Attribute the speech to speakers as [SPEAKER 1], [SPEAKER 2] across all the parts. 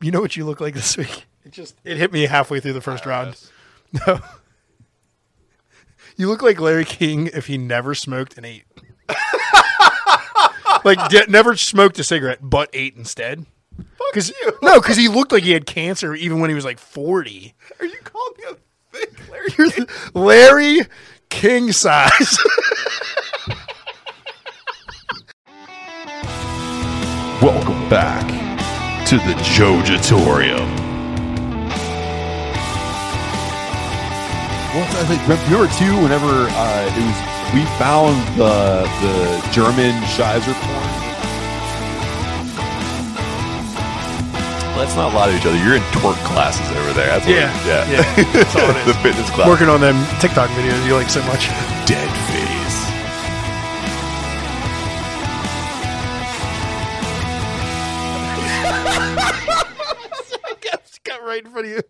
[SPEAKER 1] you know what you look like this week. It just it hit me halfway through the first round. No. You look like Larry King if he never smoked and ate. like d- never smoked a cigarette, but ate instead. Because no, because he looked like he had cancer even when he was like forty.
[SPEAKER 2] Are you calling me a thick Larry?
[SPEAKER 1] You're the- Larry King size.
[SPEAKER 3] Welcome back to the Jojatorium. Well, I think- remember too, whenever uh, it was, we found the the German Scheiser porn. Let's not lie to each other. You're in twerk classes over there. That's what
[SPEAKER 1] Yeah.
[SPEAKER 3] yeah.
[SPEAKER 1] Yeah, that's all it is.
[SPEAKER 3] the fitness class.
[SPEAKER 1] Working on them TikTok videos you like so much.
[SPEAKER 3] dead face.
[SPEAKER 1] Got right in front of you.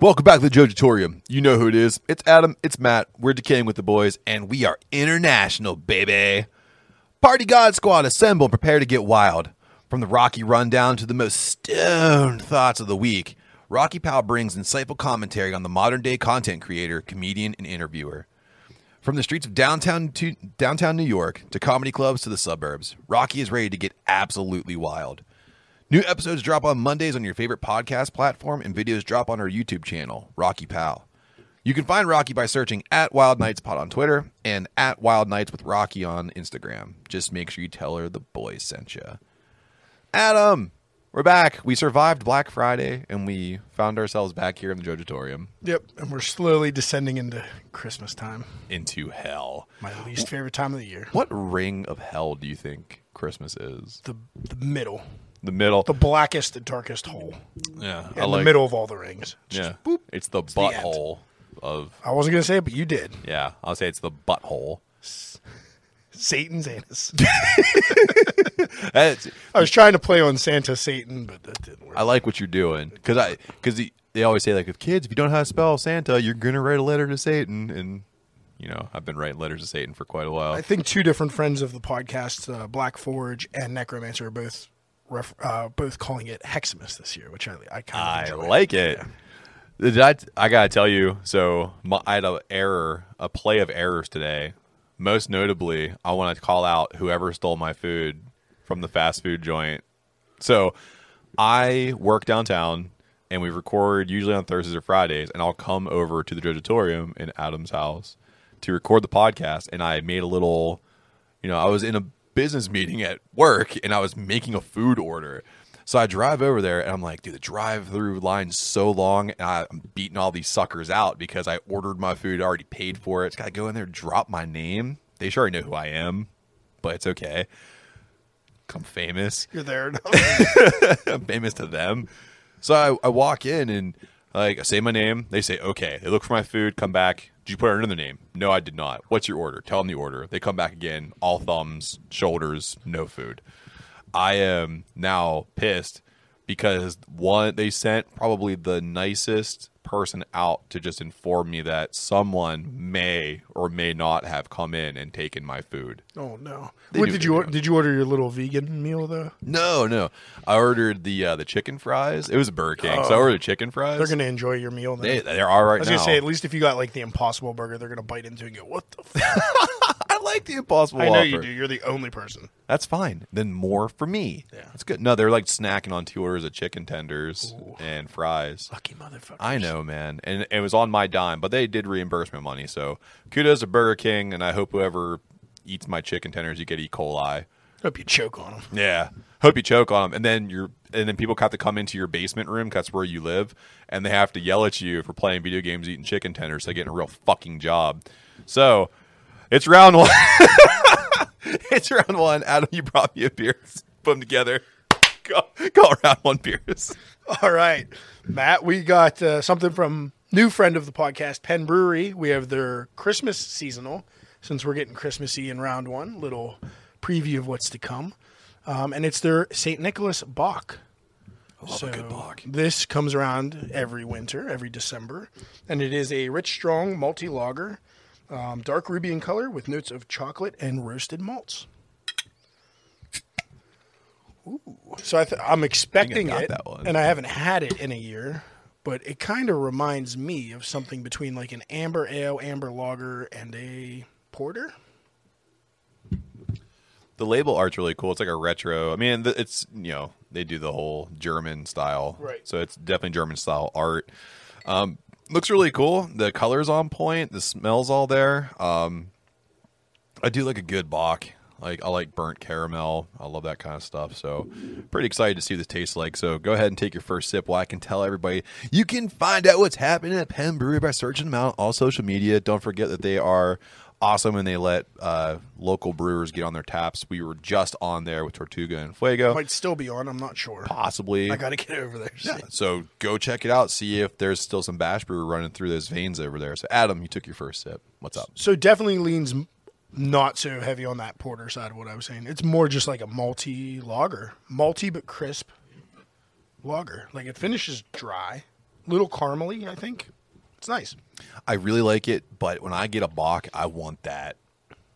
[SPEAKER 3] Welcome back to the Jojatorium. You know who it is. It's Adam. It's Matt. We're decaying with the boys, and we are international, baby. Party God Squad, assemble and prepare to get wild. From the Rocky Rundown to the most stoned thoughts of the week, Rocky Pal brings insightful commentary on the modern day content creator, comedian, and interviewer. From the streets of downtown to downtown New York to comedy clubs to the suburbs, Rocky is ready to get absolutely wild. New episodes drop on Mondays on your favorite podcast platform, and videos drop on our YouTube channel, Rocky Pal. You can find Rocky by searching at Wild Nights Pod on Twitter and at Wild Nights with Rocky on Instagram. Just make sure you tell her the boys sent you. Adam, we're back. We survived Black Friday, and we found ourselves back here in the Jojatorium
[SPEAKER 1] Yep, and we're slowly descending into Christmas time,
[SPEAKER 3] into hell.
[SPEAKER 1] my least favorite time of the year.
[SPEAKER 3] What ring of hell do you think Christmas is?
[SPEAKER 1] The the middle,
[SPEAKER 3] The middle.
[SPEAKER 1] the blackest and darkest hole,
[SPEAKER 3] yeah,
[SPEAKER 1] in the middle of all the rings.
[SPEAKER 3] Yeah, it's the butthole of
[SPEAKER 1] I wasn't gonna say it, but you did.
[SPEAKER 3] Yeah, I'll say it's the butthole.
[SPEAKER 1] Satan's anus.
[SPEAKER 3] That's-
[SPEAKER 1] I was trying to play on Santa Satan, but that didn't work.
[SPEAKER 3] I like what you're doing because I because they always say like if kids if you don't know how to spell Santa you're gonna write a letter to Satan and you know I've been writing letters to Satan for quite
[SPEAKER 1] I
[SPEAKER 3] a while.
[SPEAKER 1] think two different friends of the podcast, uh, Black Forge and Necromancer, are both ref- uh, both calling it Hexamus this year, which I I kind
[SPEAKER 3] I
[SPEAKER 1] of
[SPEAKER 3] like it. Did I, I gotta tell you. So my, I had a error, a play of errors today. Most notably, I want to call out whoever stole my food from the fast food joint. So I work downtown, and we record usually on Thursdays or Fridays, and I'll come over to the Jojatorium in Adam's house to record the podcast. And I made a little you know, I was in a business meeting at work and I was making a food order. So I drive over there and I'm like, dude, the drive through line's so long and I'm beating all these suckers out because I ordered my food, already paid for it. It's gotta go in there, drop my name. They sure already know who I am, but it's okay. I'm famous.
[SPEAKER 1] You're there. now.
[SPEAKER 3] I'm famous to them. So I, I walk in and like I say my name. They say okay. They look for my food. Come back. Did you put out another name? No, I did not. What's your order? Tell them the order. They come back again. All thumbs, shoulders, no food. I am now pissed because one they sent probably the nicest person out to just inform me that someone may or may not have come in and taken my food.
[SPEAKER 1] oh no!
[SPEAKER 3] They
[SPEAKER 1] what did
[SPEAKER 3] do what
[SPEAKER 1] you
[SPEAKER 3] they
[SPEAKER 1] or-
[SPEAKER 3] do.
[SPEAKER 1] did you order your little vegan meal though?
[SPEAKER 3] No, no. I ordered the uh, the chicken fries. It was a Burger King, so I ordered chicken fries.
[SPEAKER 1] They're gonna enjoy your meal. Then.
[SPEAKER 3] They, they're all right
[SPEAKER 1] I was
[SPEAKER 3] now.
[SPEAKER 1] gonna say, at least if you got like the Impossible Burger, they're gonna bite into it and go, "What the?" F-?
[SPEAKER 3] I like the Impossible
[SPEAKER 1] I know you
[SPEAKER 3] Whopper.
[SPEAKER 1] do. You're the only person.
[SPEAKER 3] That's fine. Then more for me.
[SPEAKER 1] Yeah.
[SPEAKER 3] that's good. No, they're like snacking on two orders of chicken tenders and fries.
[SPEAKER 1] Lucky motherfucker.
[SPEAKER 3] I know, man, and it was on my dime, but they did reimburse my money. So kudos to Burger King, and I hope whoever eats my chicken tenders, you get E. coli.
[SPEAKER 1] Hope you choke on them.
[SPEAKER 3] Yeah. Hope you choke on them, and then you're, and then people have to come into your basement room. 'cause That's where you live, and they have to yell at you for playing video games, eating chicken tenders. They get a real fucking job. So, it's round one. it's round one. Adam, you brought me a beer. Put them together. Call, call round one beers.
[SPEAKER 1] All right, Matt. We got uh, something from new friend of the podcast, Penn Brewery. We have their Christmas seasonal. Since we're getting Christmassy in round one, little preview of what's to come, um, and it's their Saint Nicholas Bock. so
[SPEAKER 3] good Bock.
[SPEAKER 1] This comes around every winter, every December, and it is a rich, strong multi lager, um, dark ruby in color with notes of chocolate and roasted malts. Ooh. So I th- I'm expecting
[SPEAKER 3] got
[SPEAKER 1] it,
[SPEAKER 3] that one.
[SPEAKER 1] and I haven't had it in a year. But it kind of reminds me of something between like an amber ale, amber lager, and a porter.
[SPEAKER 3] The label art's really cool. It's like a retro. I mean, th- it's you know they do the whole German style,
[SPEAKER 1] Right.
[SPEAKER 3] So it's definitely German style art. Um, looks really cool. The colors on point. The smells all there. Um, I do like a good bock. Like I like burnt caramel. I love that kind of stuff. So pretty excited to see what this tastes like. So go ahead and take your first sip while I can tell everybody you can find out what's happening at Penn Brewery by searching them out on all social media. Don't forget that they are awesome and they let uh, local brewers get on their taps. We were just on there with Tortuga and Fuego.
[SPEAKER 1] Might still be on. I'm not sure.
[SPEAKER 3] possibly
[SPEAKER 1] Oh I got to get over there.
[SPEAKER 3] yeah. So go check it out. See if there's still some Bash Brew running through those veins over there. So Adam, you took your first sip. What's up?
[SPEAKER 1] So definitely leans m- not so heavy on that porter side of what I was saying. It's more just like a malty lager, malty but crisp lager. Like it finishes dry, little caramely. I think it's nice.
[SPEAKER 3] I really like it, but when I get a Bach, I want that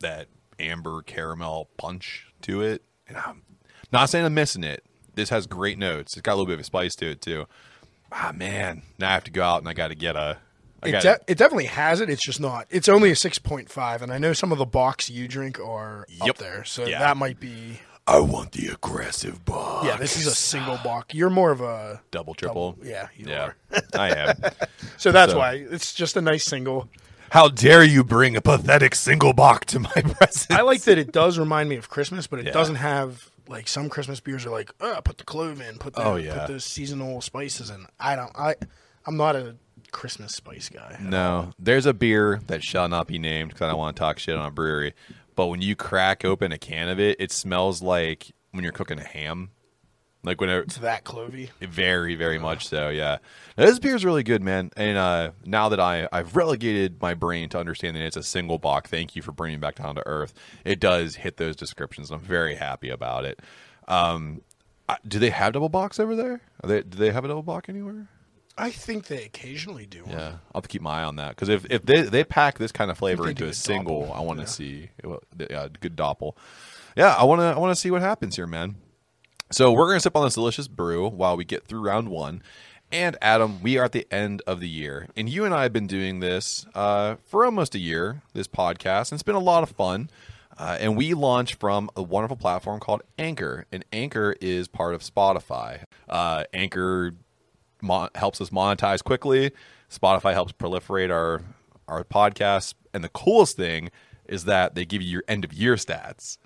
[SPEAKER 3] that amber caramel punch to it. And I'm not saying I'm missing it. This has great notes. It's got a little bit of a spice to it too. Ah man, now I have to go out and I got to get a. I
[SPEAKER 1] It,
[SPEAKER 3] got
[SPEAKER 1] de- it definitely has it. It's just not. It's only a six point five, and I know some of the box you drink are
[SPEAKER 3] Yep.
[SPEAKER 1] up there, so
[SPEAKER 3] Yeah. Ah,
[SPEAKER 1] that might be.
[SPEAKER 3] I want the aggressive Bach.
[SPEAKER 1] Yeah, this is a single box. You're more of a.
[SPEAKER 3] double triple.
[SPEAKER 1] Yeah, you
[SPEAKER 3] yeah,
[SPEAKER 1] are.
[SPEAKER 3] I am.
[SPEAKER 1] So that's
[SPEAKER 3] So-
[SPEAKER 1] why it's just a nice single.
[SPEAKER 3] How dare you bring a pathetic single Bach to my presence?
[SPEAKER 1] I like that it does remind me of Christmas, but it
[SPEAKER 3] Yeah.
[SPEAKER 1] doesn't have like some Christmas beers are like, oh, put the clove in, put the,
[SPEAKER 3] Oh, yeah.
[SPEAKER 1] put those seasonal spices in. I don't, I, I'm not a Christmas spice guy.
[SPEAKER 3] No, there's a beer that shall not be named because I don't want to talk shit on a brewery. But when you crack open a can of it, it smells like when you're cooking a ham. Like whenever,
[SPEAKER 1] It's that clovey.
[SPEAKER 3] very, very much so. Yeah, now, this beer is really good, man. And uh, now that I I've relegated my brain to understanding it's a single bock. Thank you for bringing it back down to earth. It does hit those descriptions. And I'm very happy about it. Um, I- do they have double box over there? Are they, do they have a double bock anywhere?
[SPEAKER 1] I think they occasionally do. one.
[SPEAKER 3] Yeah, I'll have to keep my eye on that because if, if they, they pack this kind of flavor
[SPEAKER 1] they
[SPEAKER 3] into
[SPEAKER 1] do
[SPEAKER 3] a,
[SPEAKER 1] a
[SPEAKER 3] single,
[SPEAKER 1] doppel.
[SPEAKER 3] I want to see well, th- yeah, good doppel. Yeah, I want to I want to see what happens here, man. So we're gonna sip on this delicious brew while we get through round one. And Adam, we are at the end of the year, and you and I have been doing this uh, for almost a year. This podcast, and it's been a lot of fun. Uh, and we launch from a wonderful platform called Anchor, and Anchor is part of Spotify. Uh, Anchor mon- helps us monetize quickly. Spotify helps proliferate our our podcasts, and the coolest thing is that they give you your end of year stats.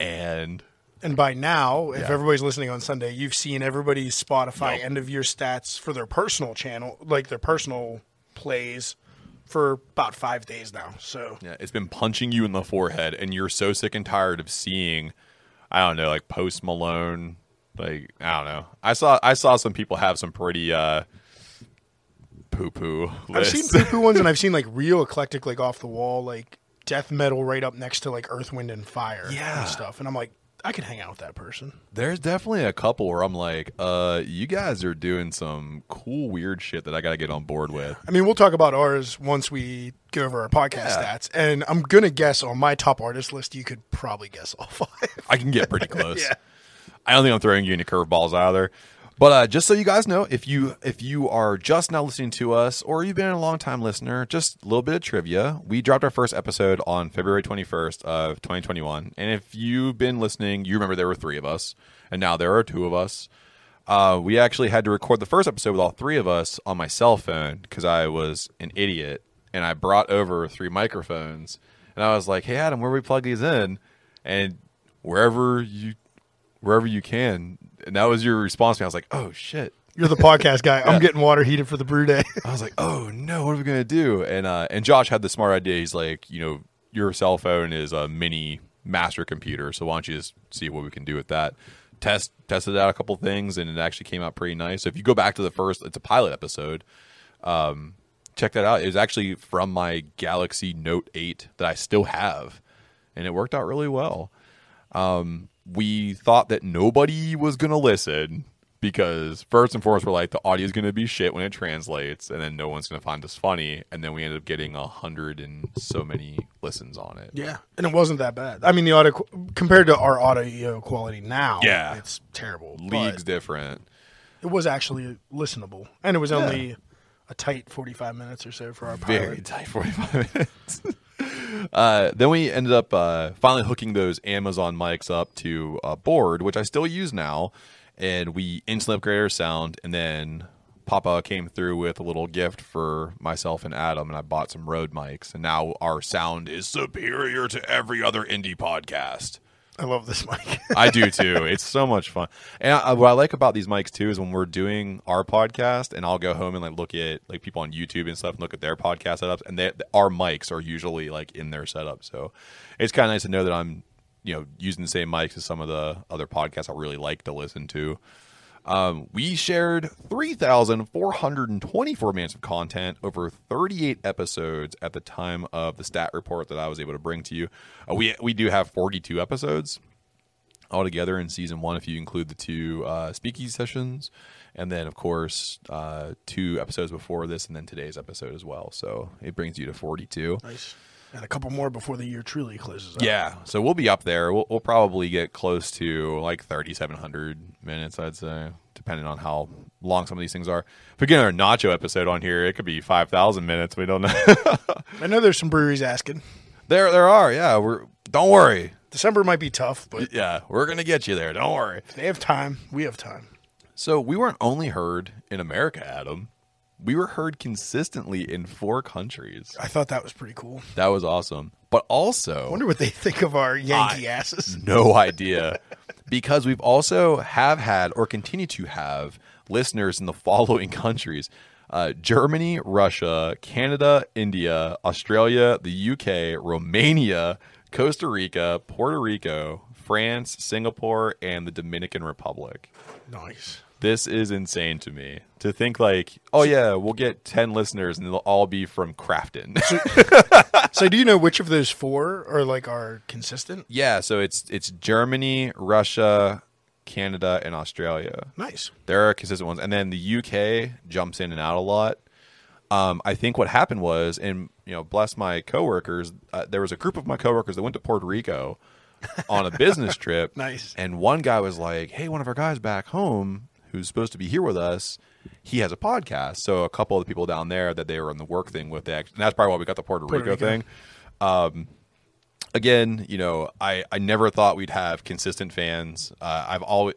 [SPEAKER 3] And
[SPEAKER 1] And by now, if
[SPEAKER 3] Yeah.
[SPEAKER 1] everybody's listening on Sunday, you've seen everybody's Spotify end of year stats for their personal channel, like their personal plays for about five days now. So
[SPEAKER 3] Yeah, it's been punching you in the forehead, and you're so sick and tired of seeing, I don't know, like Post Malone, like I don't know. I saw I saw some people have some pretty uh, poo poo
[SPEAKER 1] I've seen
[SPEAKER 3] lists.
[SPEAKER 1] poo poo ones, and I've seen like real eclectic, like off the wall, like death metal, right up next to like Earth, Wind, and Fire,
[SPEAKER 3] Yeah.
[SPEAKER 1] and stuff. And I'm like, I could hang out with that person.
[SPEAKER 3] There's definitely a couple where I'm like, uh, you guys are doing some cool weird shit that I got to get on board with.
[SPEAKER 1] I mean, we'll talk about ours once we go over our podcast
[SPEAKER 3] Yeah.
[SPEAKER 1] stats. And I'm gonna guess on my top artist list, you could probably guess all five.
[SPEAKER 3] I can get pretty close.
[SPEAKER 1] Yeah.
[SPEAKER 3] I don't think I'm throwing you any curveballs either. But uh, just so you guys know, if you if you are just now listening to us, or you've been a long time listener, just a little bit of trivia. We dropped our first episode on February 21st of 2021, and if you've been listening, you remember there were three of us, and now there are two of us. Uh, we actually had to record the first episode with all three of us on my cell phone because I was an idiot and I brought over three microphones and I was like, "Hey Adam, where do we plug these in?" And wherever you wherever you can. And that was your response to me. I was like, oh shit.
[SPEAKER 1] You're the podcast guy. I'm getting water heated for the brew day.
[SPEAKER 3] I was like, oh no, what are we gonna do? And uh, and Josh had the smart idea. He's like, you know, your cell phone is a mini master computer, so why don't you just see what we can do with that? Test tested out a couple things, and it actually came out pretty nice. So if you go back to the first, it's a pilot episode. Um, check that out. It was actually from my Galaxy Note 8 that I still have, and it worked out really well. Um, we thought that nobody was gonna listen because first and foremost, we're like the audio is going to be shit when it translates, and then no one's going to find us funny, and then we ended up getting a hundred and so many listens on it.
[SPEAKER 1] Yeah, and it wasn't that bad. I mean, the audio compared to our audio quality now,
[SPEAKER 3] Yeah.
[SPEAKER 1] it's terrible. but
[SPEAKER 3] Leagues different.
[SPEAKER 1] it was actually listenable, and it was only a tight forty-five minutes or so for our pilot.
[SPEAKER 3] very tight 45 minutes. uh, then we ended up uh, finally hooking those Amazon mics up to a board, which I still use now. And we instantly upgraded our sound. And then Papa came through with a little gift for myself and Adam, and I bought some Rode mics. And now our sound is superior to every other indie podcast.
[SPEAKER 1] I love this mic.
[SPEAKER 3] I do too. It's so much fun. And I, what I like about these mics too is when we're doing our podcast, and I'll go home and like look at like people on YouTube and stuff, and look at their podcast setups, and they, our mics are usually like in their setup. So it's kind of nice to know that I'm you know using the same mics as some of the other podcasts I really like to listen to. Um, we shared 3,424 minutes of content over 38 episodes at the time of the stat report that I was able to bring to you. Uh, we we do have 42 episodes altogether in season one if you include the two uh, speakeasy sessions and then of course uh, two episodes before this and then today's episode as well so it brings you to 42
[SPEAKER 1] nice, and a couple more before the year truly closes. Up.
[SPEAKER 3] yeah so we'll be up there we'll, we'll probably get close to like 3700 minutes i'd say depending on how long some of these things are if we get our nacho episode on here it could be 5000 minutes we don't know
[SPEAKER 1] I know there's some breweries asking.
[SPEAKER 3] there there are yeah we're don't worry
[SPEAKER 1] December might be tough, but
[SPEAKER 3] yeah we're gonna get you there don't worry
[SPEAKER 1] they have time. We have time.
[SPEAKER 3] So we weren't only heard in America, Adam. We were heard consistently in four countries.
[SPEAKER 1] I thought that was pretty cool.
[SPEAKER 3] That was awesome. But
[SPEAKER 1] I
[SPEAKER 3] also,
[SPEAKER 1] wonder what they think of our Yankee asses.
[SPEAKER 3] no idea because we've also have had or continue to have listeners in the following countries uh, germany russia canada india australia the uk romania costa rica puerto rico france singapore and the dominican republic
[SPEAKER 1] Nice.
[SPEAKER 3] This is insane to me to think like, oh yeah, we'll get ten listeners and they'll all be from Crafton.
[SPEAKER 1] So, do you know which of those four are like are consistent?
[SPEAKER 3] yeah, so it's it's Germany, Russia, Canada, and Australia.
[SPEAKER 1] Nice.
[SPEAKER 3] There are consistent ones, and then the UK jumps in and out a lot. Um, I think what happened was, and you know, bless my coworkers, uh, there was a group of my coworkers that went to Puerto Rico on a business trip.
[SPEAKER 1] Nice.
[SPEAKER 3] And one guy was like, "Hey, one of our guys back home who's supposed to be here with us, he has a podcast." So a couple of the people down there that they were on the work thing with, they act- and that's probably why we got the Puerto,
[SPEAKER 1] Puerto
[SPEAKER 3] Rico,
[SPEAKER 1] Rico.
[SPEAKER 3] thing. Um, again, you know, I I never thought we'd have consistent fans. Uh, I've always.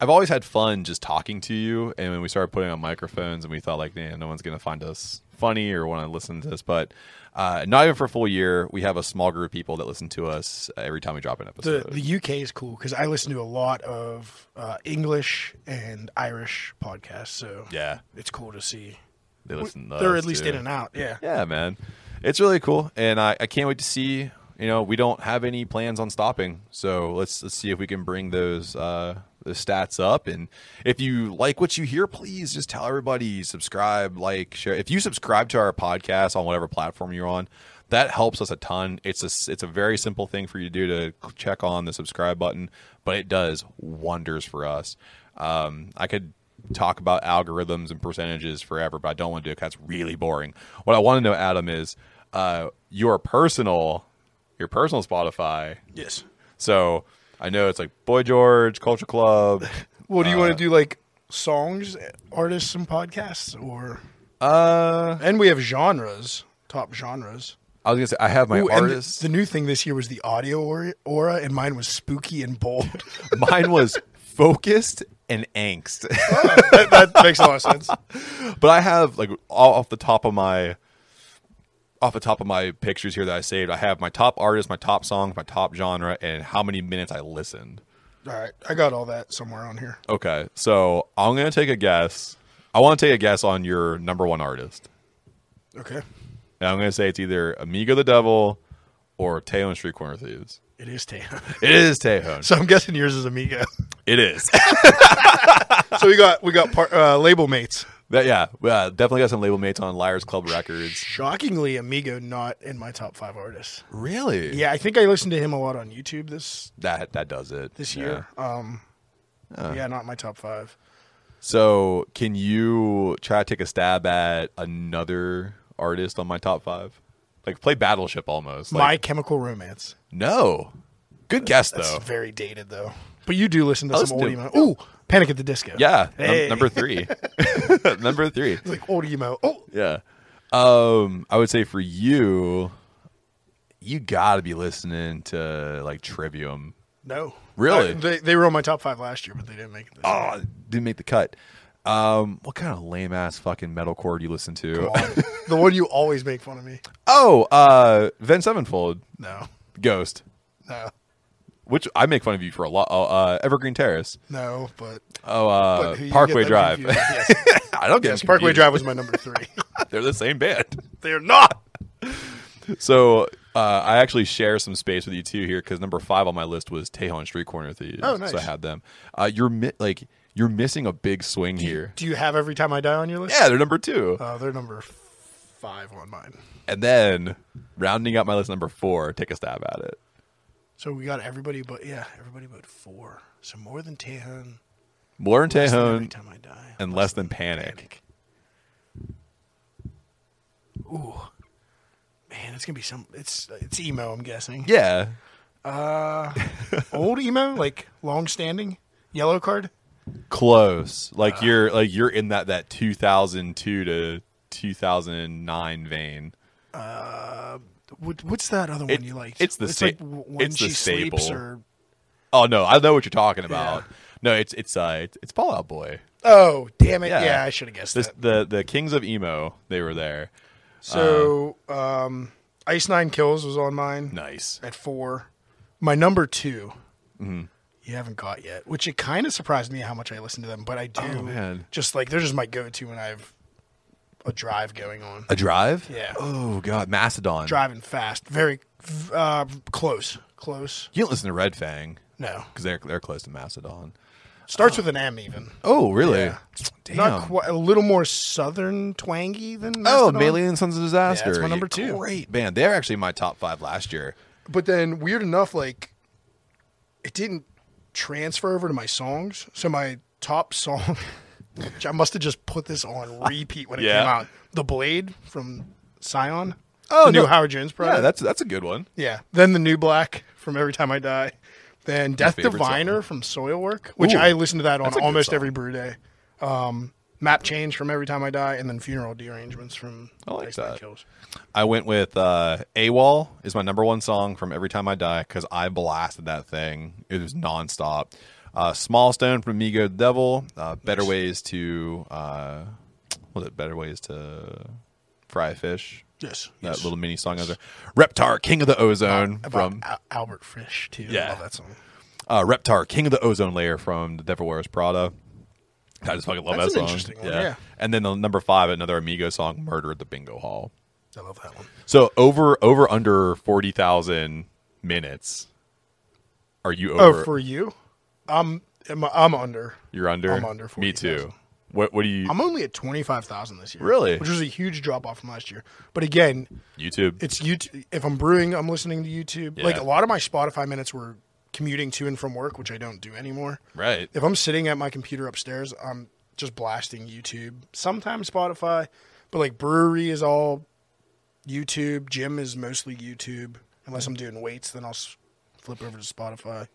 [SPEAKER 3] I've always had fun just talking to you, and when we started putting on microphones, and we thought like, man, no one's gonna find us funny or want to listen to this, but uh, not even for a full year, we have a small group of people that listen to us every time we drop an episode.
[SPEAKER 1] The the UK is cool because I listen to a lot of uh, English and Irish podcasts. So
[SPEAKER 3] Yeah,
[SPEAKER 1] it's cool to see.
[SPEAKER 3] they listen. To
[SPEAKER 1] They're
[SPEAKER 3] us,
[SPEAKER 1] at least
[SPEAKER 3] too.
[SPEAKER 1] in and out. Yeah.
[SPEAKER 3] Yeah, man, it's really cool, and I, I can't wait to see. You know, we don't have any plans on stopping, so let's let's see if we can bring those uh, the stats up. And if you like what you hear, please just tell everybody subscribe, like, share. If you subscribe to our podcast on whatever platform you're on, that helps us a ton. It's a s- it's a very simple thing for you to do to check on the subscribe button, but it does wonders for us. Um, I could talk about algorithms and percentages forever, but I don't want to do it 'cause that's really boring. What I want to know, Adam, is uh, your personal your personal Spotify.
[SPEAKER 1] Yes.
[SPEAKER 3] So I know it's like Boy George, Culture Club.
[SPEAKER 1] Well, do you want to do like songs, artists, and podcasts, or
[SPEAKER 3] Uh,
[SPEAKER 1] and we have genres, top genres.
[SPEAKER 3] I was gonna say I have my
[SPEAKER 1] Ooh, and
[SPEAKER 3] artists.
[SPEAKER 1] The new thing this year was the audio ori- aura, and mine was spooky and bold.
[SPEAKER 3] Mine was focused and angst.
[SPEAKER 1] that, that makes a lot of sense.
[SPEAKER 3] but I have like all off the top of my off the top of my pictures here that I saved, I have my top artist, my top songs, my top genre, and how many minutes I listened.
[SPEAKER 1] All right, I got all that somewhere on here.
[SPEAKER 3] Okay, so I'm gonna take a guess. I want to take a guess on your number one artist,
[SPEAKER 1] Okay,
[SPEAKER 3] and I'm gonna say it's either Amigo the Devil or Tejo and Street Corner Thieves.
[SPEAKER 1] it is Tana.
[SPEAKER 3] It is Tejon.
[SPEAKER 1] so I'm guessing yours is Amiga.
[SPEAKER 3] It is.
[SPEAKER 1] so we got we got par- uh, label mates.
[SPEAKER 3] that, yeah, yeah, definitely got some label mates on Liars Club Records.
[SPEAKER 1] Shockingly, Amigo not in my top five artists.
[SPEAKER 3] Really?
[SPEAKER 1] Yeah, I think I listened to him a lot on YouTube this
[SPEAKER 3] That that does it
[SPEAKER 1] this
[SPEAKER 3] Yeah. Uh.
[SPEAKER 1] year. Um, yeah, not in my top five.
[SPEAKER 3] So, can you try to take a stab at another artist on my top five? Like play Battleship almost. Like,
[SPEAKER 1] My Chemical Romance.
[SPEAKER 3] no. Good guess though.
[SPEAKER 1] It's very dated though. But you do listen to
[SPEAKER 3] I
[SPEAKER 1] some old
[SPEAKER 3] listen
[SPEAKER 1] emo. Ooh, Panic at the Disco.
[SPEAKER 3] Yeah, num-
[SPEAKER 1] Hey.
[SPEAKER 3] number three. number three.
[SPEAKER 1] It's like old emo. Oh,
[SPEAKER 3] Yeah. Um, I would say for you, you got to be listening to like Trivium.
[SPEAKER 1] no.
[SPEAKER 3] Really?
[SPEAKER 1] I- they, they were on my top five last year, but they didn't make it. This year.
[SPEAKER 3] Oh, didn't make the cut. Um, what kind of lame ass fucking metalcore do you listen to?
[SPEAKER 1] the one you always make fun of me.
[SPEAKER 3] oh, uh, Vent Sevenfold,
[SPEAKER 1] No.
[SPEAKER 3] Ghost,
[SPEAKER 1] No.
[SPEAKER 3] which I make fun of you for a lot. Oh, uh, Evergreen Terrace.
[SPEAKER 1] No, but,
[SPEAKER 3] Oh,
[SPEAKER 1] but
[SPEAKER 3] uh,
[SPEAKER 1] who you get
[SPEAKER 3] Parkway
[SPEAKER 1] them
[SPEAKER 3] Drive.
[SPEAKER 1] confused- Yes.
[SPEAKER 3] I don't get
[SPEAKER 1] yes
[SPEAKER 3] them
[SPEAKER 1] Parkway
[SPEAKER 3] confused.
[SPEAKER 1] Drive was my number three.
[SPEAKER 3] They're the same band.
[SPEAKER 1] They're not.
[SPEAKER 3] So uh, I actually share some space with you too here because number five on my list was Tejon Street Corner Thieves.
[SPEAKER 1] Oh, nice.
[SPEAKER 3] So I had them. Uh, you're mi- like you're missing a big swing here.
[SPEAKER 1] Do you have Every Time I Die on your list?
[SPEAKER 3] Yeah, they're number two,
[SPEAKER 1] Uh, they're number f- five on mine.
[SPEAKER 3] and then rounding out my list, number four. Take a stab at it.
[SPEAKER 1] So we got everybody but, yeah, everybody but four. So more than Tehan.
[SPEAKER 3] More than
[SPEAKER 1] less than Every
[SPEAKER 3] Tejon
[SPEAKER 1] Time I Die.
[SPEAKER 3] and less than Panic.
[SPEAKER 1] Ooh. Man, it's going to be some. It's it's emo, I'm guessing. Uh,
[SPEAKER 3] Yeah,
[SPEAKER 1] Old emo? Like long standing? Yellow card?
[SPEAKER 3] close. Like
[SPEAKER 1] Ah.
[SPEAKER 3] you're like you're in that that 2002 to 2009 vein.
[SPEAKER 1] What, what's that other one
[SPEAKER 3] It-
[SPEAKER 1] you liked?
[SPEAKER 3] it's the
[SPEAKER 1] it's
[SPEAKER 3] sta-
[SPEAKER 1] like w- when
[SPEAKER 3] it's
[SPEAKER 1] she
[SPEAKER 3] the
[SPEAKER 1] sleeps
[SPEAKER 3] staple.
[SPEAKER 1] or
[SPEAKER 3] Oh no, I know what you're talking about. No, it's it's uh it's, it's Fallout Boy.
[SPEAKER 1] oh damn it yeah,
[SPEAKER 3] Yeah.
[SPEAKER 1] I should have guessed
[SPEAKER 3] This,
[SPEAKER 1] that.
[SPEAKER 3] the the Kings of Emo, they were there.
[SPEAKER 1] So um, Ice Nine Kills was on mine
[SPEAKER 3] Uh, Nice.
[SPEAKER 1] at four. My number 2
[SPEAKER 3] Mm-hmm.
[SPEAKER 1] you haven't got yet, which it kind of surprised me how much I listen to them, but I do.
[SPEAKER 3] Oh, man.
[SPEAKER 1] Just like they're just my go-to when I have a drive going on,
[SPEAKER 3] A drive?
[SPEAKER 1] Yeah.
[SPEAKER 3] Oh god, Mastodon.
[SPEAKER 1] driving fast, very uh, close, close.
[SPEAKER 3] You don't listen to Red Fang
[SPEAKER 1] No,
[SPEAKER 3] because they're they're close to Mastodon.
[SPEAKER 1] starts with an M even.
[SPEAKER 3] Oh really?
[SPEAKER 1] Yeah.
[SPEAKER 3] Damn.
[SPEAKER 1] Not quite, a little more southern twangy than
[SPEAKER 3] Oh,
[SPEAKER 1] Mastodon.
[SPEAKER 3] Maelian Sons of Disaster.
[SPEAKER 1] my number two.
[SPEAKER 3] Great band. They're actually my top five last year.
[SPEAKER 1] but then weird enough, like it didn't transfer over to my songs. So my top song, which I must have just put this on repeat when it
[SPEAKER 3] Yeah.
[SPEAKER 1] came out, "The Blade" from Scion.
[SPEAKER 3] Oh,
[SPEAKER 1] the
[SPEAKER 3] no.
[SPEAKER 1] new Howard Jones project.
[SPEAKER 3] Yeah, that's that's a good one.
[SPEAKER 1] yeah. Then the new Black from Every Time I Die. Then Death
[SPEAKER 3] favorite
[SPEAKER 1] Diviner from Soilwork, which
[SPEAKER 3] Ooh.
[SPEAKER 1] I listen to that
[SPEAKER 3] That's
[SPEAKER 1] on
[SPEAKER 3] a good
[SPEAKER 1] almost
[SPEAKER 3] song.
[SPEAKER 1] every brew day. Um, Map Change from Every Time I Die, and then Funeral Derangements from
[SPEAKER 3] I like
[SPEAKER 1] Ice Nine
[SPEAKER 3] that.
[SPEAKER 1] Kills.
[SPEAKER 3] I went with uh, AWOL is my number one song from Every Time I Die because I blasted that thing. It was nonstop. Uh, Small Stone from Amigo the Devil. Uh, better ways to uh, was it? Better ways to fry fish.
[SPEAKER 1] Yes.
[SPEAKER 3] That
[SPEAKER 1] yes.
[SPEAKER 3] little mini song. I was there. Reptar, King of the Ozone
[SPEAKER 1] About
[SPEAKER 3] from
[SPEAKER 1] Al- Albert Fish, too. I
[SPEAKER 3] Yeah.
[SPEAKER 1] love that song.
[SPEAKER 3] uh, Reptar, King of the Ozone Layer from The Devil Wears Prada. I just fucking love
[SPEAKER 1] That's
[SPEAKER 3] that
[SPEAKER 1] an
[SPEAKER 3] song.
[SPEAKER 1] interesting one, yeah.
[SPEAKER 3] And then the number five, another Amigo song, Murder at the Bingo Hall.
[SPEAKER 1] I love that one.
[SPEAKER 3] So over over under forty thousand minutes. Are you over?
[SPEAKER 1] Oh, for you? I'm I'm, I'm under.
[SPEAKER 3] you're under.
[SPEAKER 1] I'm under
[SPEAKER 3] Me
[SPEAKER 1] 40,000.
[SPEAKER 3] too. What What do you?
[SPEAKER 1] I'm only at twenty five thousand this year.
[SPEAKER 3] Really?
[SPEAKER 1] Which was a huge drop off from last year. But again,
[SPEAKER 3] YouTube.
[SPEAKER 1] it's YouTube. If I'm brewing, I'm listening to YouTube. Like
[SPEAKER 3] Yeah.
[SPEAKER 1] a lot of my Spotify minutes were commuting to and from work, which I don't do anymore.
[SPEAKER 3] right.
[SPEAKER 1] If I'm sitting at my computer upstairs, I'm just blasting YouTube. Sometimes Spotify, but like brewery is all YouTube. Gym is mostly YouTube. Unless I'm doing weights, then I'll s- flip over to Spotify.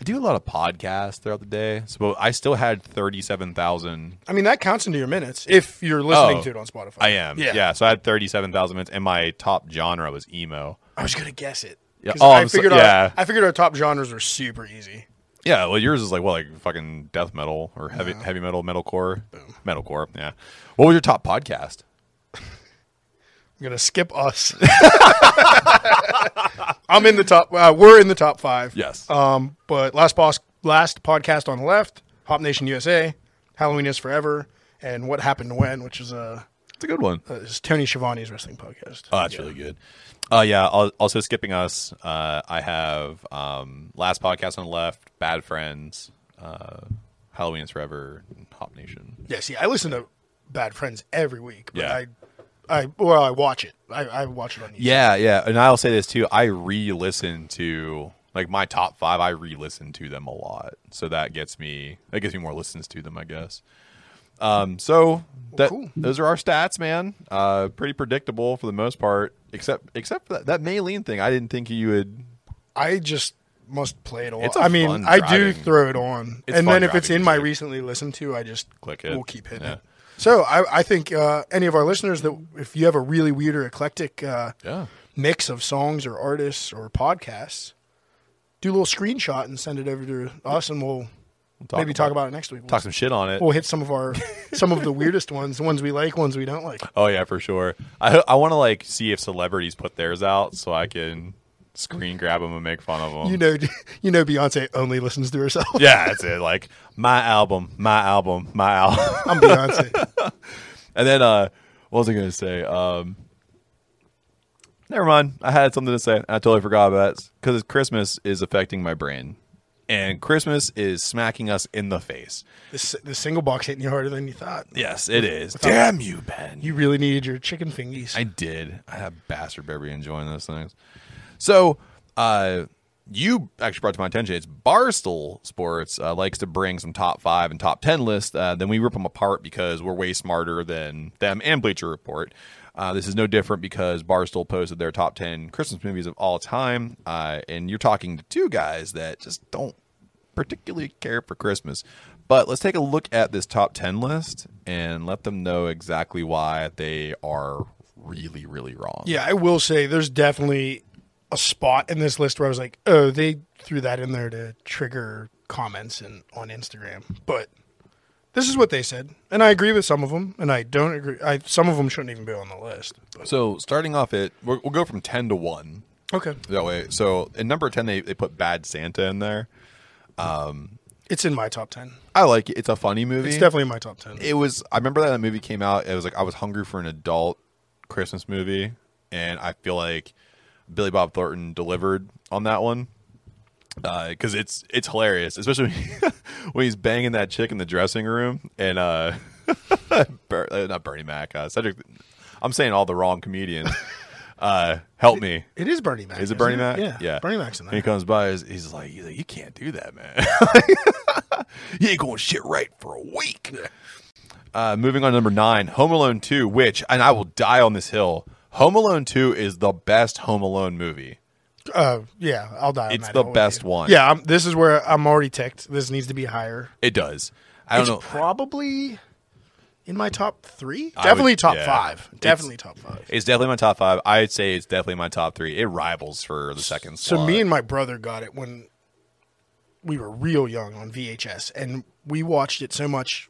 [SPEAKER 3] I do a lot of podcasts throughout the day. So I still had thirty-seven thousand.
[SPEAKER 1] I mean, that counts into your minutes if you're listening
[SPEAKER 3] Oh,
[SPEAKER 1] to it on Spotify.
[SPEAKER 3] I am. Yeah.
[SPEAKER 1] Yeah.
[SPEAKER 3] So I had thirty-seven thousand minutes, and my top genre was emo.
[SPEAKER 1] I was gonna guess it.
[SPEAKER 3] Yeah.
[SPEAKER 1] 'Cause
[SPEAKER 3] Oh,
[SPEAKER 1] I
[SPEAKER 3] I'm so-
[SPEAKER 1] figured
[SPEAKER 3] yeah.
[SPEAKER 1] our, I figured our top genres were super easy.
[SPEAKER 3] Yeah. Well, yours is like well, like fucking death metal or heavy heavy metal, metalcore, metalcore. Yeah. What was your top podcast?
[SPEAKER 1] I'm gonna skip us. I'm in the top. Uh, we're in the top five.
[SPEAKER 3] Yes.
[SPEAKER 1] Um, but last boss, last podcast on the left, Hop Nation USA, Halloween is forever, and what happened when, which is a
[SPEAKER 3] It's a good one.
[SPEAKER 1] uh, is Tony Schiavone's wrestling podcast.
[SPEAKER 3] Oh, that's really good. Uh, yeah. al- Also, skipping us, uh, I have um, last podcast on the left, Bad Friends, uh, Halloween is Forever, and Hop Nation.
[SPEAKER 1] yeah. See, I listen to Bad Friends every week. But
[SPEAKER 3] Yeah.
[SPEAKER 1] I, I well, I watch it. I, I watch it on YouTube.
[SPEAKER 3] Yeah, yeah. And I'll say this too. I re-listened to Like my top five, I re-listen to them a lot, so that gets me that gets me more listens to them, I guess. Um, so that
[SPEAKER 1] cool.
[SPEAKER 3] those are our stats, man. Uh, pretty predictable for the most part, except except for that, that Maylene thing. I didn't think you would.
[SPEAKER 1] I just must play it a lot.
[SPEAKER 3] It's a
[SPEAKER 1] I mean,
[SPEAKER 3] fun
[SPEAKER 1] I do
[SPEAKER 3] driving-
[SPEAKER 1] throw it on,
[SPEAKER 3] It's
[SPEAKER 1] and
[SPEAKER 3] fun
[SPEAKER 1] then if it's
[SPEAKER 3] driving
[SPEAKER 1] in my
[SPEAKER 3] music.
[SPEAKER 1] recently listened to, I just
[SPEAKER 3] Click it.
[SPEAKER 1] We'll keep hitting
[SPEAKER 3] Yeah.
[SPEAKER 1] it. So I, I think uh, any of our listeners that if you have a really weird or eclectic uh,
[SPEAKER 3] Yeah.
[SPEAKER 1] mix of songs or artists or podcasts, do a little screenshot and send it over to us, and we'll,
[SPEAKER 3] talk
[SPEAKER 1] maybe talk about it next week. We'll,
[SPEAKER 3] Talk some shit on it.
[SPEAKER 1] we'll hit some of our some of the weirdest ones, the ones we like, ones we don't like.
[SPEAKER 3] Oh yeah, for sure. I ho- I want to like see if celebrities put theirs out so I can screen grab them and make fun of them.
[SPEAKER 1] You know, you know, Beyonce only listens to herself.
[SPEAKER 3] Um, yeah, that's it. Like my album, my album, my album.
[SPEAKER 1] I'm Beyonce.
[SPEAKER 3] and then uh, what was I gonna say? Um, never mind. I had something to say. and I totally forgot about it because Christmas is affecting my brain, and Christmas is smacking us in the face.
[SPEAKER 1] this, this single box hitting you harder than you thought.
[SPEAKER 3] Yes, it is. Damn you, Ben.
[SPEAKER 1] You really needed your chicken fingies.
[SPEAKER 3] I did. I have bastard better be enjoying those things. So, uh, you actually brought to my attention. It's Barstool Sports uh, likes to bring some top five and top ten lists. Uh, then we rip them apart because we're way smarter than them and Bleacher Report. Uh, this is no different because Barstool posted their top ten Christmas movies of all time, uh, and you're talking to two guys that just don't particularly care for Christmas. But let's take a look at this top 10 list and let them know exactly why they are really, really wrong.
[SPEAKER 1] yeah, I will say there's definitely a spot in this list where I was like, oh, they threw that in there to trigger comments and on Instagram. But this is what they said, and I agree with some of them, and I don't agree. I some of them shouldn't even be on the list. But-
[SPEAKER 3] So starting off at, we'll, we'll go from 10 to 1
[SPEAKER 1] okay,
[SPEAKER 3] that way. So in number 10, they, they put Bad Santa in there.
[SPEAKER 1] it's in my top ten.
[SPEAKER 3] I like it. It's a funny movie.
[SPEAKER 1] It's definitely in my top ten.
[SPEAKER 3] it was i remember that movie came out it was like i was hungry for an adult christmas movie and i feel like billy bob thornton delivered on that one because it's it's hilarious especially when, when he's banging that chick in the dressing room and uh, Ber- uh, not bernie mac uh, cedric i'm saying all the wrong comedians uh help me
[SPEAKER 1] It is Bernie Mac.
[SPEAKER 3] is it
[SPEAKER 1] isn't
[SPEAKER 3] Bernie Mac?
[SPEAKER 1] Yeah, Bernie Mac's in
[SPEAKER 3] He
[SPEAKER 1] there.
[SPEAKER 3] comes by, he's, he's like, he's like, you can't do that, man. you ain't going shit right for a week. Uh, moving on, to number nine, Home Alone Two, which, and I will die on this hill. Home Alone Two is the best Home Alone movie.
[SPEAKER 1] Uh, yeah, I'll die. on
[SPEAKER 3] It's
[SPEAKER 1] that
[SPEAKER 3] the
[SPEAKER 1] hill with
[SPEAKER 3] best
[SPEAKER 1] you.
[SPEAKER 3] one.
[SPEAKER 1] Yeah, I'm, this is where I'm already ticked. This needs to be higher.
[SPEAKER 3] It does. I don't
[SPEAKER 1] it's
[SPEAKER 3] know.
[SPEAKER 1] probably in my top three.
[SPEAKER 3] I
[SPEAKER 1] Definitely
[SPEAKER 3] would-
[SPEAKER 1] top
[SPEAKER 3] yeah.
[SPEAKER 1] five.
[SPEAKER 3] It's-
[SPEAKER 1] Definitely top five.
[SPEAKER 3] it's definitely my top five. I'd say it's definitely my top three. It rivals for the second.
[SPEAKER 1] So
[SPEAKER 3] slot.
[SPEAKER 1] me and my brother got it when we were real young on VHS, and we watched it so much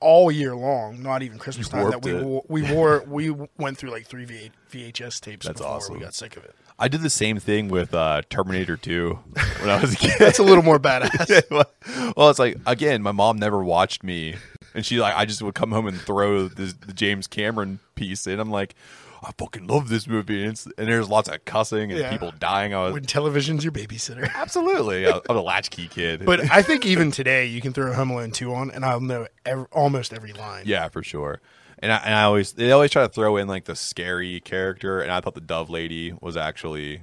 [SPEAKER 1] all year long, not even Christmas time, that
[SPEAKER 3] warped
[SPEAKER 1] we
[SPEAKER 3] it.
[SPEAKER 1] wo- we wore we went through like three v- VHS tapes before
[SPEAKER 3] awesome.
[SPEAKER 1] we got sick of it.
[SPEAKER 3] I did the same thing with uh, Terminator Two when I was a kid.
[SPEAKER 1] That's a little more badass.
[SPEAKER 3] well, it's like again, my mom never watched me, and she like I just would come home and throw this, the James Cameron piece, and I'm like, I fucking love this movie, and, it's, and there's lots of cussing and
[SPEAKER 1] Yeah.
[SPEAKER 3] people dying. I was
[SPEAKER 1] when television's your babysitter.
[SPEAKER 3] absolutely, I, I'm a latchkey kid,
[SPEAKER 1] But I think even today you can throw Home Alone 2 on and I'll know ev- almost every line.
[SPEAKER 3] yeah, for sure. And I, and I always they always try to throw in like the scary character, and I thought the Dove Lady was actually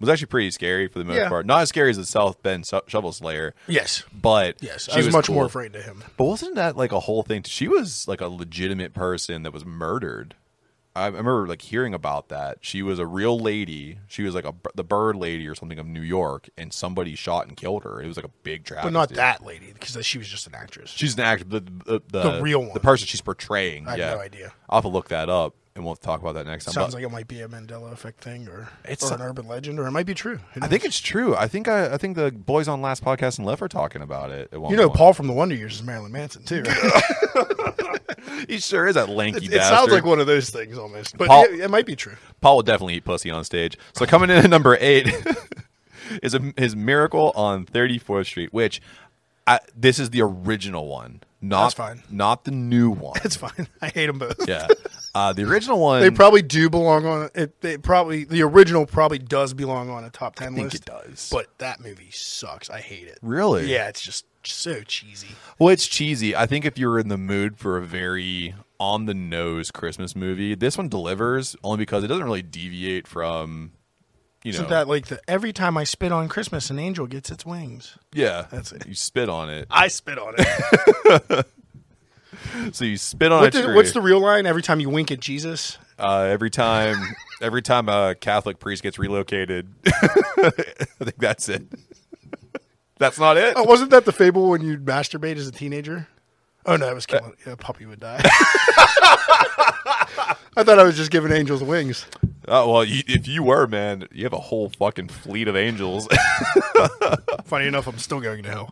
[SPEAKER 3] was actually pretty scary for the most
[SPEAKER 1] Yeah.
[SPEAKER 3] part. Not as scary as the South Bend Sho- Shovel Slayer,
[SPEAKER 1] Yes.
[SPEAKER 3] but
[SPEAKER 1] Yes.
[SPEAKER 3] she
[SPEAKER 1] I was, much more
[SPEAKER 3] cool.
[SPEAKER 1] afraid of him.
[SPEAKER 3] But wasn't that like a whole thing? She was like a legitimate person that was murdered. I remember like hearing about that. She was a real lady. She was like a the bird lady or something of New York, and somebody shot and killed her. It was like a big tragedy.
[SPEAKER 1] But not that lady, because she was just an actress.
[SPEAKER 3] She's an actor. The, the, the,
[SPEAKER 1] The real one.
[SPEAKER 3] The person she's portraying.
[SPEAKER 1] I have
[SPEAKER 3] yeah.
[SPEAKER 1] no idea.
[SPEAKER 3] I'll have to look that up, and we'll talk about that next time.
[SPEAKER 1] Sounds
[SPEAKER 3] But
[SPEAKER 1] like it might be a Mandela effect thing, or
[SPEAKER 3] It's
[SPEAKER 1] or
[SPEAKER 3] so-
[SPEAKER 1] an urban legend, or it might be true. Who
[SPEAKER 3] I
[SPEAKER 1] knows?
[SPEAKER 3] think it's true. I think I, I think the boys on last podcast and left are talking about it. At one
[SPEAKER 1] you know
[SPEAKER 3] point.
[SPEAKER 1] Paul from the Wonder Years is Marilyn Manson too. Right?
[SPEAKER 3] He sure is that lanky.
[SPEAKER 1] it
[SPEAKER 3] bastard.
[SPEAKER 1] sounds like one of those things almost, but
[SPEAKER 3] Paul-
[SPEAKER 1] it, it might be true.
[SPEAKER 3] Paul will definitely eat pussy on stage. So coming in at number eight is a, his miracle on 34th Street, which I, this is the original one, not
[SPEAKER 1] That's fine.
[SPEAKER 3] not the new one.
[SPEAKER 1] It's fine. I hate them both.
[SPEAKER 3] yeah, uh, the original one.
[SPEAKER 1] They probably do belong on it. They probably the original probably does belong on a top ten
[SPEAKER 3] think
[SPEAKER 1] list.
[SPEAKER 3] it does.
[SPEAKER 1] but that movie sucks. I hate it.
[SPEAKER 3] Really?
[SPEAKER 1] Yeah, it's just so cheesy.
[SPEAKER 3] well, it's cheesy. I think if you're in the mood for a very on the nose Christmas movie, this one delivers only because it doesn't really deviate from you know,
[SPEAKER 1] Isn't that like the every time I spit on Christmas, an angel gets its wings?
[SPEAKER 3] yeah,
[SPEAKER 1] That's it.
[SPEAKER 3] You spit on it,
[SPEAKER 1] I spit on it.
[SPEAKER 3] so you spit on
[SPEAKER 1] What
[SPEAKER 3] a tree.
[SPEAKER 1] the, what's the real line? Every time you wink at Jesus,
[SPEAKER 3] uh, every time? every time a Catholic priest gets relocated, I think that's it. that's not it.
[SPEAKER 1] Oh, wasn't that the fable when you'd masturbate as a teenager? Oh no, I was killing. Yeah, a puppy would die. I thought I was just giving angels wings.
[SPEAKER 3] Oh, well, you, if you were man, you have a whole fucking fleet of angels.
[SPEAKER 1] Funny enough, I'm still going to hell.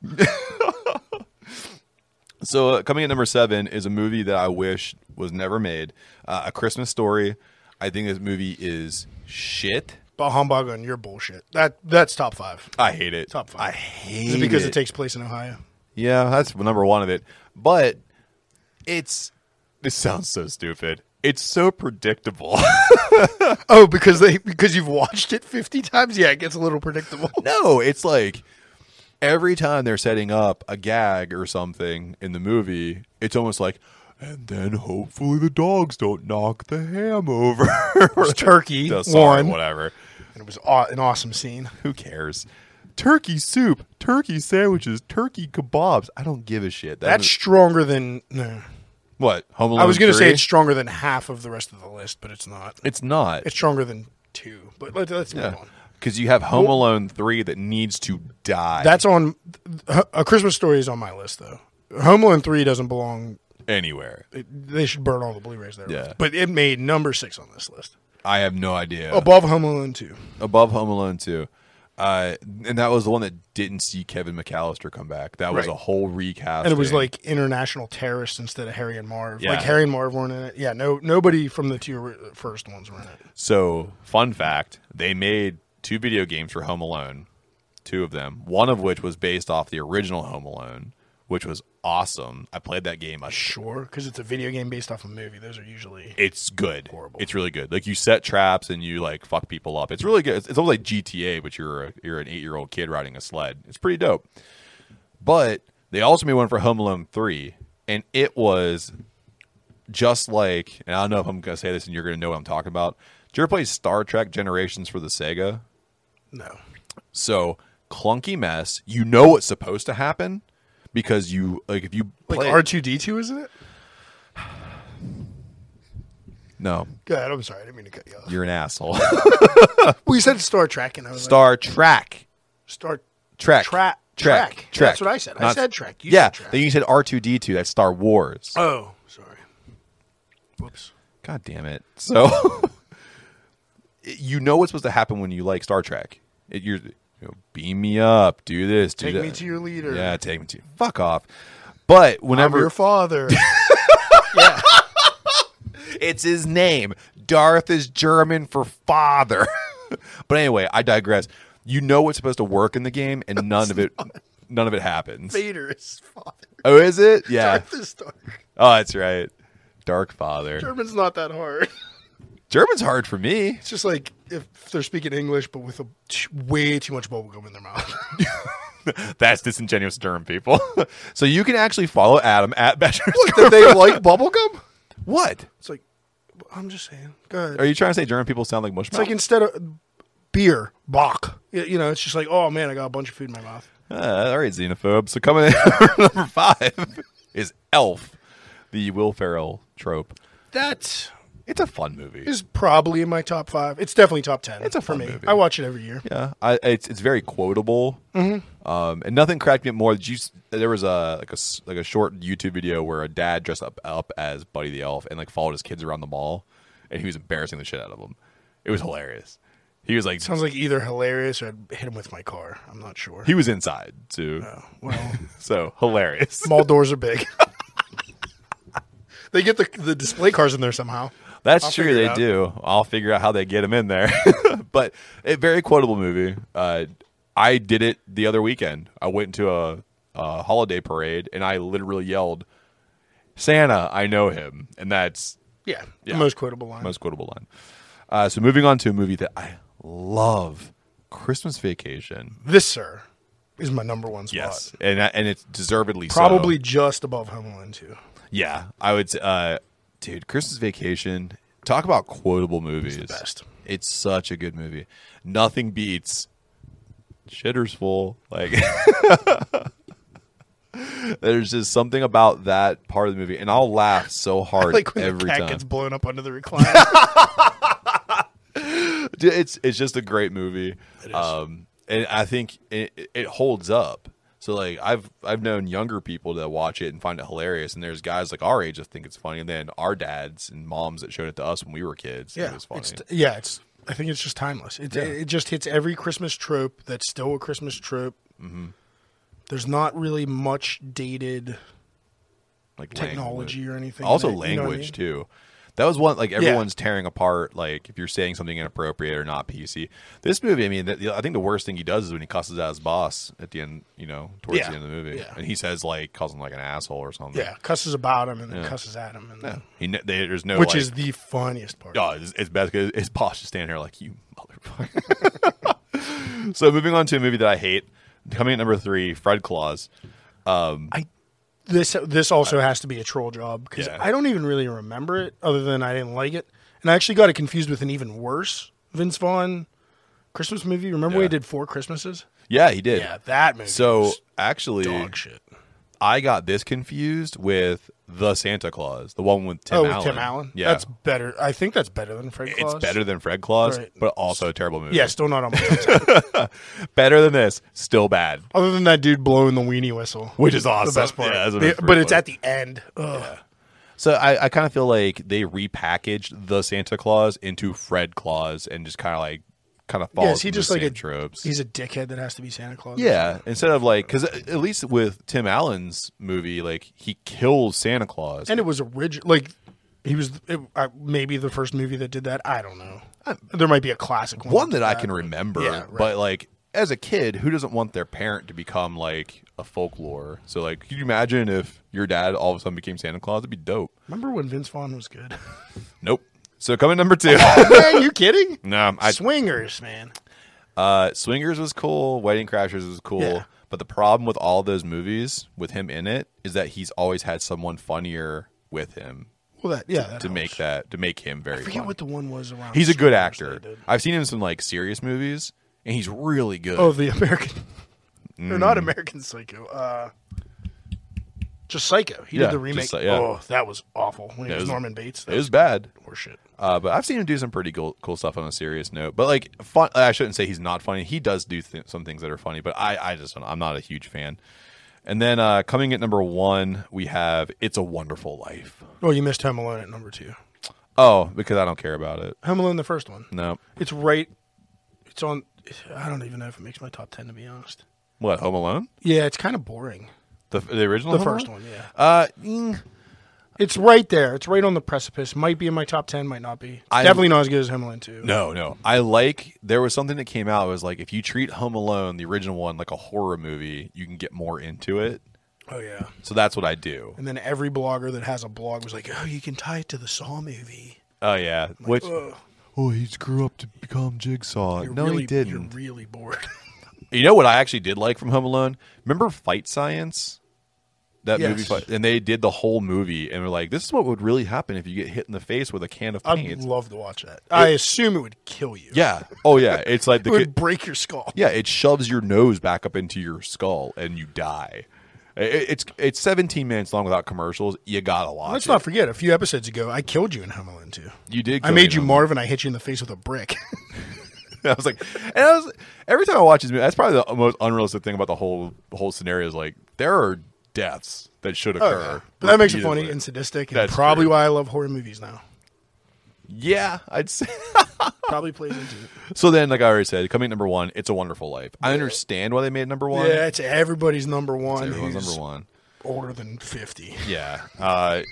[SPEAKER 3] So uh, coming at number seven is a movie that I wish was never made. Uh, a Christmas Story. I think this movie is shit.
[SPEAKER 1] Bah humbug on your bullshit. That that's top five.
[SPEAKER 3] I hate it.
[SPEAKER 1] Top five.
[SPEAKER 3] I
[SPEAKER 1] Is
[SPEAKER 3] hate
[SPEAKER 1] it because it takes place in Ohio?
[SPEAKER 3] yeah, that's number one of it. But it's. This sounds so stupid. It's so predictable.
[SPEAKER 1] Oh, because they because you've watched it fifty times. Yeah, it gets a little predictable.
[SPEAKER 3] no, it's like every time they're setting up a gag or something in the movie, it's almost like, and then hopefully the dogs don't knock the ham over.
[SPEAKER 1] It's turkey
[SPEAKER 3] Yeah, sorry,
[SPEAKER 1] one.
[SPEAKER 3] whatever.
[SPEAKER 1] And it was aw- an awesome scene.
[SPEAKER 3] Who cares? Turkey soup, turkey sandwiches, turkey kebabs. I don't give a shit. That
[SPEAKER 1] That's
[SPEAKER 3] was-
[SPEAKER 1] stronger than. No.
[SPEAKER 3] what Home Alone.
[SPEAKER 1] I was going to say
[SPEAKER 3] 3?
[SPEAKER 1] it's stronger than half of the rest of the list, but it's not.
[SPEAKER 3] it's not
[SPEAKER 1] It's stronger than two. But let, let's move on.
[SPEAKER 3] because you have Home Alone three that needs to die.
[SPEAKER 1] That's on a Christmas story is on my list though. Home Alone three doesn't belong.
[SPEAKER 3] anywhere.
[SPEAKER 1] They should burn all the Blu-rays there.
[SPEAKER 3] Yeah.
[SPEAKER 1] but it made number six on this list
[SPEAKER 3] I have no idea
[SPEAKER 1] above Home Alone two.
[SPEAKER 3] above Home Alone two. Uh, and that was the one that didn't see Kevin McAllister come back. That was
[SPEAKER 1] Right.
[SPEAKER 3] a whole recast.
[SPEAKER 1] And it was like international terrorists instead of Harry and Marv.
[SPEAKER 3] Yeah.
[SPEAKER 1] Like Harry and Marv weren't in it. Yeah, no, nobody from the two ri- first ones were in it.
[SPEAKER 3] So, fun fact they made two video games for Home Alone, two of them, one of which was based off the original Home Alone, which was awesome. I played that game. A sh-
[SPEAKER 1] Sure, because it's a video game based off a movie. Those are usually
[SPEAKER 3] it's good.
[SPEAKER 1] Horrible.
[SPEAKER 3] It's really good. Like, you set traps and you, like, fuck people up. It's really good. It's, it's almost like GTA, but you're, a, you're an eight year old kid riding a sled. It's pretty dope. But they also made one for Home Alone 3, and it was just like, and I don't know if I'm going to say this and you're going to know what I'm talking about. Did you ever play Star Trek Generations for the Sega?
[SPEAKER 1] no.
[SPEAKER 3] So clunky mess. You know what's supposed to happen because you like if you
[SPEAKER 1] Like
[SPEAKER 3] play
[SPEAKER 1] R two D two, isn't it?
[SPEAKER 3] no,
[SPEAKER 1] God, I'm sorry, I didn't mean to cut you off.
[SPEAKER 3] you're an asshole.
[SPEAKER 1] Well, you said Star Trek, and I was like,
[SPEAKER 3] Star Trek,
[SPEAKER 1] Star
[SPEAKER 3] Trek,
[SPEAKER 1] Tra-
[SPEAKER 3] Trek,
[SPEAKER 1] Trek.
[SPEAKER 3] Trek.
[SPEAKER 1] That's what I said. I said Trek. You
[SPEAKER 3] yeah,
[SPEAKER 1] said Trek.
[SPEAKER 3] then you said R two D two. That's Star Wars.
[SPEAKER 1] Oh, sorry. Whoops.
[SPEAKER 3] God damn it. So you know what's supposed to happen when you like Star Trek. It, you're you know, beam me up, do this, do
[SPEAKER 1] Take
[SPEAKER 3] that.
[SPEAKER 1] me to your leader.
[SPEAKER 3] Yeah, take me to fuck off. But whenever
[SPEAKER 1] I'm your father.
[SPEAKER 3] It's his name. Darth is German for father. but anyway, I digress. You know what's supposed to work in the game, and none of it, none of it happens.
[SPEAKER 1] Vader is father.
[SPEAKER 3] Oh, is it? Yeah.
[SPEAKER 1] Darth is dark.
[SPEAKER 3] Oh, that's right. Dark father.
[SPEAKER 1] German's not that hard.
[SPEAKER 3] German's hard for me.
[SPEAKER 1] It's just like if they're speaking English, but with a, t- way too much bubble gum in their mouth.
[SPEAKER 3] That's disingenuous Durham people. so you can actually follow Adam at Badger's.
[SPEAKER 1] Did they like bubble gum?
[SPEAKER 3] What?
[SPEAKER 1] It's like, I'm just saying. Go ahead.
[SPEAKER 3] Are you trying to say German people sound like mush?
[SPEAKER 1] it's like instead of beer, Bach. You, you know, it's just like, oh man, I got a bunch of food in my mouth.
[SPEAKER 3] Uh, all right, xenophobe. So coming in at number five is Elf, the Will Ferrell trope.
[SPEAKER 1] That
[SPEAKER 3] It's a fun movie.
[SPEAKER 1] is probably in my top five. It's definitely top ten.
[SPEAKER 3] It's a
[SPEAKER 1] for
[SPEAKER 3] fun
[SPEAKER 1] me.
[SPEAKER 3] movie.
[SPEAKER 1] I watch it every year.
[SPEAKER 3] Yeah, I, it's it's very quotable, um, and nothing cracked me up more. Did you, s- there was a like a s- like a short YouTube video where a dad dressed up up as Buddy the Elf and like followed his kids around the mall, and he was embarrassing the shit out of them. It was hilarious. He was like
[SPEAKER 1] Sounds like either hilarious or I'd hit him with my car. I'm not sure.
[SPEAKER 3] he was inside too,
[SPEAKER 1] well,
[SPEAKER 3] so hilarious.
[SPEAKER 1] mall doors are big. they get the the display cars in there somehow.
[SPEAKER 3] That's
[SPEAKER 1] I'll
[SPEAKER 3] true.
[SPEAKER 1] figure it
[SPEAKER 3] They
[SPEAKER 1] out.
[SPEAKER 3] do. I'll figure out how they get him in there. but a very quotable movie. Uh, I did it the other weekend. I went to a, a holiday parade and I literally yelled, "Santa, I know him," and that's
[SPEAKER 1] Yeah,
[SPEAKER 3] Yeah.
[SPEAKER 1] the most quotable line.
[SPEAKER 3] most quotable line. Uh, so moving on to a movie that I love, Christmas Vacation.
[SPEAKER 1] This sir is my number one spot.
[SPEAKER 3] Yes, and and it's deservedly so.
[SPEAKER 1] probably just above Home Alone two.
[SPEAKER 3] Yeah, I would. say, Uh, dude, Christmas Vacation Talk about quotable movies. It's
[SPEAKER 1] best.
[SPEAKER 3] It's such a good movie. Nothing beats Shitter's Full. Like There's just something about that part of the movie, and I'll laugh so hard
[SPEAKER 1] Like when
[SPEAKER 3] every
[SPEAKER 1] the cat
[SPEAKER 3] time.
[SPEAKER 1] gets blown up under the recliner.
[SPEAKER 3] Dude, it's it's just a great movie. Um, and I think it, it holds up. So like I've I've known younger people that watch it and find it hilarious, and there's guys like our age that think it's funny, and then our dads and moms that showed it to us when we were kids. it was funny.
[SPEAKER 1] It's, yeah, it's. I think it's just timeless. It, it just hits every Christmas trope that's still a Christmas trope.
[SPEAKER 3] Mm-hmm.
[SPEAKER 1] There's not really much dated
[SPEAKER 3] like
[SPEAKER 1] technology
[SPEAKER 3] language.
[SPEAKER 1] or anything
[SPEAKER 3] Also
[SPEAKER 1] that- you know what I
[SPEAKER 3] language
[SPEAKER 1] mean?
[SPEAKER 3] too. That was one like everyone's tearing apart. Like if you're saying something inappropriate or not PC. This movie, I mean, the, I think the worst thing he does is when he cusses out his boss at the end. You know, towards
[SPEAKER 1] Yeah.
[SPEAKER 3] the end of the movie,
[SPEAKER 1] Yeah.
[SPEAKER 3] and he says like calls him like an asshole or something.
[SPEAKER 1] Yeah, cusses about him and then cusses at him, and then,
[SPEAKER 3] He, ne- they, there's no
[SPEAKER 1] which
[SPEAKER 3] like,
[SPEAKER 1] is the funniest part.
[SPEAKER 3] Oh, it's, it's bad because his boss just standing there like you motherfucker. so moving on to a movie that I hate, coming at number three, Fred Claus.
[SPEAKER 1] This this also has to be a troll job because
[SPEAKER 3] Yeah.
[SPEAKER 1] I don't even really remember it, other than I didn't like it, and I actually got it confused with an even worse Vince Vaughn Christmas movie. Remember when
[SPEAKER 3] Yeah.
[SPEAKER 1] he did Four Christmases?
[SPEAKER 3] Yeah, he did.
[SPEAKER 1] Yeah, that movie.
[SPEAKER 3] so
[SPEAKER 1] was
[SPEAKER 3] actually,
[SPEAKER 1] dog shit.
[SPEAKER 3] I got this confused with the Santa Claus, the one with Tim
[SPEAKER 1] oh,
[SPEAKER 3] Allen.
[SPEAKER 1] with Tim Allen.
[SPEAKER 3] Yeah,
[SPEAKER 1] that's better. I think that's better than Fred.
[SPEAKER 3] it's
[SPEAKER 1] Claus.
[SPEAKER 3] better than Fred Claus,
[SPEAKER 1] Right.
[SPEAKER 3] but also a terrible movie.
[SPEAKER 1] Yeah, still not on my top ten.
[SPEAKER 3] better than this, still bad.
[SPEAKER 1] Other than that dude blowing the weenie whistle,
[SPEAKER 3] Which is awesome.
[SPEAKER 1] the best part.
[SPEAKER 3] Yeah, that's the
[SPEAKER 1] The-
[SPEAKER 3] best part
[SPEAKER 1] but
[SPEAKER 3] of
[SPEAKER 1] it's
[SPEAKER 3] it.
[SPEAKER 1] at the end. Ugh.
[SPEAKER 3] So I, I kind of feel like they repackaged the Santa Claus into Fred Claus and just kind of like kind of follows
[SPEAKER 1] Yeah, is he
[SPEAKER 3] the
[SPEAKER 1] just like
[SPEAKER 3] same
[SPEAKER 1] a
[SPEAKER 3] tropes.
[SPEAKER 1] He's a dickhead that has to be Santa Claus.
[SPEAKER 3] Yeah, instead of like, because at least with Tim Allen's movie, like he kills Santa Claus.
[SPEAKER 1] and it was original. Like he was it, uh, maybe the first movie that did that. I don't know. there might be a classic one.
[SPEAKER 3] one
[SPEAKER 1] did
[SPEAKER 3] that I can remember,
[SPEAKER 1] Yeah, right.
[SPEAKER 3] but like as a kid, who doesn't want their parent to become like a folklore? So like, could you imagine if your dad all of a sudden became Santa Claus? It'd be dope.
[SPEAKER 1] Remember when Vince Vaughn was good?
[SPEAKER 3] Nope. So coming number two.
[SPEAKER 1] man, you kidding?
[SPEAKER 3] no, I
[SPEAKER 1] Swingers, man.
[SPEAKER 3] Uh, Swingers was cool. Wedding Crashers was cool.
[SPEAKER 1] Yeah.
[SPEAKER 3] But the problem with all those movies with him in it is that he's always had someone funnier with him
[SPEAKER 1] Well, that yeah. That
[SPEAKER 3] to make that to make him very.
[SPEAKER 1] I forget
[SPEAKER 3] funny.
[SPEAKER 1] what the one was around.
[SPEAKER 3] he's a good
[SPEAKER 1] Swingers
[SPEAKER 3] actor.
[SPEAKER 1] they did.
[SPEAKER 3] I've seen him in some like serious movies, and he's really good.
[SPEAKER 1] Oh, the American. They're
[SPEAKER 3] Mm.
[SPEAKER 1] not American Psycho. Uh, just Psycho. He
[SPEAKER 3] Yeah,
[SPEAKER 1] did the
[SPEAKER 3] just
[SPEAKER 1] remake.
[SPEAKER 3] Psy- yeah.
[SPEAKER 1] Oh, that was awful. When it
[SPEAKER 3] it
[SPEAKER 1] was,
[SPEAKER 3] was-
[SPEAKER 1] Norman Bates. That
[SPEAKER 3] it was bad.
[SPEAKER 1] horse shit.
[SPEAKER 3] Uh, but I've seen him do some pretty cool, cool stuff on a serious note. But like, fun. I shouldn't say he's not funny. He does do th- some things that are funny. But I, I just, don't, I'm not a huge fan. And then uh, coming at number one, we have "It's a Wonderful Life."
[SPEAKER 1] Well, you missed Home Alone at number two.
[SPEAKER 3] Oh, because I don't care about it.
[SPEAKER 1] Home Alone, the first one.
[SPEAKER 3] No.
[SPEAKER 1] It's right. It's on. I don't even know if it makes my top ten to be honest.
[SPEAKER 3] What, Home Alone?
[SPEAKER 1] Yeah, it's kind of boring.
[SPEAKER 3] The, the original?
[SPEAKER 1] The
[SPEAKER 3] Home
[SPEAKER 1] first
[SPEAKER 3] Alone?
[SPEAKER 1] one, yeah.
[SPEAKER 3] Uh, mm,
[SPEAKER 1] It's right there. It's right on the precipice. Might be in my top ten. Might not be. It's
[SPEAKER 3] I-
[SPEAKER 1] definitely not as good as Home Alone Two.
[SPEAKER 3] no, no. I like, there was something that came out. It was like, if you treat Home Alone, the original one, like a horror movie, you can get more into it.
[SPEAKER 1] Oh yeah.
[SPEAKER 3] So that's what I do.
[SPEAKER 1] And then every blogger that has a blog was like, "Oh, you can tie it to the Saw movie."
[SPEAKER 3] Oh, yeah. Which,
[SPEAKER 1] Oh,
[SPEAKER 4] Oh, he grew up to become Jigsaw.
[SPEAKER 1] you're
[SPEAKER 4] No,
[SPEAKER 1] really,
[SPEAKER 4] he didn't.
[SPEAKER 1] You're really bored.
[SPEAKER 3] you know what I actually did like from Home Alone? Remember Fight Science? That
[SPEAKER 1] Yes.
[SPEAKER 3] movie, Fight- and they did the whole movie, and were like, "This is what would really happen if you get hit in the face with a can of
[SPEAKER 1] I'd
[SPEAKER 3] paint."
[SPEAKER 1] love to watch that. I assume it would kill you.
[SPEAKER 3] yeah, oh yeah, it's like the
[SPEAKER 1] it would
[SPEAKER 3] kid-
[SPEAKER 1] break your skull.
[SPEAKER 3] Yeah, it shoves your nose back up into your skull and you die. I- I- It's it's 17 minutes long without commercials. You gotta watch.
[SPEAKER 1] Let's
[SPEAKER 3] it.
[SPEAKER 1] not forget, a few episodes ago, I killed you in Home Alone Two.
[SPEAKER 3] You did.
[SPEAKER 1] I
[SPEAKER 3] kill
[SPEAKER 1] made you
[SPEAKER 3] Nolan.
[SPEAKER 1] Marvin. I hit you in the face with a brick.
[SPEAKER 3] I was like, and I was every time I watch this movie, that's probably the most unrealistic thing about the whole the whole scenario is like there are deaths that should occur.
[SPEAKER 1] Oh, But that makes it funny
[SPEAKER 3] repeatedly.
[SPEAKER 1] and sadistic, and
[SPEAKER 3] That's
[SPEAKER 1] probably
[SPEAKER 3] true.
[SPEAKER 1] why I love horror movies now.
[SPEAKER 3] yeah, I'd say.
[SPEAKER 1] Probably plays into it.
[SPEAKER 3] so then, like I already said, coming at number one, it's a Wonderful Life. I understand why they made it number one.
[SPEAKER 1] Yeah, it's everybody's number one.
[SPEAKER 3] everyone's
[SPEAKER 1] who's
[SPEAKER 3] number one.
[SPEAKER 1] Older than fifty.
[SPEAKER 3] Yeah, uh,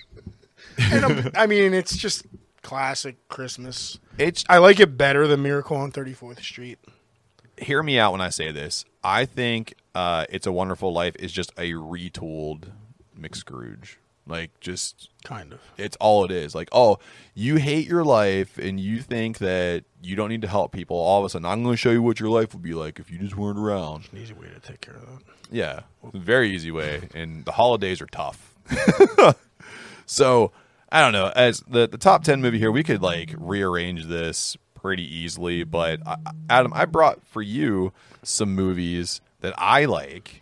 [SPEAKER 1] And I'm- I mean, it's just classic Christmas.
[SPEAKER 3] it's
[SPEAKER 1] I like it better than Miracle on Thirty Fourth Street.
[SPEAKER 3] hear me out when I say this. I think uh, "It's a Wonderful Life" is just a retooled McScrooge. Like, just
[SPEAKER 1] Kind of.
[SPEAKER 3] it's all it is. Like, oh, you hate your life and you think that you don't need to help people. All of a sudden, I'm going to show you what your life would be like if you just weren't around.
[SPEAKER 1] An easy way to take care of that.
[SPEAKER 3] Yeah, very easy way. And the holidays are tough. so I don't know. As the the top ten movie here, we could like rearrange this pretty easily. But I, Adam, I brought for you some movies that I like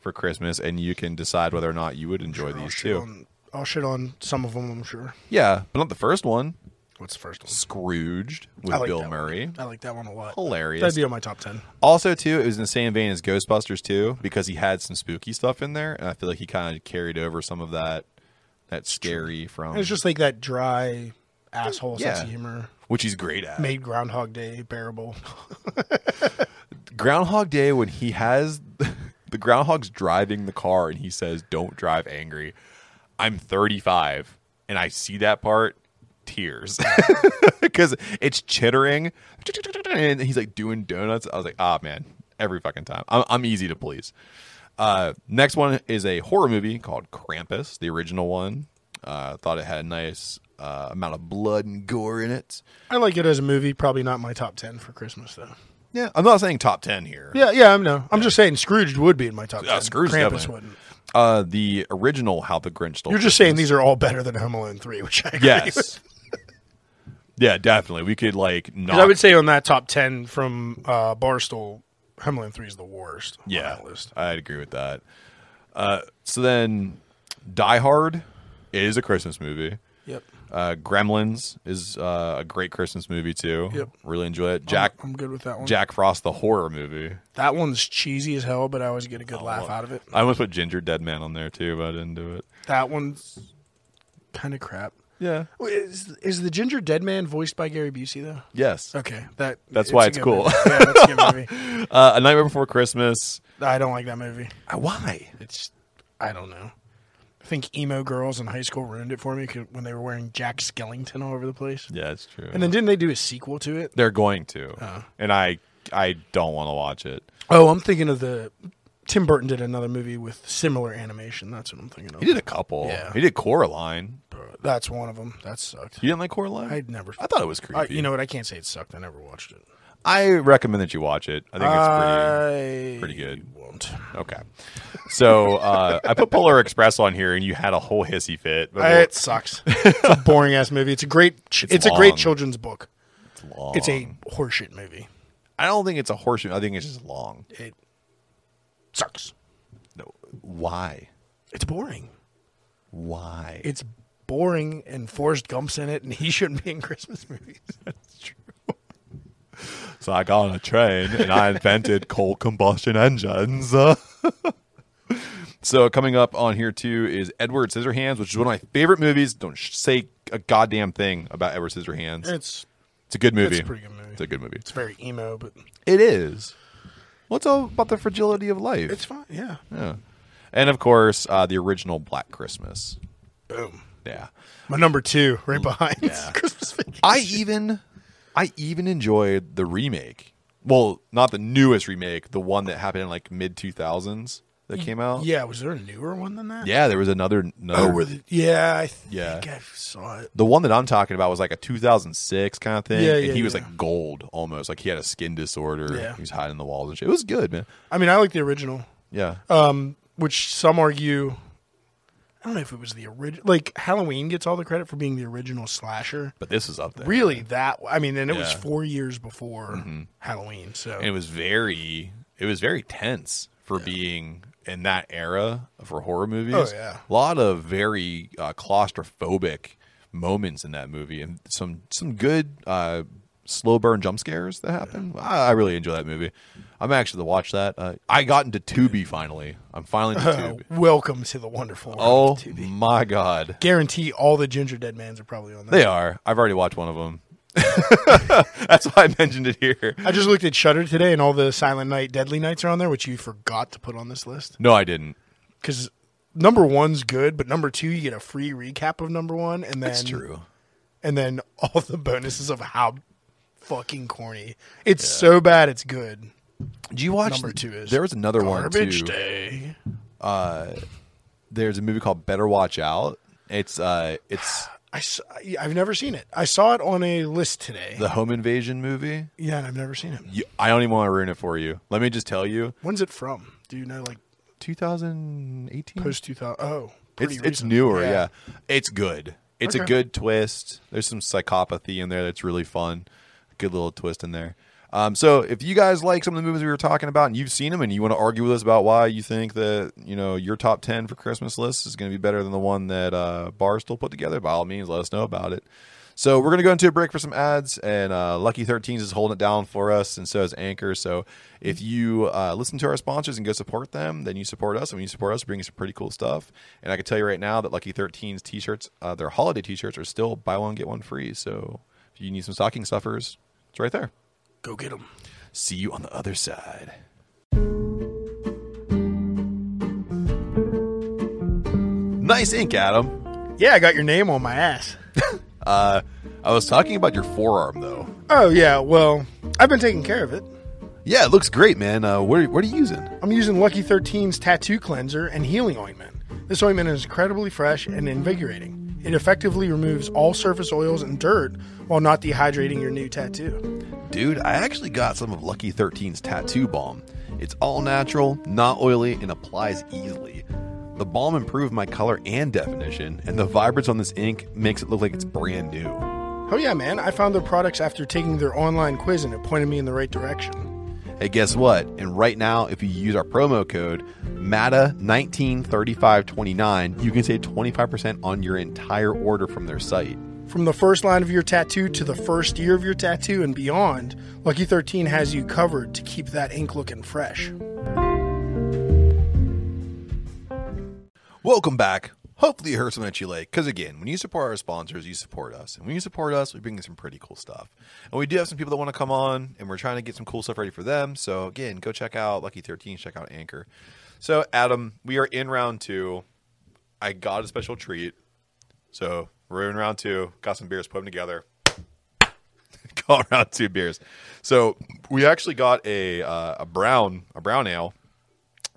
[SPEAKER 3] for Christmas, and you can decide whether or not you would enjoy
[SPEAKER 1] I'll
[SPEAKER 3] these
[SPEAKER 1] shit,
[SPEAKER 3] too.
[SPEAKER 1] on, I'll shit on some of them, I'm sure.
[SPEAKER 3] Yeah, but not the first one.
[SPEAKER 1] What's the first one?
[SPEAKER 3] Scrooged with
[SPEAKER 1] I like
[SPEAKER 3] Bill
[SPEAKER 1] that
[SPEAKER 3] Murray.
[SPEAKER 1] One. I like that one a lot.
[SPEAKER 3] Hilarious.
[SPEAKER 1] That'd be on my top 10.
[SPEAKER 3] Also, too, it was in the same vein as Ghostbusters too, because he had some spooky stuff in there, and I feel like he kind of carried over some of that that scary from
[SPEAKER 1] And it's just like that dry asshole sense
[SPEAKER 3] Yeah.
[SPEAKER 1] of humor.
[SPEAKER 3] which he's great at.
[SPEAKER 1] Made Groundhog Day bearable.
[SPEAKER 3] Groundhog Day when he has the groundhog's driving the car and he says, "Don't drive angry." I'm 35 and I see that part tears because it's chittering and he's like doing donuts. I was like, ah, man, every fucking time. I'm, I'm easy to please. Uh, next one is a horror movie called Krampus, the original one. Uh, thought it had a nice uh, amount of blood and gore in it.
[SPEAKER 1] I like it as a movie. Probably not my top 10 for Christmas, though.
[SPEAKER 3] Yeah, I'm not saying top 10 here.
[SPEAKER 1] Yeah, yeah, I'm no. I'm just saying Scrooge would be in my top 10.
[SPEAKER 3] Uh, Scrooge
[SPEAKER 1] Krampus
[SPEAKER 3] definitely.
[SPEAKER 1] wouldn't.
[SPEAKER 3] Uh, the original How the Grinch Stole.
[SPEAKER 1] You're just saying these are all better than Home Alone 3, which I agree with.
[SPEAKER 3] yes. yeah, definitely. We could like
[SPEAKER 1] 'Cause
[SPEAKER 3] not.
[SPEAKER 1] I would say on that top 10 from uh, Barstool, Home Alone 3 is the worst on
[SPEAKER 3] yeah,
[SPEAKER 1] that list.
[SPEAKER 3] I'd agree with that. Uh, so then, Die Hard is a Christmas movie.
[SPEAKER 1] Yep.
[SPEAKER 3] Uh, Gremlins is uh, a great Christmas movie too.
[SPEAKER 1] Yep.
[SPEAKER 3] Really enjoy it. Jack
[SPEAKER 1] I'm good with that one.
[SPEAKER 3] Jack Frost the horror movie.
[SPEAKER 1] That one's cheesy as hell, but I always get a good
[SPEAKER 3] Oh,
[SPEAKER 1] laugh out of it.
[SPEAKER 3] I almost put Ginger Dead Man on there too, but I didn't do it.
[SPEAKER 1] That one's kind of crap.
[SPEAKER 3] Yeah.
[SPEAKER 1] Wait, Is, is the Ginger Dead Man voiced by Gary Busey though?
[SPEAKER 3] Yes.
[SPEAKER 1] Okay, that
[SPEAKER 3] That's why
[SPEAKER 1] a
[SPEAKER 3] it's
[SPEAKER 1] good
[SPEAKER 3] cool.
[SPEAKER 1] movie. Yeah, that's a good movie.
[SPEAKER 3] Uh, a Nightmare Before Christmas.
[SPEAKER 1] I don't like that movie.
[SPEAKER 3] Uh, Why?
[SPEAKER 1] It's I don't know. I think emo girls in high school ruined it for me 'cause- when they were wearing Jack Skellington all over the place.
[SPEAKER 3] Yeah, it's true.
[SPEAKER 1] And then didn't they do a sequel to it?
[SPEAKER 3] They're going to,
[SPEAKER 1] Uh-huh.
[SPEAKER 3] and I I don't want to watch it.
[SPEAKER 1] Oh, I'm thinking of the Tim Burton did another movie with similar animation. That's what I'm thinking
[SPEAKER 3] He
[SPEAKER 1] of.
[SPEAKER 3] did a couple.
[SPEAKER 1] Yeah.
[SPEAKER 3] He did Coraline.
[SPEAKER 1] That's one of them. That sucked.
[SPEAKER 3] You didn't like Coraline?
[SPEAKER 1] I'd never.
[SPEAKER 3] I thought it was
[SPEAKER 1] I,
[SPEAKER 3] creepy.
[SPEAKER 1] you know what? I can't say it sucked. I never watched it.
[SPEAKER 3] I recommend that you watch it. I think
[SPEAKER 1] Uh,
[SPEAKER 3] it's
[SPEAKER 1] I
[SPEAKER 3] pretty good.
[SPEAKER 1] Won't.
[SPEAKER 3] pretty okay. So uh, I put Polar Express on here, and you had a whole hissy fit. But
[SPEAKER 1] I- it sucks. it's a boring ass movie. It's a great. It's, a great
[SPEAKER 3] long.
[SPEAKER 1] children's book.
[SPEAKER 3] it's long.
[SPEAKER 1] It's a horseshit movie.
[SPEAKER 3] I don't think it's a horseshoe. I think it's just long.
[SPEAKER 1] It sucks.
[SPEAKER 3] No. Why?
[SPEAKER 1] It's boring.
[SPEAKER 3] Why?
[SPEAKER 1] It's boring, and Forrest Gump's in it, and he shouldn't be in Christmas movies.
[SPEAKER 3] So I got on a train and I invented coal combustion engines. so coming up on here too is Edward Scissorhands, which is one of my favorite movies. Don't sh- say a goddamn thing about Edward Scissorhands. It's,
[SPEAKER 1] It's
[SPEAKER 3] a good movie.
[SPEAKER 1] it's a pretty good movie.
[SPEAKER 3] It's a good movie.
[SPEAKER 1] it's very emo, but
[SPEAKER 3] It is. What's all about the fragility of life?
[SPEAKER 1] it's fine. Yeah.
[SPEAKER 3] yeah. And of course, uh, the original Black Christmas.
[SPEAKER 1] Boom.
[SPEAKER 3] Yeah.
[SPEAKER 1] My number two, right behind Christmas Vacation.
[SPEAKER 3] I even I even enjoyed the remake. Well, not the newest remake, the one that happened in like mid 2000s that came out.
[SPEAKER 1] Uh, Yeah, was there a newer one than that?
[SPEAKER 3] Yeah, there was another another
[SPEAKER 1] the, yeah, I think
[SPEAKER 3] Yeah.
[SPEAKER 1] I saw it.
[SPEAKER 3] the one that I'm talking about was like a 2006 kind of thing,
[SPEAKER 1] Yeah,
[SPEAKER 3] and
[SPEAKER 1] yeah,
[SPEAKER 3] he was
[SPEAKER 1] yeah.
[SPEAKER 3] like gold almost, like he had a skin disorder.
[SPEAKER 1] Yeah.
[SPEAKER 3] He was hiding in the walls and shit. It was good, man.
[SPEAKER 1] I mean, I like the original.
[SPEAKER 3] Yeah,
[SPEAKER 1] um, which some argue. I don't know if it was the original. Like Halloween gets all the credit for being the original slasher.
[SPEAKER 3] but this is up there.
[SPEAKER 1] Really, that I mean, and it was
[SPEAKER 3] Yeah.
[SPEAKER 1] four years before Halloween. So
[SPEAKER 3] and it was very, it was very tense for being in that era for horror movies.
[SPEAKER 1] Oh, yeah.
[SPEAKER 3] a lot of very uh, claustrophobic moments in that movie, and some some good uh, slow burn jump scares that happen. I, I really enjoy that movie. I'm actually to watch that. Uh, I got into Tubi finally. I'm finally into
[SPEAKER 1] uh,
[SPEAKER 3] Tubi.
[SPEAKER 1] welcome to the wonderful.
[SPEAKER 3] Oh
[SPEAKER 1] world of TV.
[SPEAKER 3] my god,
[SPEAKER 1] guarantee all the Ginger Dead Mans are probably on
[SPEAKER 3] they
[SPEAKER 1] there.
[SPEAKER 3] are. I've already watched one of them. That's why I mentioned it here.
[SPEAKER 1] I just looked at Shutter today, and all the Silent Night, Deadly Nights are on there, which you forgot to put on this list
[SPEAKER 3] No, I didn't.
[SPEAKER 1] because number one's good, but number two, you get a free recap of number one, and then
[SPEAKER 3] That's true.
[SPEAKER 1] and then all the bonuses of how fucking corny. It's so bad it's good.
[SPEAKER 3] Do you watch
[SPEAKER 1] Number two is
[SPEAKER 3] there was another one
[SPEAKER 1] Garbage
[SPEAKER 3] too.
[SPEAKER 1] Day.
[SPEAKER 3] There's a movie called Better Watch Out. It's uh, it's
[SPEAKER 1] I s- I- I've never seen it. I saw it on a list today.
[SPEAKER 3] the home invasion movie.
[SPEAKER 1] yeah, and I've never seen it.
[SPEAKER 3] You, I don't even want to ruin it for you. Let me just tell you,
[SPEAKER 1] When's it from? Do you know, like
[SPEAKER 3] 2018.
[SPEAKER 1] post 2000? Oh, pretty
[SPEAKER 3] It's it's
[SPEAKER 1] recent.
[SPEAKER 3] newer. Yeah. it's good. It's a
[SPEAKER 1] Okay.
[SPEAKER 3] good twist. There's some psychopathy in there that's really fun. Good little twist in there. Um, so if you guys like some of the movies we were talking about and you've seen them and you want to argue with us about why you think that you know your top ten for Christmas list is going to be better than the one that uh, Barstool put together, by all means, let us know about it. So we're going to go into a break for some ads, and uh, Lucky 13s is holding it down for us, and so is Anchor. So if you uh, listen to our sponsors and go support them, then you support us, and when you support us, we bring you some pretty cool stuff. And I can tell you right now that Lucky 13s t-shirts, uh, their holiday t-shirts, are still buy one get one free. So if you need some stocking stuffers, it's right there.
[SPEAKER 1] Go get them.
[SPEAKER 3] See you on the other side. Nice ink, Adam.
[SPEAKER 1] Yeah, I got your name on my ass.
[SPEAKER 3] I was talking about your forearm though.
[SPEAKER 1] Oh yeah, well, I've been taking care of it.
[SPEAKER 3] Yeah, it looks great, man. Uh, what, are, what are you using?
[SPEAKER 1] I'm using Lucky 13's tattoo cleanser and healing ointment. This ointment is incredibly fresh and invigorating. It effectively removes all surface oils and dirt while not dehydrating your new tattoo.
[SPEAKER 3] Dude, I actually got some of Lucky 13's tattoo balm. It's all natural, not oily, and applies easily. The balm improved my color and definition, and the vibrance on this ink makes it look like it's brand new.
[SPEAKER 1] Oh yeah, man, I found their products after taking their online quiz and it pointed me in the right direction.
[SPEAKER 3] Hey, guess what? And right now, if you use our promo code MATA193529, you can save 25% on your entire order from their site.
[SPEAKER 1] From the first line of your tattoo to the first year of your tattoo and beyond, Lucky 13 has you covered to keep that ink looking fresh.
[SPEAKER 3] Welcome back. Hopefully, you heard something that you like. Because again, when you support our sponsors, you support us. And when you support us, we bring you some pretty cool stuff. And we do have some people that want to come on, and we're trying to get some cool stuff ready for them. So again, go check out Lucky 13, check out Anchor. So, Adam, we are in round two. I got a special treat. So, we're in round two. Got some beers, put them together. got round two beers. So, we actually got a, uh, a brown a brown ale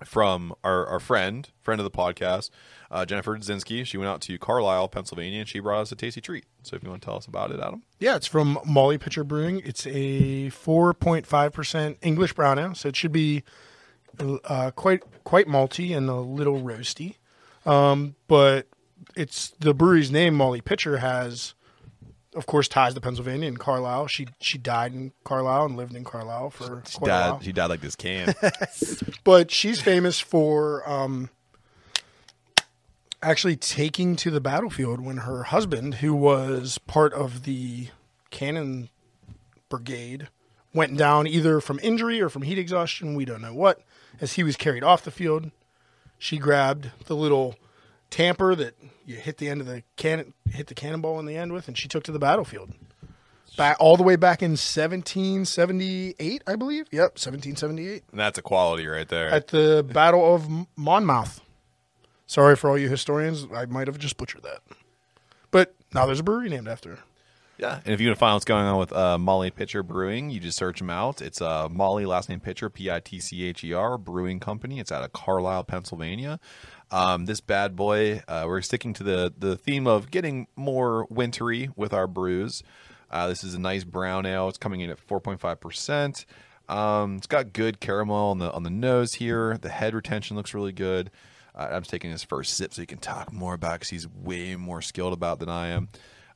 [SPEAKER 3] from our, our friend, friend of the podcast, uh, Jennifer Dzinski. She went out to Carlisle, Pennsylvania, and she brought us a tasty treat. So if you want to tell us about it, Adam.
[SPEAKER 1] Yeah, it's from Molly Pitcher Brewing. It's a 4.5% English brown ale, so it should be uh, quite quite malty and a little roasty. Um, but it's the brewery's name, Molly Pitcher, has of course ties to Pennsylvania and Carlisle. She she died in Carlisle and lived in Carlisle for quite a while.
[SPEAKER 3] she died like this can.
[SPEAKER 1] But she's famous for um, actually taking to the battlefield when her husband, who was part of the cannon brigade, went down either from injury or from heat exhaustion. We don't know what. As he was carried off the field, she grabbed the little tamper that you hit the end of the cannon, hit the cannonball in the end with, and she took to the battlefield. Back all the way back in 1778, I believe. Yep, 1778
[SPEAKER 3] and that's a quality right there.
[SPEAKER 1] at the Battle of M- Monmouth. Sorry for all you historians. I might have just butchered that. But now there's a brewery named after her.
[SPEAKER 3] yeah. And if you want to find out what's going on with uh, Molly Pitcher Brewing, you just search them out. It's uh, Molly, last name Pitcher, P I T C H E R, Brewing Company. It's out of Carlisle, Pennsylvania. Um, this bad boy, uh, we're sticking to the, the theme of getting more wintry with our brews. Uh, this is a nice brown ale. It's coming in at 4.5%. Um, it's got good caramel on the on the nose here. The head retention looks really good. Uh, I'm just taking his first sip so he can talk more about because he's way more skilled about than I am.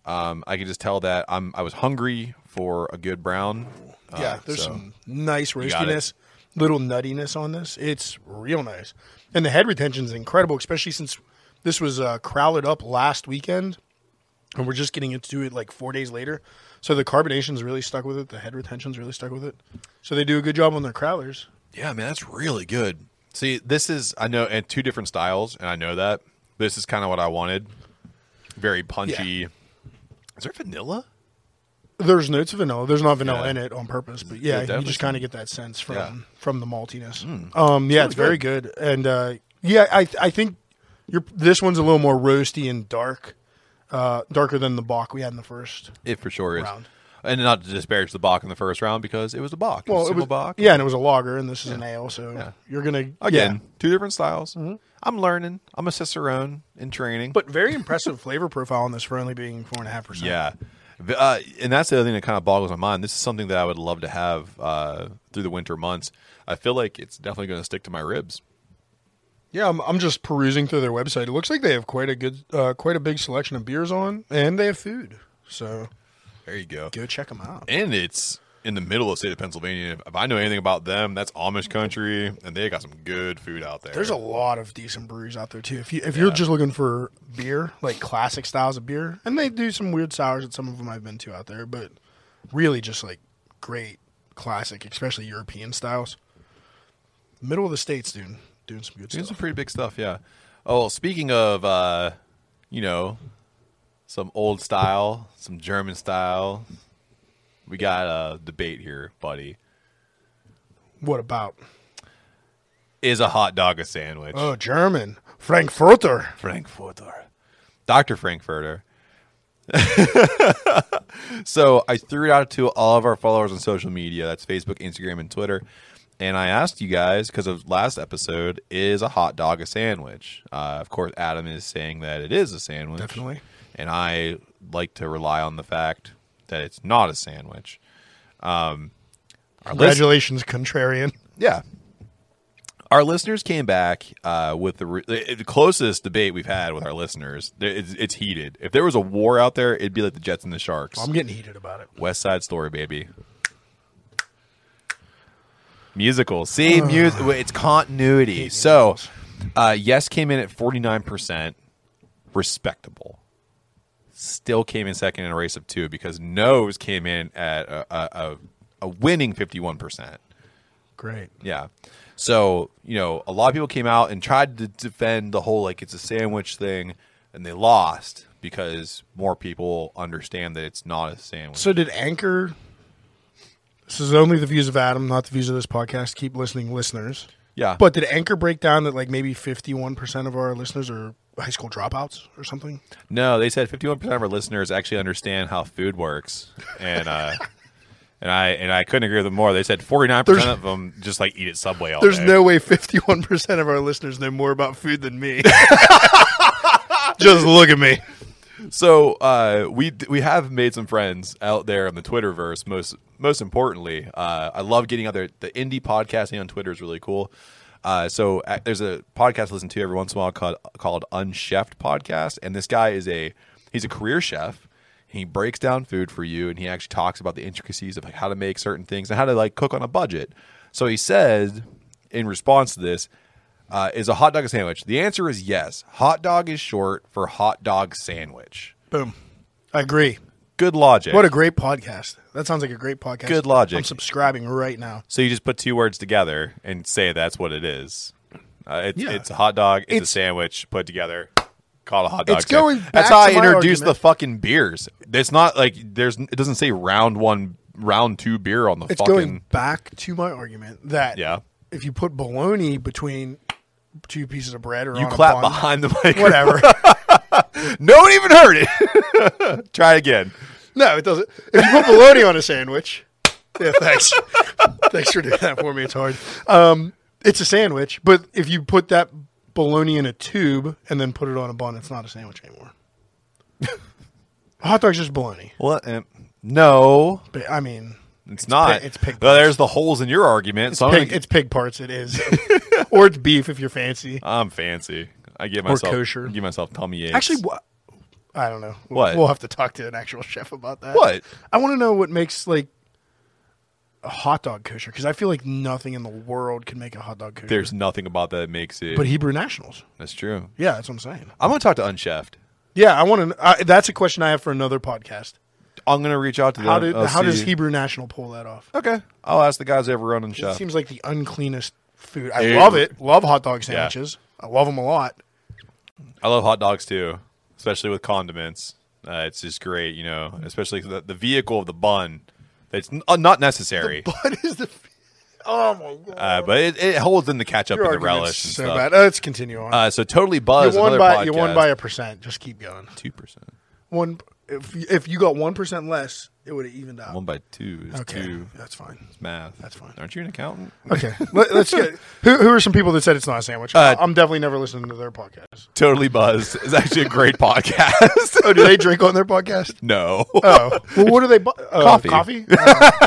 [SPEAKER 3] Um, I can just tell that I'm I was hungry for a good brown. Uh,
[SPEAKER 1] yeah, there's
[SPEAKER 3] so-
[SPEAKER 1] some nice
[SPEAKER 3] got it.
[SPEAKER 1] roastiness, little nuttiness on this. It's real nice. And the head retention is incredible, especially since this was uh, crowded up last weekend and we're just getting into it like four days later. So the carbonation's really stuck with it. The head retention's really stuck with it. So they do a good job on their crowlers.
[SPEAKER 3] Yeah, man, that's really good. See, this is I know and two different styles, and I know that this is kind of what I wanted. Very punchy. Is there vanilla?
[SPEAKER 1] There's notes of vanilla. There's not vanilla
[SPEAKER 3] Yeah.
[SPEAKER 1] in it on purpose, but yeah, you
[SPEAKER 3] definitely
[SPEAKER 1] just kind of get that sense from
[SPEAKER 3] Yeah. Hmm.
[SPEAKER 1] from the maltiness. Um, yeah, it's very good, and uh, yeah, I I think your this one's a little more roasty and dark, uh, darker than the Bach we had in the first.
[SPEAKER 3] It for sure is.
[SPEAKER 1] Round.
[SPEAKER 3] And not to disparage the Bach in the first round because it was a Bach. Well,
[SPEAKER 1] it was
[SPEAKER 3] Bach.
[SPEAKER 1] yeah, and it was a lager, and this is an ale, so you're gonna
[SPEAKER 3] Again,
[SPEAKER 1] yeah. Mm-hmm.
[SPEAKER 3] two different styles. I'm learning. I'm a cicerone in training.
[SPEAKER 1] but very impressive flavor profile on this for only being four and a half percent.
[SPEAKER 3] yeah, V- uh, and that's the other thing that kind of boggles my mind. This is something that I would love to have uh, through the winter months. I feel like it's definitely going to stick to my ribs.
[SPEAKER 1] Yeah, I'm, I'm just perusing through their website. It looks like they have quite a good, uh, quite a big selection of beers on, and they have food. So
[SPEAKER 3] There you go.
[SPEAKER 1] go check them out.
[SPEAKER 3] And it's in the middle of the state of Pennsylvania. If I know anything about them, that's Amish country, and they got some good food out there.
[SPEAKER 1] There's a lot of decent breweries out there too. If you if you're just looking for beer, like classic styles of beer, and they do some weird sours at some of them I've been to out there, but really just like great classic, especially European styles. Middle of the states, dude, doing some good
[SPEAKER 3] There's some
[SPEAKER 1] stuff.
[SPEAKER 3] pretty big stuff, yeah. Oh, well, speaking of, uh, you know, some old style, some German style, we got a debate here, buddy.
[SPEAKER 1] What about
[SPEAKER 3] Is a hot dog a sandwich?
[SPEAKER 1] oh German Frankfurter?
[SPEAKER 3] Frankfurter. Dr. Frankfurter. so I threw it out to all of our followers on social media. That's Facebook, Instagram, and Twitter. And I asked you guys because of last episode, is a hot dog a sandwich? Uh, of course, Adam is saying that it is a sandwich.
[SPEAKER 1] Definitely.
[SPEAKER 3] And I like to rely on the fact that it's not a sandwich. Um, our list-
[SPEAKER 1] Congratulations, contrarian.
[SPEAKER 3] yeah. Our listeners came back uh, with the, re- the the closest debate we've had with our listeners. There- It's, it's heated. If there was a war out there, it'd be like the Jets and the Sharks.
[SPEAKER 1] I'm getting heated about it.
[SPEAKER 3] West Side Story, baby. Musical. See, music. It's continuity. So, uh, yes, came in at forty nine percent. Respectable. Still came in second in a race of two because no's came in at a, a, a, a winning fifty one percent.
[SPEAKER 1] Great.
[SPEAKER 3] Yeah. So, you know, a lot of people came out and tried to defend the whole like it's a sandwich thing and they lost because more people understand that it's not a sandwich.
[SPEAKER 1] So did Anchor? This is only the views of Adam, not the views of this podcast. Keep listening, listeners.
[SPEAKER 3] yeah.
[SPEAKER 1] But did Anchor break down that like maybe fifty-one percent of our listeners are high school dropouts or something?
[SPEAKER 3] no, they said 51% of our listeners actually understand how food works and uh and I and I couldn't agree with them more. They said 49%
[SPEAKER 1] There's-
[SPEAKER 3] of them just like eat at Subway all
[SPEAKER 1] There's
[SPEAKER 3] day.
[SPEAKER 1] no way fifty-one percent of our listeners know more about food than me. Just look at me.
[SPEAKER 3] So uh, we we have made some friends out there on the Twitterverse. Most most importantly, uh, I love getting out there. The indie podcasting on Twitter is really cool. Uh, so uh, there's a podcast I listen to every once in a while called called Unchefed Podcast, and this guy is a he's a career chef. He breaks down food for you, and he actually talks about the intricacies of like, how to make certain things and how to like cook on a budget. So he said in response to this, uh, is a hot dog a sandwich? The answer is yes. Hot dog is short for hot dog sandwich.
[SPEAKER 1] Boom. I agree.
[SPEAKER 3] Good logic.
[SPEAKER 1] What a great podcast. That sounds like a great podcast.
[SPEAKER 3] Good logic.
[SPEAKER 1] I'm subscribing right now.
[SPEAKER 3] so you just put two words together and say that's what it is. Uh, it's,
[SPEAKER 1] Yeah.
[SPEAKER 3] it's a hot dog. It's, a
[SPEAKER 1] It's-
[SPEAKER 3] sandwich put together. Called a hot dog.
[SPEAKER 1] It's
[SPEAKER 3] sandwich.
[SPEAKER 1] going
[SPEAKER 3] That's
[SPEAKER 1] back
[SPEAKER 3] how I
[SPEAKER 1] to my
[SPEAKER 3] introduced the
[SPEAKER 1] argument.
[SPEAKER 3] fucking beers. It's not like there's. It doesn't say round one, round two beer on the
[SPEAKER 1] It's
[SPEAKER 3] fucking.
[SPEAKER 1] going back to my argument that
[SPEAKER 3] Yeah.
[SPEAKER 1] if you put bologna between two pieces of bread or
[SPEAKER 3] you
[SPEAKER 1] on a
[SPEAKER 3] clap
[SPEAKER 1] bun-
[SPEAKER 3] behind the mic.
[SPEAKER 1] whatever.
[SPEAKER 3] No one even heard it. Try it again.
[SPEAKER 1] No, it doesn't. If you put bologna on a sandwich, yeah, thanks, thanks for doing that for me. It's hard. Um, it's a sandwich, but if you put that bologna in a tube and then put it on a bun, it's not a sandwich anymore. A hot dog's just bologna.
[SPEAKER 3] What? uh, No,
[SPEAKER 1] But I mean,
[SPEAKER 3] it's not.
[SPEAKER 1] pig- it's pig
[SPEAKER 3] Well,
[SPEAKER 1] parts.
[SPEAKER 3] there's the holes in your argument. so I'm
[SPEAKER 1] pig,
[SPEAKER 3] gonna-
[SPEAKER 1] it's pig parts. It is, or it's beef if you're fancy.
[SPEAKER 3] I'm fancy. I give myself
[SPEAKER 1] kosher.
[SPEAKER 3] Give myself tummy aches.
[SPEAKER 1] Actually, what? I don't know. We'll-
[SPEAKER 3] What?
[SPEAKER 1] We'll have to talk to an actual chef about that.
[SPEAKER 3] What?
[SPEAKER 1] I want to know what makes like a hot dog kosher because I feel like nothing in the world can make a hot dog kosher.
[SPEAKER 3] there's nothing about that makes it.
[SPEAKER 1] but Hebrew nationals.
[SPEAKER 3] that's true.
[SPEAKER 1] Yeah, that's what I'm saying.
[SPEAKER 3] I'm gonna talk to Unchefed.
[SPEAKER 1] Yeah, I want to. I, that's a question I have for another podcast.
[SPEAKER 3] I'm gonna reach out to
[SPEAKER 1] How
[SPEAKER 3] them.
[SPEAKER 1] did
[SPEAKER 3] I'll
[SPEAKER 1] how does
[SPEAKER 3] see-
[SPEAKER 1] Hebrew national pull that off?
[SPEAKER 3] Okay, I'll ask the guys over run
[SPEAKER 1] It
[SPEAKER 3] Unchefed.
[SPEAKER 1] seems like the uncleanest food. I
[SPEAKER 3] Ew.
[SPEAKER 1] love it. Love hot dog sandwiches. I love them a lot.
[SPEAKER 3] I love hot dogs too, especially with condiments. Uh, it's just great, you know, especially the, the vehicle of the bun. It's n- uh, not necessary,
[SPEAKER 1] What is the? Oh my god!
[SPEAKER 3] uh, but it, it holds in the ketchup
[SPEAKER 1] Your
[SPEAKER 3] and the
[SPEAKER 1] argument's
[SPEAKER 3] relish and
[SPEAKER 1] so
[SPEAKER 3] stuff.
[SPEAKER 1] bad. Uh, Let's continue on.
[SPEAKER 3] Uh, so totally buzz.
[SPEAKER 1] you won
[SPEAKER 3] another
[SPEAKER 1] by
[SPEAKER 3] podcast.
[SPEAKER 1] you won by a percent. Just keep going.
[SPEAKER 3] two percent.
[SPEAKER 1] One if you- if you got one percent less, it would have evened out.
[SPEAKER 3] One by two is
[SPEAKER 1] okay,
[SPEAKER 3] two.
[SPEAKER 1] that's fine.
[SPEAKER 3] It's math. That's
[SPEAKER 1] fine.
[SPEAKER 3] Aren't you an accountant?
[SPEAKER 1] Okay, Let, us get who, who are some people that said it's not a sandwich.
[SPEAKER 3] Uh,
[SPEAKER 1] I'm definitely never listening to their podcast.
[SPEAKER 3] Totally Buzzed is actually a great podcast.
[SPEAKER 1] Oh, do they drink on their podcast?
[SPEAKER 3] no. Uh,
[SPEAKER 1] Oh, well, what do they? Bu- uh,
[SPEAKER 3] Coffee.
[SPEAKER 1] Coffee. Oh.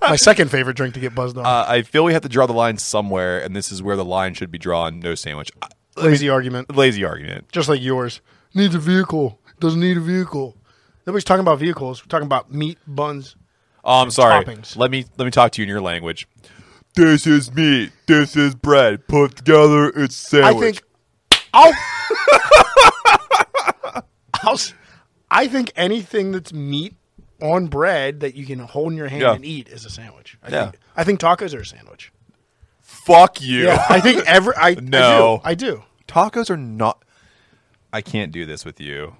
[SPEAKER 1] my second favorite drink to get buzzed on.
[SPEAKER 3] Uh, I feel we have to draw the line somewhere, and this is where the line should be drawn. No sandwich. I,
[SPEAKER 1] Lazy argument,
[SPEAKER 3] Lazy argument.
[SPEAKER 1] just like yours. Needs a vehicle. Doesn't need a vehicle. Nobody's talking about vehicles. We're talking about meat buns.
[SPEAKER 3] Oh, I'm sorry.
[SPEAKER 1] Toppings.
[SPEAKER 3] Let me let me talk to you in your language. This is meat. This is bread. Put together, it's
[SPEAKER 1] I
[SPEAKER 3] sandwich.
[SPEAKER 1] think I'll, I'll s- I think anything that's meat on bread that you can hold in your hand
[SPEAKER 3] Yeah.
[SPEAKER 1] and eat is a sandwich. I
[SPEAKER 3] Yeah.
[SPEAKER 1] think I think tacos are a sandwich.
[SPEAKER 3] Fuck you.
[SPEAKER 1] Yeah, I think every I
[SPEAKER 3] No.
[SPEAKER 1] I do. I do.
[SPEAKER 3] Tacos are not. I can't do this with you.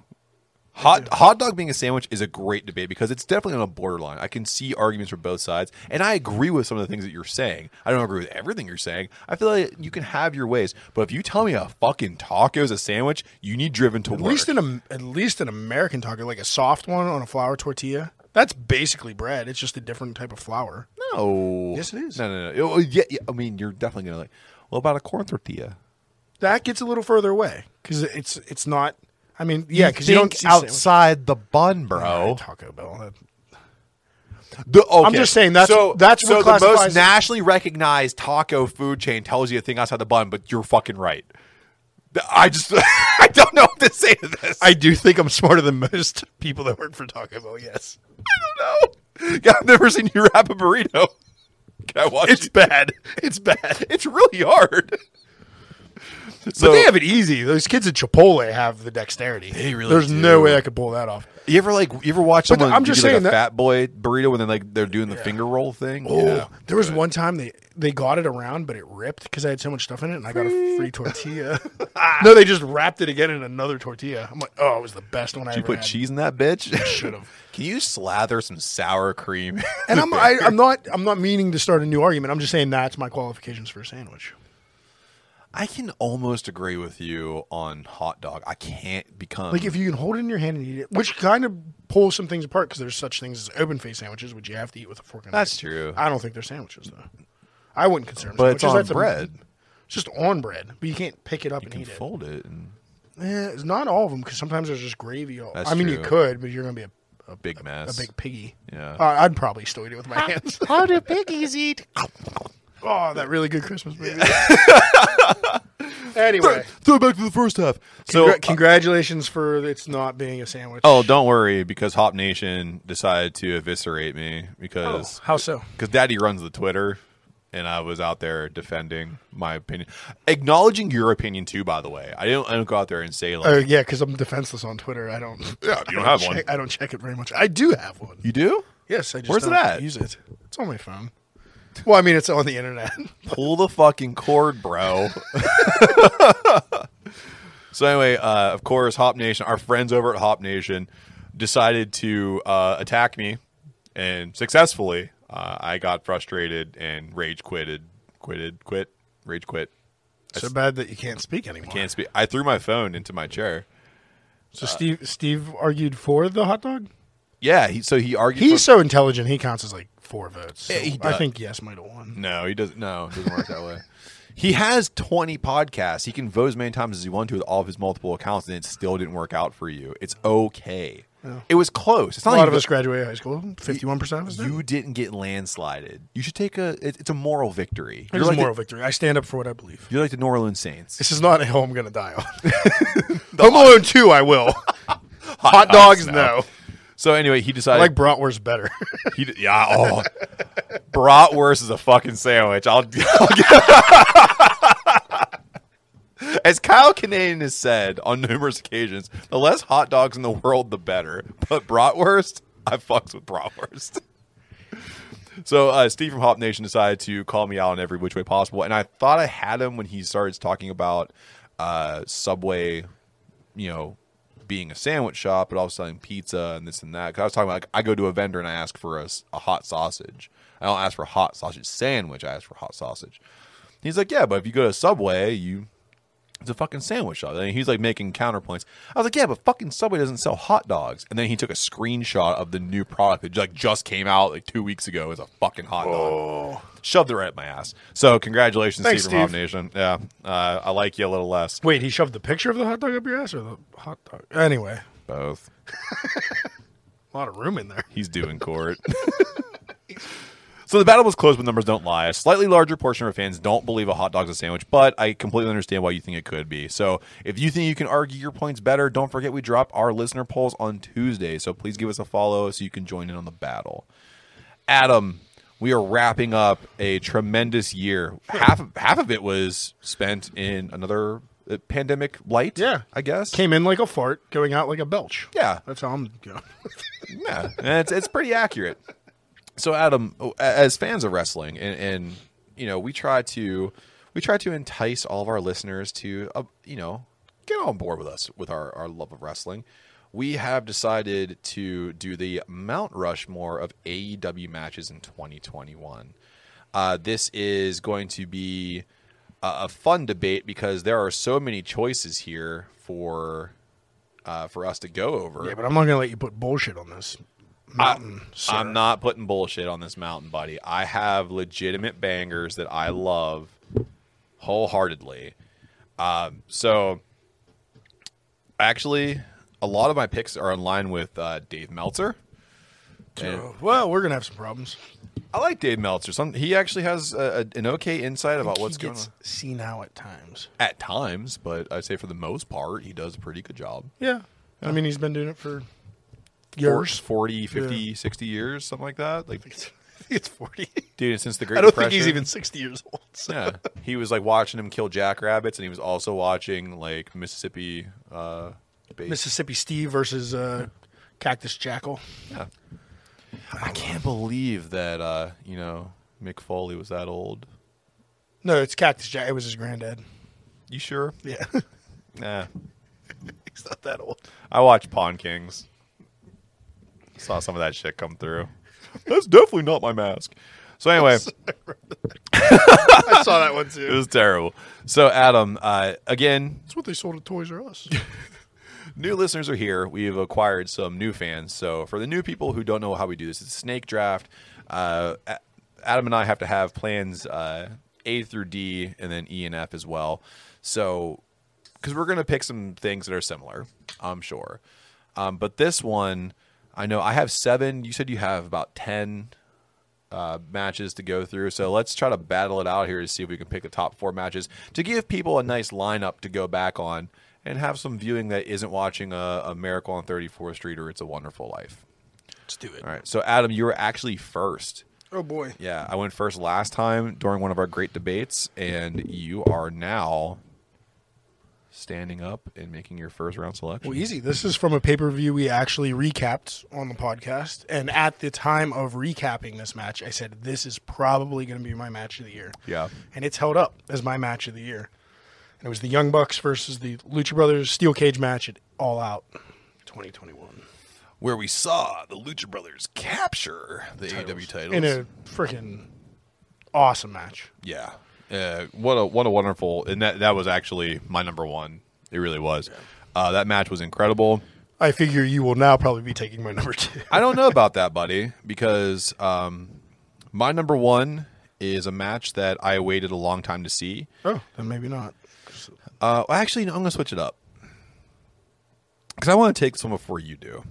[SPEAKER 3] Hot hot dog being a sandwich is a great debate because it's definitely on a borderline. I can see arguments from both sides, and I agree with some of the things that you're saying. I don't agree with everything you're saying. I feel like you can have your ways, but if you tell me a fucking taco is a sandwich, you need driven to
[SPEAKER 1] At
[SPEAKER 3] work.
[SPEAKER 1] least an Am- at least an American taco, like a soft one on a flour tortilla. That's basically bread. It's just a different type of flour.
[SPEAKER 3] no,
[SPEAKER 1] Yes, it is.
[SPEAKER 3] No, no, no. Oh, yeah, yeah. I mean, you're definitely gonna like. What about a corn tortilla?
[SPEAKER 1] That gets a little further away because it's it's not. I mean, yeah, because you, don't
[SPEAKER 3] think
[SPEAKER 1] see sandwich-
[SPEAKER 4] outside the bun,
[SPEAKER 1] Oh,
[SPEAKER 4] bro.
[SPEAKER 1] Taco Bell. that-
[SPEAKER 3] The- okay.
[SPEAKER 1] just saying that's-
[SPEAKER 3] so,
[SPEAKER 1] that's
[SPEAKER 3] so
[SPEAKER 1] what
[SPEAKER 3] the most
[SPEAKER 1] classifies-
[SPEAKER 3] nationally recognized taco food chain tells you a thing outside the bun, but you're fucking right. Th- I just I don't know what to say to this.
[SPEAKER 1] I do think I'm smarter than most people that work for Taco Bell. Yes,
[SPEAKER 3] I don't know. God, I've never seen you wrap a burrito. Can I watch
[SPEAKER 1] it's
[SPEAKER 3] you?
[SPEAKER 1] bad. It's bad.
[SPEAKER 3] It's really hard. So
[SPEAKER 1] but they have it easy. Those kids at Chipotle have the dexterity. They
[SPEAKER 3] really
[SPEAKER 1] There's
[SPEAKER 3] do.
[SPEAKER 1] no way I could pull that off.
[SPEAKER 3] you ever like you ever watch
[SPEAKER 1] But
[SPEAKER 3] someone
[SPEAKER 1] I'm
[SPEAKER 3] do,
[SPEAKER 1] just
[SPEAKER 3] like
[SPEAKER 1] saying
[SPEAKER 3] a
[SPEAKER 1] that-
[SPEAKER 3] fat boy burrito when they like they're doing the finger roll thing?
[SPEAKER 1] Oh, there was one time they they got it around, but it ripped because I had so much stuff in it, and I got a free tortilla. no, they just wrapped it again in another tortilla. I'm like, oh, it was the best one I
[SPEAKER 3] Did you
[SPEAKER 1] ever
[SPEAKER 3] put
[SPEAKER 1] had.
[SPEAKER 3] cheese in that bitch?
[SPEAKER 1] Should have.
[SPEAKER 3] Can you slather some sour cream?
[SPEAKER 1] And I'm I, I'm not I'm not meaning to start a new argument. I'm just saying that's my qualifications for a sandwich.
[SPEAKER 3] I can almost agree with you on hot dog. I can't become
[SPEAKER 1] Like if you can hold it in your hand and eat it, which kind of pulls some things apart because there's such things as open face sandwiches, which you have to eat with a fork and
[SPEAKER 3] That's
[SPEAKER 1] knife.
[SPEAKER 3] true.
[SPEAKER 1] I don't think they're sandwiches though. I wouldn't consider them.
[SPEAKER 3] But it's
[SPEAKER 1] sandwiches.
[SPEAKER 3] on
[SPEAKER 1] That's a-
[SPEAKER 3] bread.
[SPEAKER 1] it's just on bread, but you can't pick it up and
[SPEAKER 3] can
[SPEAKER 1] eat it.
[SPEAKER 3] fold it and
[SPEAKER 1] Eh, it's not all of them because sometimes there's just gravy. All.
[SPEAKER 3] That's
[SPEAKER 1] I mean, you
[SPEAKER 3] true.
[SPEAKER 1] could, but you're gonna be a,
[SPEAKER 3] a big
[SPEAKER 1] a
[SPEAKER 3] mess.
[SPEAKER 1] big piggy.
[SPEAKER 3] Yeah.
[SPEAKER 1] Uh, I'd probably still eat it with my hands.
[SPEAKER 4] How do piggies eat?
[SPEAKER 1] oh, that really good Christmas movie. anyway,
[SPEAKER 4] Throw it back to the first half.
[SPEAKER 3] so uh,
[SPEAKER 1] congra- congratulations for it's not being a sandwich.
[SPEAKER 3] oh, don't worry because Hop Nation decided to eviscerate me
[SPEAKER 1] Oh,
[SPEAKER 3] because
[SPEAKER 1] how so?
[SPEAKER 3] because Daddy runs the Twitter and I was out there defending my opinion, acknowledging your opinion too. By the way, I don't I don't go out there and say like
[SPEAKER 1] Uh, yeah, because I'm defenseless on Twitter. I don't. Yeah,
[SPEAKER 3] you don't have one.
[SPEAKER 1] check, I don't check it very much. I do have one.
[SPEAKER 3] you do.
[SPEAKER 1] Yes, I just
[SPEAKER 3] Where's it
[SPEAKER 1] don't
[SPEAKER 3] at?
[SPEAKER 1] use it. It's on my phone. Well, I mean, it's on the internet.
[SPEAKER 3] pull the fucking cord, bro. so anyway, uh, of course, Hop Nation, our friends over at Hop Nation, decided to uh, attack me, and successfully, uh, I got frustrated and rage quitted, quitted, quit, rage quit.
[SPEAKER 1] so bad that you can't uh, speak anymore.
[SPEAKER 3] Can't speak. I threw my phone into my chair.
[SPEAKER 1] So Steve Steve argued for the hot dog.
[SPEAKER 3] Yeah, he, so he argued.
[SPEAKER 1] He's
[SPEAKER 3] for-
[SPEAKER 1] so intelligent. He counts as like four votes. So
[SPEAKER 3] Yeah, he
[SPEAKER 1] I
[SPEAKER 3] does.
[SPEAKER 1] think yes might have won.
[SPEAKER 3] no, he doesn't. No, it doesn't work that way. He has 20 podcasts. He can vote as many times as he wants to with all of his multiple accounts, and it still didn't work out for you. It's okay. It was close. It's
[SPEAKER 1] A
[SPEAKER 3] not
[SPEAKER 1] lot
[SPEAKER 3] like
[SPEAKER 1] of us graduated high school. Fifty-one percent of us. did.
[SPEAKER 3] you didn't get landslided. You should take a. It, it's a moral victory.
[SPEAKER 1] It
[SPEAKER 3] You're
[SPEAKER 1] was a
[SPEAKER 3] like
[SPEAKER 1] moral
[SPEAKER 3] The,
[SPEAKER 1] victory. I stand up for what I believe.
[SPEAKER 3] you're like the New Orleans Saints.
[SPEAKER 1] This is not a hill I'm going to die on. Home Alone Two, I will. hot dogs, no.
[SPEAKER 3] So anyway, he
[SPEAKER 1] I
[SPEAKER 3] decided.
[SPEAKER 1] like bratwurst better.
[SPEAKER 3] he, d- yeah. Oh, bratwurst is a fucking sandwich. I'll. I'll get- As Kyle Kinane has said on numerous occasions, the less hot dogs in the world, the better. But bratwurst, I fucks with bratwurst. So uh, Steve from Hop Nation decided to call me out in every which way possible, and I thought I had him when he starts talking about uh, Subway, you know, being a sandwich shop, but also selling pizza and this and that. Because I was talking about like, I go to a vendor and I ask for a, s- a hot sausage. I don't ask for a hot sausage sandwich. I ask for hot sausage. He's like, yeah, but if you go to Subway, you it's a fucking sandwich shop. And he's like making counterpoints. I was like, yeah, but fucking Subway doesn't sell hot dogs. And then he took a screenshot of the new product that like just came out like two weeks ago as a fucking hot
[SPEAKER 1] Oh.
[SPEAKER 3] dog. Shoved it right up my ass. So congratulations,
[SPEAKER 1] Thanks,
[SPEAKER 3] Steve from Hop
[SPEAKER 1] Steve.
[SPEAKER 3] Nation. Yeah, uh, I like you a little less.
[SPEAKER 1] Wait, he shoved the picture of the hot dog up your ass or the hot dog? Anyway,
[SPEAKER 3] Both.
[SPEAKER 1] a lot of room in there.
[SPEAKER 3] He's due in court. So the battle was close, but numbers don't lie. A slightly larger portion of our fans don't believe a hot dog's a sandwich, but I completely understand why you think it could be. So if you think you can argue your points better, don't forget we drop our listener polls on Tuesday. So please give us a follow so you can join in on the battle. Adam, we are wrapping up a tremendous year. Half of, half of it was spent in another uh, pandemic light.
[SPEAKER 1] Yeah.
[SPEAKER 3] I guess.
[SPEAKER 1] Came in like a fart, going out like a belch.
[SPEAKER 3] Yeah.
[SPEAKER 1] That's how I'm going.
[SPEAKER 3] Yeah, and it's it's pretty accurate. So, Adam, a- as fans of wrestling, and, and you know, we try to we try to entice all of our listeners to uh, you know get on board with us with our our love of wrestling. We have decided to do the Mount Rushmore of AEW matches in 2021. Uh, this is going to be a, a fun debate because there are so many choices here for uh, for us to go over.
[SPEAKER 1] yeah, but I'm not going to let you put bullshit on this. Mountain, sir.
[SPEAKER 3] I'm not putting bullshit on this mountain, buddy. I have legitimate bangers that I love wholeheartedly. Um, so, actually, a lot of my picks are in line with uh, Dave Meltzer.
[SPEAKER 1] So, well, we're gonna have some problems.
[SPEAKER 3] I like Dave Meltzer. Some, he actually has a, a- an okay insight about what's
[SPEAKER 1] he
[SPEAKER 3] going
[SPEAKER 1] gets
[SPEAKER 3] on
[SPEAKER 1] senile at times.
[SPEAKER 3] at times, but I'd say for the most part, he does a pretty good job.
[SPEAKER 1] Yeah. I mean, he's been doing it for
[SPEAKER 3] Four-
[SPEAKER 1] years.
[SPEAKER 3] 40, 50, 60 years, something like that. Like,
[SPEAKER 1] It's forty.
[SPEAKER 3] dude, since the Great
[SPEAKER 1] I don't think he's
[SPEAKER 3] Depression-
[SPEAKER 1] even sixty years old. So.
[SPEAKER 3] yeah, he was like watching him kill jackrabbits, and he was also watching like Mississippi. Uh, base.
[SPEAKER 1] Mississippi Steve versus uh, Cactus Jackal.
[SPEAKER 3] I can't believe that uh, you know Mick Foley was that old.
[SPEAKER 1] No, it's Cactus Jack. It was his granddad.
[SPEAKER 3] You sure?
[SPEAKER 1] Yeah,
[SPEAKER 3] Nah,
[SPEAKER 1] he's not that old.
[SPEAKER 3] I watched Pawn Kings. Saw some of that shit come through. That's definitely not my mask. So anyway,
[SPEAKER 1] I saw that one
[SPEAKER 3] it
[SPEAKER 1] too.
[SPEAKER 3] was terrible. So Adam, uh, again,
[SPEAKER 1] That's what they sold at Toys R Us.
[SPEAKER 3] new listeners are here. We've acquired some new fans. So for the new people who don't know how we do this, it's a snake draft. Uh, A- Adam and I have to have plans uh, A through D, and then E and F as well. So because we're gonna pick some things that are similar, I'm sure. Um, but this one, I know I have seven. You said you have about ten uh, matches to go through. So let's try to battle it out here to see if we can pick the top four matches to give people a nice lineup to go back on and have some viewing that isn't watching a, a Miracle on 34th Street or It's a Wonderful Life.
[SPEAKER 1] Let's do it.
[SPEAKER 3] All right. So, Adam, you were actually first.
[SPEAKER 1] Oh boy.
[SPEAKER 3] Yeah, I went first last time during one of our great debates, and you are now standing up and making your first round selection.
[SPEAKER 1] Well, easy. This is from a pay per view we actually recapped on the podcast. And at the time of recapping this match, I said, this is probably going to be my match of the year.
[SPEAKER 3] Yeah.
[SPEAKER 1] And it's held up as my match of the year. And it was the Young Bucks versus the Lucha Brothers Steel Cage match at All Out 2021.
[SPEAKER 3] Where we saw the Lucha Brothers capture the AEW titles.
[SPEAKER 1] In a freaking awesome match.
[SPEAKER 3] Yeah. Uh, what a what a wonderful and that that was actually my number one. It really was. Uh, that match was incredible.
[SPEAKER 1] I figure you will now probably be taking my number two.
[SPEAKER 3] I don't know about that, buddy, because um, my number one is a match that I waited a long time to see.
[SPEAKER 1] Oh, then maybe not.
[SPEAKER 3] Uh, well, actually, no, I'm gonna switch it up because I want to take this one before you do.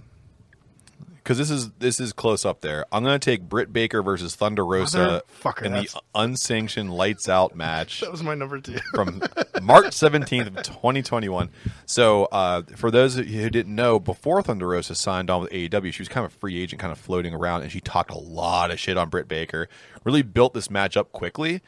[SPEAKER 3] Because this is this is close up there. I'm gonna take Britt Baker versus Thunder Rosa
[SPEAKER 1] Motherfucker,
[SPEAKER 3] in
[SPEAKER 1] that's-
[SPEAKER 3] the unsanctioned lights out match.
[SPEAKER 1] That was my number two.
[SPEAKER 3] from March 17th of 2021. So uh, for those of you who didn't know, before Thunder Rosa signed on with AEW, she was kind of a free agent, kind of floating around, and she talked a lot of shit on Britt Baker. Really built this match up quickly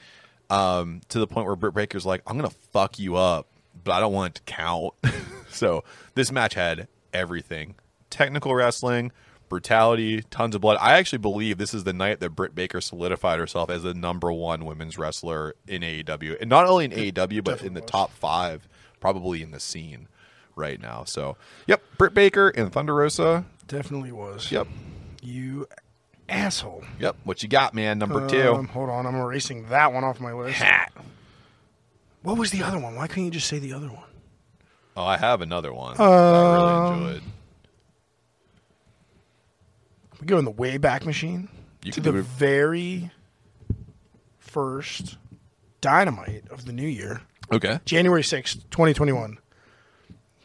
[SPEAKER 3] um, to the point where Britt Baker's like, I'm going to fuck you up, but I don't want it to count. so this match had everything. Technical wrestling, brutality, tons of blood. I actually believe this is the night that Britt Baker solidified herself as the number one women's wrestler in AEW, and not only in AEW but in the top five, probably in the scene right now. So, yep, Britt Baker and Thunder Rosa.
[SPEAKER 1] Definitely was.
[SPEAKER 3] Yep,
[SPEAKER 1] You asshole.
[SPEAKER 3] yep. What you got, man? Number
[SPEAKER 1] Um,
[SPEAKER 3] two.
[SPEAKER 1] hold on, I'm erasing that one off my list.
[SPEAKER 3] Pat.
[SPEAKER 1] What was the other one? Why couldn't you just say the other one?
[SPEAKER 3] Oh, I have another one. that I really enjoyed.
[SPEAKER 1] We go in the Wayback Machine
[SPEAKER 3] You
[SPEAKER 1] to
[SPEAKER 3] can
[SPEAKER 1] the
[SPEAKER 3] do it.
[SPEAKER 1] very first Dynamite of the new year,
[SPEAKER 3] Okay.
[SPEAKER 1] January 6th, 2021.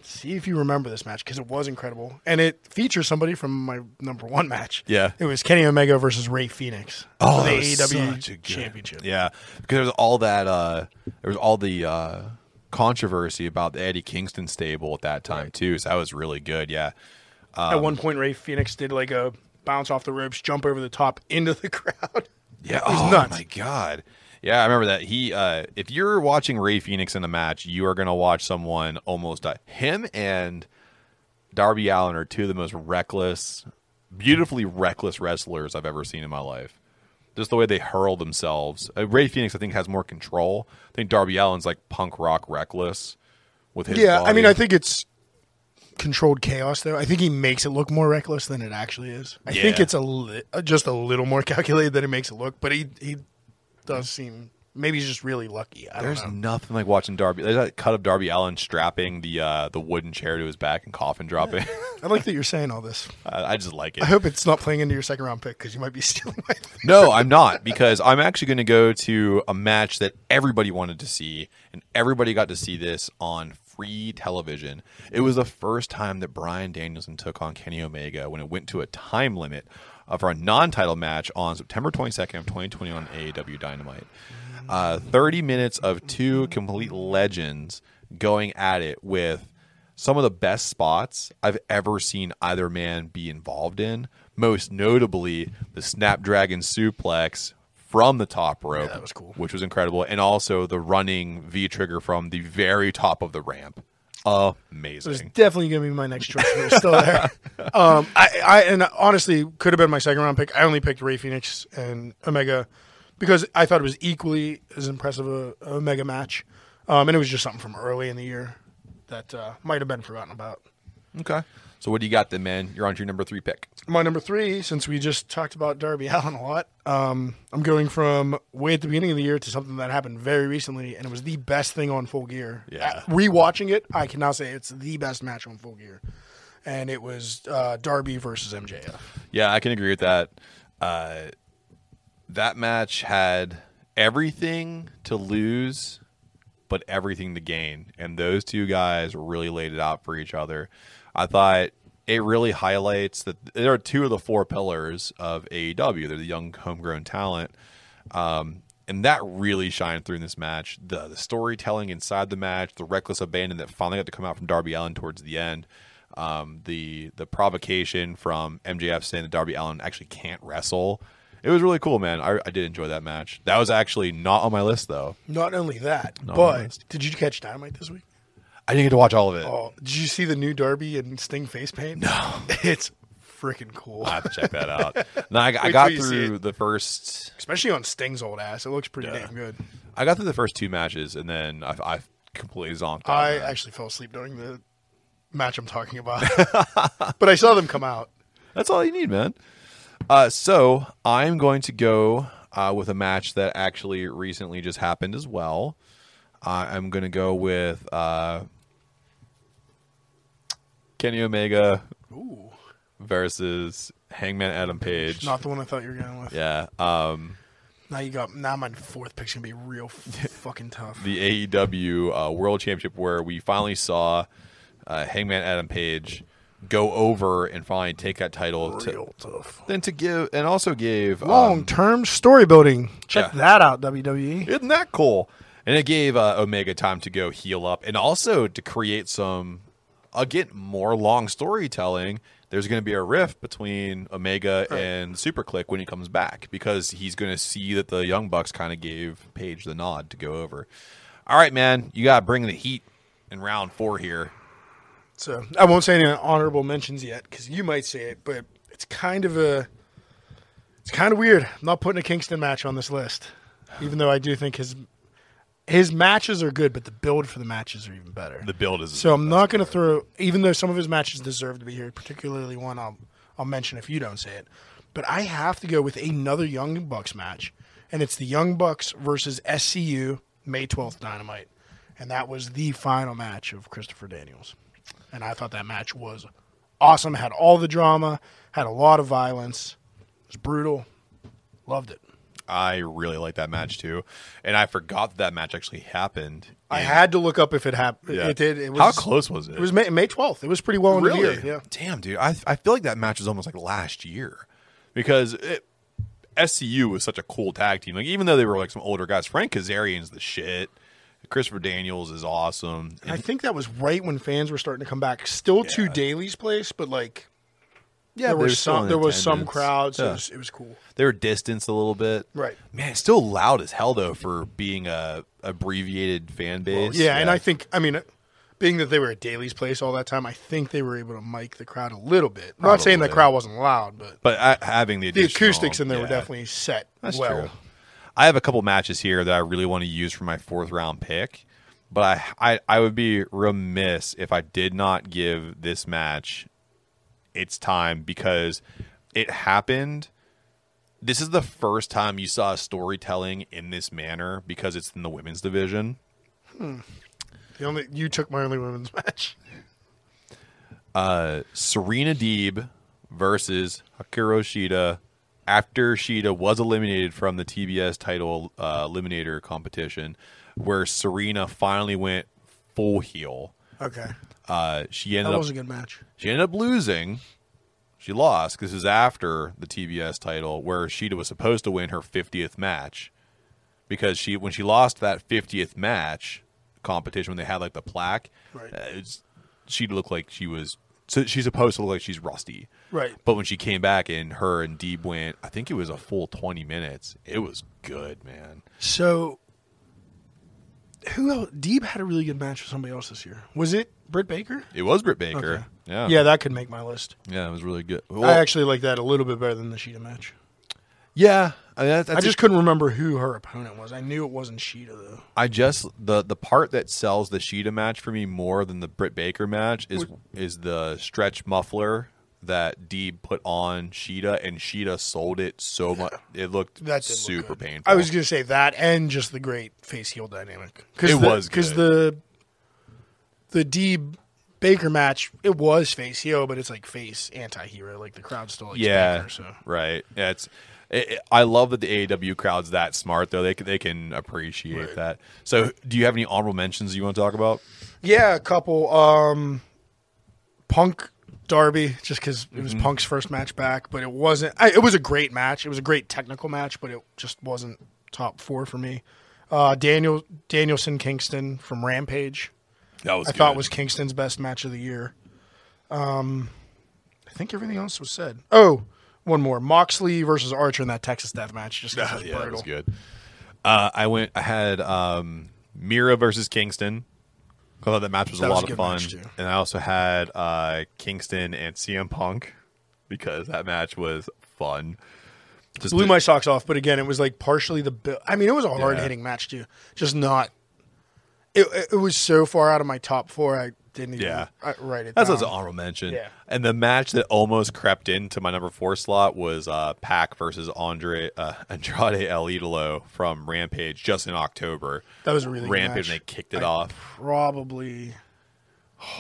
[SPEAKER 1] See if you remember this match because it was incredible, and it features somebody from my number one match.
[SPEAKER 3] Yeah.
[SPEAKER 1] it was Kenny Omega versus Ray Phoenix.
[SPEAKER 3] Oh,
[SPEAKER 1] for
[SPEAKER 3] that
[SPEAKER 1] the
[SPEAKER 3] was
[SPEAKER 1] AEW
[SPEAKER 3] such a good-
[SPEAKER 1] championship.
[SPEAKER 3] Yeah, because there was all that. Uh, there was all the uh, controversy about the Eddie Kingston stable at that time too. So that was really good. Yeah, Um,
[SPEAKER 1] At one point, Ray Phoenix did like a bounce off the ropes, jump over the top into the crowd.
[SPEAKER 3] yeah.
[SPEAKER 1] was
[SPEAKER 3] oh
[SPEAKER 1] nuts.
[SPEAKER 3] my god. Yeah, I remember that. He, uh, if you're watching Ray Phoenix in a match, you are gonna watch someone almost die. Him and Darby Allen are two of the most reckless, beautifully reckless wrestlers I've ever seen in my life. Just the way they hurl themselves. Uh, Ray Phoenix, I think, has more control. I think Darby Allen's like punk rock reckless with his.
[SPEAKER 1] yeah, I mean,
[SPEAKER 3] body.
[SPEAKER 1] I think it's controlled chaos though. I think he makes it look more reckless than it actually is. I think
[SPEAKER 3] Yeah.
[SPEAKER 1] it's a li- uh, just a little more calculated than it makes it look, but he he does seem maybe he's just really lucky. I
[SPEAKER 3] There's
[SPEAKER 1] don't know.
[SPEAKER 3] nothing like watching Darby. There's that cut of Darby Allen strapping the uh, the wooden chair to his back and coffin dropping.
[SPEAKER 1] I like that you're saying all this.
[SPEAKER 3] I, I just like it.
[SPEAKER 1] I hope it's not playing into your second round pick because you might be stealing my.
[SPEAKER 3] No, I'm not because I'm actually going to go to a match that everybody wanted to see, and everybody got to see this on free television. It was the first time that Brian Danielson took on Kenny Omega when it went to a time limit uh, for a non-title match on September 22nd of 2020 on AEW Dynamite. Uh, 30 minutes of two complete legends going at it with some of the best spots I've ever seen either man be involved in. Most notably, the Snapdragon suplex from the top rope,
[SPEAKER 1] that was cool.
[SPEAKER 3] which was incredible, and also the running V trigger from the very top of the ramp.
[SPEAKER 1] It's
[SPEAKER 3] Amazing.
[SPEAKER 1] definitely going to be my next choice. If it was still there. um, I, I and honestly could have been my second round pick. I only picked Ray Phoenix and Omega because I thought it was equally as impressive a, a Omega match, um, and it was just something from early in the year that uh, might have been forgotten about.
[SPEAKER 3] Okay. So what do you got then, man? You're on to your number three pick.
[SPEAKER 1] My number three, since we just talked about Darby Allen a lot, um, I'm going from way at the beginning of the year to something that happened very recently, and it was the best thing on Full Gear.
[SPEAKER 3] Yeah.
[SPEAKER 1] Uh, rewatching it, I can now say it's the best match on Full Gear, and it was uh, Darby versus MJF.
[SPEAKER 3] Yeah, I can agree with that. Uh, that match had everything to lose, but everything to gain. And those two guys really laid it out for each other. I thought it really highlights that there are two of the four pillars of AEW. They're the young homegrown talent. Um, and that really shined through in this match. The, the storytelling inside the match, the reckless abandon that finally got to come out from Darby Allen towards the end, um, the the provocation from MJF saying that Darby Allen actually can't wrestle. It was really cool, man. I, I did enjoy that match. That was actually not on my list though.
[SPEAKER 1] Not only that,
[SPEAKER 3] Not on the
[SPEAKER 1] but
[SPEAKER 3] list.
[SPEAKER 1] did you catch Dynamite this week?
[SPEAKER 3] I didn't get to watch all of it.
[SPEAKER 1] Oh, did you see the new Darby and Sting face paint? No, it's freaking cool,
[SPEAKER 3] I have to check that out. No, I, I
[SPEAKER 1] Wait
[SPEAKER 3] got
[SPEAKER 1] till you see
[SPEAKER 3] through the first.
[SPEAKER 1] especially on Sting's old ass. It looks pretty damn good.
[SPEAKER 3] I got through the first two matches, and then I, I completely zonked. out.
[SPEAKER 1] I actually fell asleep during the match I'm talking about, but I saw them come out.
[SPEAKER 3] That's all you need, man. Uh, so I'm going to go uh, with a match that actually recently just happened as well. Uh, I'm going to go with uh, Kenny Omega
[SPEAKER 1] Ooh,
[SPEAKER 3] versus Hangman Adam Page.
[SPEAKER 1] not the one I thought you were going with.
[SPEAKER 3] yeah, um,
[SPEAKER 1] Now you got now my fourth pick's gonna be real f- fucking tough.
[SPEAKER 3] the AEW uh, World Championship where we finally saw uh, Hangman Adam Page go over and finally take that title. To,
[SPEAKER 1] real tough.
[SPEAKER 3] then to give and also gave um,
[SPEAKER 1] Long term story building. Check
[SPEAKER 3] yeah.
[SPEAKER 1] that out, E. WWE.
[SPEAKER 3] Isn't that cool? And it gave uh, Omega time to go heal up and also to create some, again, more long storytelling. There's going to be a rift between Omega and Super Click when he comes back because he's going to see that the Young Bucks kind of gave Paige the nod to go over. All right, man, you got to bring the heat in round four here.
[SPEAKER 1] So I won't say any honorable mentions yet because you might say it, but it's kind of a, it's kind of weird. I'm not putting a Kingston match on this list, even though I do think his, his matches are good, but the build for the matches are even better.
[SPEAKER 3] The build is
[SPEAKER 1] So I'm not going to throw, even though some of his matches deserve to be here, particularly one I'll I'll mention if you don't say it. But I have to go with another Young Bucks match, and it's the Young Bucks versus SCU May 12th Dynamite, and that was the final match of Christopher Daniels, and I thought that match was awesome. Had all the drama, had a lot of violence, it was brutal, loved it.
[SPEAKER 3] I really like that match too, and I forgot that, that match actually happened.
[SPEAKER 1] I
[SPEAKER 3] And-
[SPEAKER 1] had to look up if it happened.
[SPEAKER 3] yeah.
[SPEAKER 1] It did. It was,
[SPEAKER 3] How close was it?
[SPEAKER 1] It was May, May 12th. It was pretty well into
[SPEAKER 3] really?
[SPEAKER 1] the year. Yeah.
[SPEAKER 3] Damn, dude. I I feel like that match was almost like last year because it, SCU was such a cool tag team. Like even though they were like some older guys, Frank Kazarian's the shit. Christopher Daniels is awesome.
[SPEAKER 1] I think that was right when fans were starting to come back. Still to Daly's place, but like there
[SPEAKER 3] yeah, they were
[SPEAKER 1] were
[SPEAKER 3] still
[SPEAKER 1] some
[SPEAKER 3] in
[SPEAKER 1] there was some
[SPEAKER 3] attendance.
[SPEAKER 1] crowds. It,
[SPEAKER 3] Yeah.
[SPEAKER 1] was, it was cool.
[SPEAKER 3] They were distanced a little bit.
[SPEAKER 1] Right.
[SPEAKER 3] Man, it's still loud as hell though for being a abbreviated fan base.
[SPEAKER 1] Yeah, and I think I mean, being that they were at Daly's place all that time, I think they were able to mic the crowd a little bit. I'm not saying the
[SPEAKER 3] Probably.
[SPEAKER 1] crowd wasn't loud, but
[SPEAKER 3] but I, having the
[SPEAKER 1] the
[SPEAKER 3] additional-
[SPEAKER 1] acoustics in there were
[SPEAKER 3] yeah.
[SPEAKER 1] definitely set
[SPEAKER 3] That's
[SPEAKER 1] well.
[SPEAKER 3] true. I have a couple matches here that I really want to use for my fourth round pick, but I, I, I would be remiss if I did not give this match its time because it happened. This is the first time you saw storytelling in this manner because it's in the women's division.
[SPEAKER 1] The only you took my only women's match.
[SPEAKER 3] Serena Deeb versus Hikaru Shida after Shida was eliminated from the TBS title uh, eliminator competition, where Serena finally went full heel.
[SPEAKER 1] Okay,
[SPEAKER 3] Uh, she
[SPEAKER 1] that
[SPEAKER 3] ended up
[SPEAKER 1] was a good match.
[SPEAKER 3] she ended up losing. She lost. This is after the TBS title, where Shida was supposed to win her 50th match, because she when she lost that 50th match competition when they had like the plaque,
[SPEAKER 1] Right.
[SPEAKER 3] uh, it's, she looked like she was. So she's supposed to look like she's rusty,
[SPEAKER 1] Right.
[SPEAKER 3] But when she came back and her and Deeb went, I think it was a full 20 minutes. It was good, man.
[SPEAKER 1] So, who else? Deeb had a really good match with somebody else this year. Was it Britt Baker?
[SPEAKER 3] It was Britt Baker,
[SPEAKER 1] Okay.
[SPEAKER 3] yeah,
[SPEAKER 1] Yeah, that could make my list.
[SPEAKER 3] yeah. It was really good.
[SPEAKER 1] I
[SPEAKER 3] Well,
[SPEAKER 1] actually like that a little bit better than the Sheeta match.
[SPEAKER 3] yeah, I, mean, that- that's
[SPEAKER 1] I just couldn't remember who her opponent was. I knew it wasn't Sheeta though.
[SPEAKER 3] I just the the part that sells the Sheeta match for me more than the Britt Baker match is is the stretch muffler that Deeb put on Sheeta, and Sheeta sold it so much it looked
[SPEAKER 1] That did look
[SPEAKER 3] super
[SPEAKER 1] good.
[SPEAKER 3] painful.
[SPEAKER 1] I was gonna say that and just the great face heel dynamic. Cause
[SPEAKER 3] It
[SPEAKER 1] the,
[SPEAKER 3] was
[SPEAKER 1] because the
[SPEAKER 3] good.
[SPEAKER 1] the Deeb Baker match it was face heel, but it's like face anti hero. Like the crowd still likes
[SPEAKER 3] yeah,
[SPEAKER 1] Baker, so
[SPEAKER 3] right. Yeah, it's. It, it- I love that the AEW crowd's that smart though. They c- they can appreciate that. So, do you have any honorable mentions you want to talk about?
[SPEAKER 1] yeah, a couple. Um, Punk Darby, just because it was Punk's first match back, but it wasn't. I, it was a great match. It was a great technical match, but it just wasn't top four for me. Uh, Daniel Danielson Kingston from Rampage.
[SPEAKER 3] That was
[SPEAKER 1] I thought was Kingston's best match of the year. Um, I think everything else was said. Oh, one more: Moxley versus Archer in that Texas Death match. Just 'cause it was
[SPEAKER 3] yeah, that
[SPEAKER 1] brutal.
[SPEAKER 3] was good. Uh, I went. I had um, Mira versus Kingston. I thought that match was
[SPEAKER 1] That
[SPEAKER 3] a
[SPEAKER 1] was
[SPEAKER 3] lot
[SPEAKER 1] a good
[SPEAKER 3] of fun,
[SPEAKER 1] match, too.
[SPEAKER 3] and I also had uh, Kingston and CM Punk because that match was fun. Just
[SPEAKER 1] Blew
[SPEAKER 3] the-
[SPEAKER 1] my socks off, but again, it was like partially the. bu- I mean, it was a hard hitting match too. Just not. It, it- it was so far out of my top four. I didn't even
[SPEAKER 3] Yeah.
[SPEAKER 1] I, write it.
[SPEAKER 3] That's
[SPEAKER 1] down.
[SPEAKER 3] an honorable mention.
[SPEAKER 1] Yeah.
[SPEAKER 3] And the match that almost crept into my number four slot was uh, Pac versus Andre uh, Andrade El Idolo from Rampage just in October.
[SPEAKER 1] That was a really good
[SPEAKER 3] Rampage,
[SPEAKER 1] match.
[SPEAKER 3] and they kicked it off.
[SPEAKER 1] Probably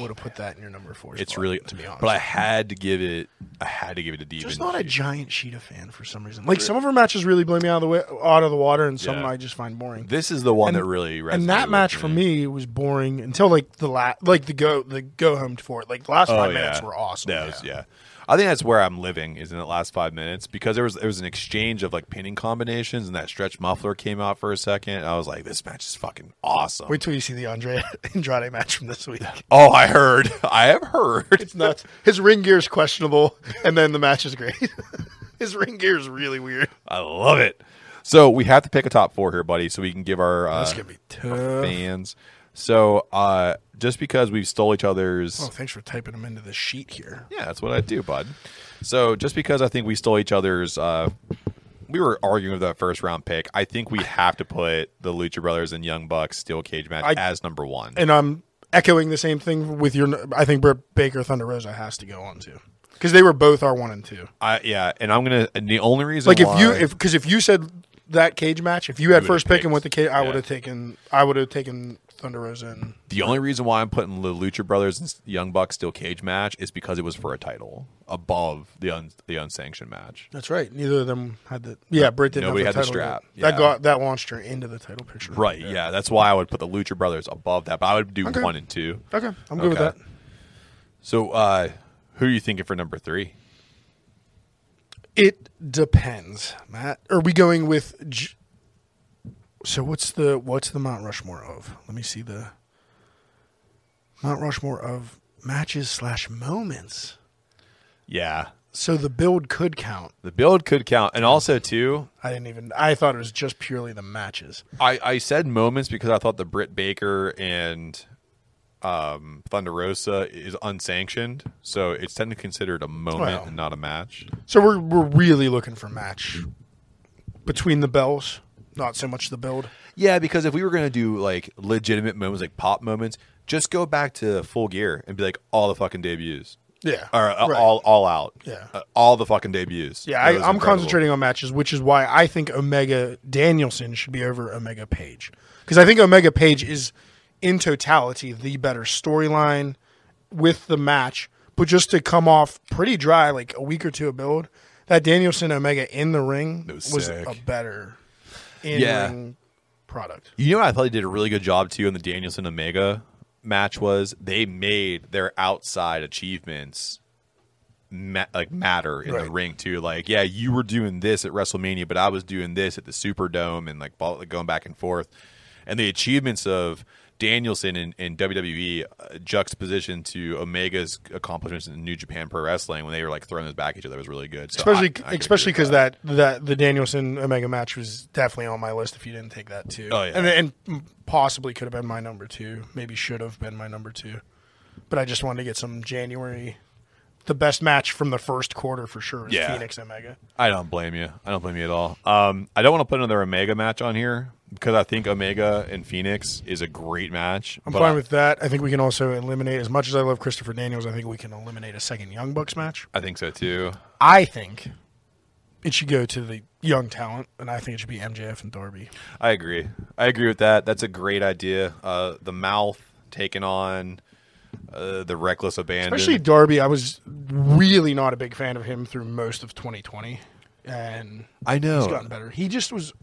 [SPEAKER 1] would have put that in your number four.
[SPEAKER 3] It's
[SPEAKER 1] spot,
[SPEAKER 3] really
[SPEAKER 1] to be honest.
[SPEAKER 3] but I had to give it. I had to give it to Deep.
[SPEAKER 1] just not a giant Sheeta fan for some reason. Like some of her matches really blow me out of the way, out of the water, and some
[SPEAKER 3] Yeah.
[SPEAKER 1] I just find boring.
[SPEAKER 3] This is the one
[SPEAKER 1] And-
[SPEAKER 3] that really resonated
[SPEAKER 1] and that
[SPEAKER 3] with
[SPEAKER 1] match for me was boring until like the la- like the go the go home for it. Like the last
[SPEAKER 3] Oh,
[SPEAKER 1] five
[SPEAKER 3] yeah.
[SPEAKER 1] minutes were awesome.
[SPEAKER 3] That was- yeah. I think that's where I'm living is in the last five minutes because there was there was an exchange of like pinning combinations and that stretch muffler came out for a second. I was like, this match is fucking awesome.
[SPEAKER 1] Wait till you see the Andre Andrade match from this week.
[SPEAKER 3] oh, I heard. I have heard.
[SPEAKER 1] It's nuts. His ring gear is questionable, and then the match is great. His ring gear is really weird.
[SPEAKER 3] I love it. So we have to pick a top four here, buddy, so we can give our uh,
[SPEAKER 1] That's gonna be tough.
[SPEAKER 3] fans. So uh, just because we've stole each other's
[SPEAKER 1] Oh, thanks for typing them into the sheet here.
[SPEAKER 3] Yeah, that's what I do, bud. So just because I think we stole each other's, uh, we were arguing with that first round pick. I think we have to put the Lucha Brothers and Young Bucks steel cage match
[SPEAKER 1] I-
[SPEAKER 3] as number one.
[SPEAKER 1] and I'm echoing the same thing with your. I think Britt Baker Thunder Rosa has to go on too, because they were both our one and two.
[SPEAKER 3] I, yeah, and I'm gonna. And the only reason,
[SPEAKER 1] Like if you
[SPEAKER 3] why-
[SPEAKER 1] if because if you said that cage match, if you had
[SPEAKER 3] would've
[SPEAKER 1] first pick and
[SPEAKER 3] picked.
[SPEAKER 1] went the cage, I
[SPEAKER 3] Yeah.
[SPEAKER 1] would have taken. I would have taken Thunder Rosa and
[SPEAKER 3] The only reason why I'm putting the Lucha Brothers and Young Bucks Steel Cage match is because it was for a title above the un- the unsanctioned match.
[SPEAKER 1] that's right. Neither of them had the yeah. Britt didn't
[SPEAKER 3] Nobody
[SPEAKER 1] have the
[SPEAKER 3] had the
[SPEAKER 1] title
[SPEAKER 3] strap.
[SPEAKER 1] yet. That
[SPEAKER 3] Yeah.
[SPEAKER 1] got that launched her into the title picture.
[SPEAKER 3] Right. Yeah. that's why I would put the Lucha Brothers above that, but I would do
[SPEAKER 1] Okay.
[SPEAKER 3] one and two.
[SPEAKER 1] Okay, I'm good with that.
[SPEAKER 3] Okay. So, uh, who are you thinking for number three?
[SPEAKER 1] It depends, Matt. Are we going with? J- so what's the what's the Mount Rushmore of? Let me see the Mount Rushmore of matches slash moments.
[SPEAKER 3] Yeah,
[SPEAKER 1] So the build could count.
[SPEAKER 3] the build could count, and also too,
[SPEAKER 1] I didn't even. I thought it was just purely the matches.
[SPEAKER 3] I, I said moments because I thought the Britt Baker and um, Thunder Rosa is unsanctioned, so it's technically considered a moment
[SPEAKER 1] Well.
[SPEAKER 3] and not a match.
[SPEAKER 1] So we're we're really looking for match between the bells, not so much the build.
[SPEAKER 3] Yeah, because if we were gonna do like legitimate moments, like pop moments, just go back to full gear and be like all the fucking debuts.
[SPEAKER 1] Yeah,
[SPEAKER 3] Or uh,
[SPEAKER 1] right.
[SPEAKER 3] all all out.
[SPEAKER 1] Yeah.
[SPEAKER 3] Uh, all the fucking debuts.
[SPEAKER 1] Yeah,
[SPEAKER 3] That
[SPEAKER 1] I,
[SPEAKER 3] was
[SPEAKER 1] I'm
[SPEAKER 3] incredible.
[SPEAKER 1] concentrating on matches, which is why I think Omega Danielson should be over Omega Page because I think Omega Page is in totality the better storyline with the match. But just to come off pretty dry, like a week or two of build, that Danielson Omega in the ring
[SPEAKER 3] was
[SPEAKER 1] was,
[SPEAKER 3] sick.
[SPEAKER 1] a better in ring product.
[SPEAKER 3] You know what I thought they did a really good job too in the Danielson Omega match was they made their outside achievements ma- like matter in the
[SPEAKER 1] Right.
[SPEAKER 3] ring too. Like, yeah, you were doing this at WrestleMania, but I was doing this at the Superdome and like ball- like, going back and forth. And the achievements of Danielson in, in WWE uh, juxtaposition to Omega's accomplishments in New Japan Pro Wrestling when they were like throwing those back at each other was really good. So I- I
[SPEAKER 1] Especially,
[SPEAKER 3] could
[SPEAKER 1] especially
[SPEAKER 3] agree
[SPEAKER 1] 'cause especially
[SPEAKER 3] with
[SPEAKER 1] because that. that the Danielson Omega match was definitely on my list. If you didn't take that too,
[SPEAKER 3] Oh, yeah.
[SPEAKER 1] and and possibly could have been my number two. Maybe should have been my number two, but I just wanted to get some January, the best match from the first quarter for sure. Is
[SPEAKER 3] Yeah.
[SPEAKER 1] Phoenix Omega.
[SPEAKER 3] I don't blame you. I don't blame you at all. Um, I don't want to put another Omega match on here because I think Omega and Phoenix is a great match.
[SPEAKER 1] I'm
[SPEAKER 3] but
[SPEAKER 1] fine with that. I think we can also eliminate as much as I love Christopher Daniels. I think we can eliminate a second Young Bucks match.
[SPEAKER 3] I think so too.
[SPEAKER 1] I think it should go to the young talent, and I think it should be MJF and Darby.
[SPEAKER 3] I agree. I agree with that. That's a great idea. Uh, the mouth taking on uh, the reckless abandon.
[SPEAKER 1] Especially Darby, I was really not a big fan of him through most of 2020, and
[SPEAKER 3] I know.
[SPEAKER 1] he's gotten better. He just was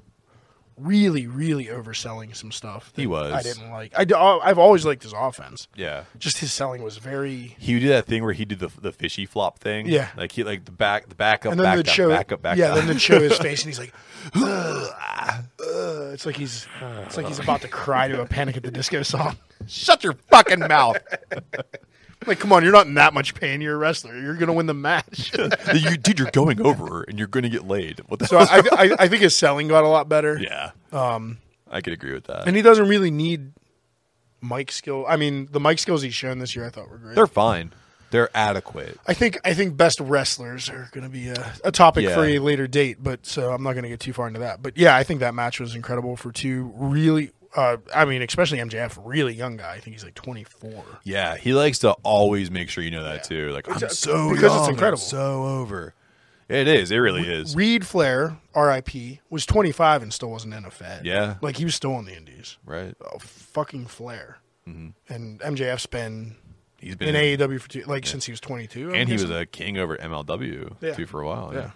[SPEAKER 1] really, really overselling some stuff. that
[SPEAKER 3] He was.
[SPEAKER 1] I didn't like. I, do- I've always liked his offense.
[SPEAKER 3] yeah.
[SPEAKER 1] Just his selling was very.
[SPEAKER 3] He would do that thing where he did the the fishy flop thing.
[SPEAKER 1] Yeah.
[SPEAKER 3] Like he like the back the back up
[SPEAKER 1] And then
[SPEAKER 3] back
[SPEAKER 1] they'd
[SPEAKER 3] up
[SPEAKER 1] show,
[SPEAKER 3] back up back
[SPEAKER 1] yeah.
[SPEAKER 3] up.
[SPEAKER 1] Then they'd show his face, and he's like, "Ugh, ah, ugh." it's like he's, it's
[SPEAKER 3] Uh.
[SPEAKER 1] like he's about to cry to a Panic at the Disco song.
[SPEAKER 3] Shut your fucking mouth.
[SPEAKER 1] Like, come on, you're not in that much pain. You're a wrestler. You're gonna win the match.
[SPEAKER 3] you, dude, you're going over and you're going to get laid. What the
[SPEAKER 1] so I, I, I think his selling got a lot better.
[SPEAKER 3] Yeah. I could agree with that.
[SPEAKER 1] And he doesn't really need mic skill. I mean, the mic skills he's shown this year, I thought were great.
[SPEAKER 3] They're fine. They're adequate.
[SPEAKER 1] I think I think best wrestlers are going to be a, a topic
[SPEAKER 3] Yeah.
[SPEAKER 1] for a later date, but so I'm not going to get too far into that. But yeah, I think that match was incredible for two really. Uh, I mean, especially MJF, really young guy. I think he's like 24.
[SPEAKER 3] Yeah, he likes to always make sure you know that too. Like I'm
[SPEAKER 1] It's-
[SPEAKER 3] so
[SPEAKER 1] because it's
[SPEAKER 3] young, I'm
[SPEAKER 1] incredible.
[SPEAKER 3] so over. It is. It really is.
[SPEAKER 1] Reed Flair, RIP, was 25 and still wasn't in a Fed.
[SPEAKER 3] Yeah.
[SPEAKER 1] like he was still in the Indies.
[SPEAKER 3] right.
[SPEAKER 1] Oh, fucking Flair. And MJF's been
[SPEAKER 3] Mm-hmm. He's been
[SPEAKER 1] in AEW for two, like since he was 22. I'm
[SPEAKER 3] and he was
[SPEAKER 1] guessing.
[SPEAKER 3] a king over MLW
[SPEAKER 1] Yeah.
[SPEAKER 3] too for a while. Yeah.
[SPEAKER 1] Yeah.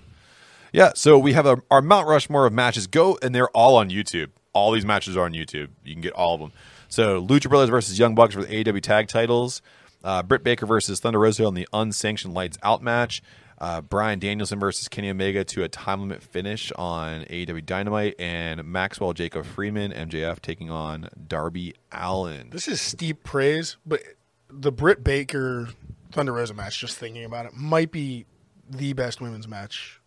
[SPEAKER 3] Yeah. So we have our, our Mount Rushmore of matches. Go and they're all on YouTube. All these matches are on YouTube. You can get all of them. So Lucha Brothers versus Young Bucks for the AEW tag titles. Uh, Britt Baker versus Thunder Rosa on the unsanctioned lights out match. Uh, Brian Danielson versus Kenny Omega to a time limit finish on AEW Dynamite, and Maxwell Jacob Freeman MJF taking on Darby Allen.
[SPEAKER 1] This is steep praise, but the Britt Baker Thunder Rosa match, just thinking about it, might be the best women's match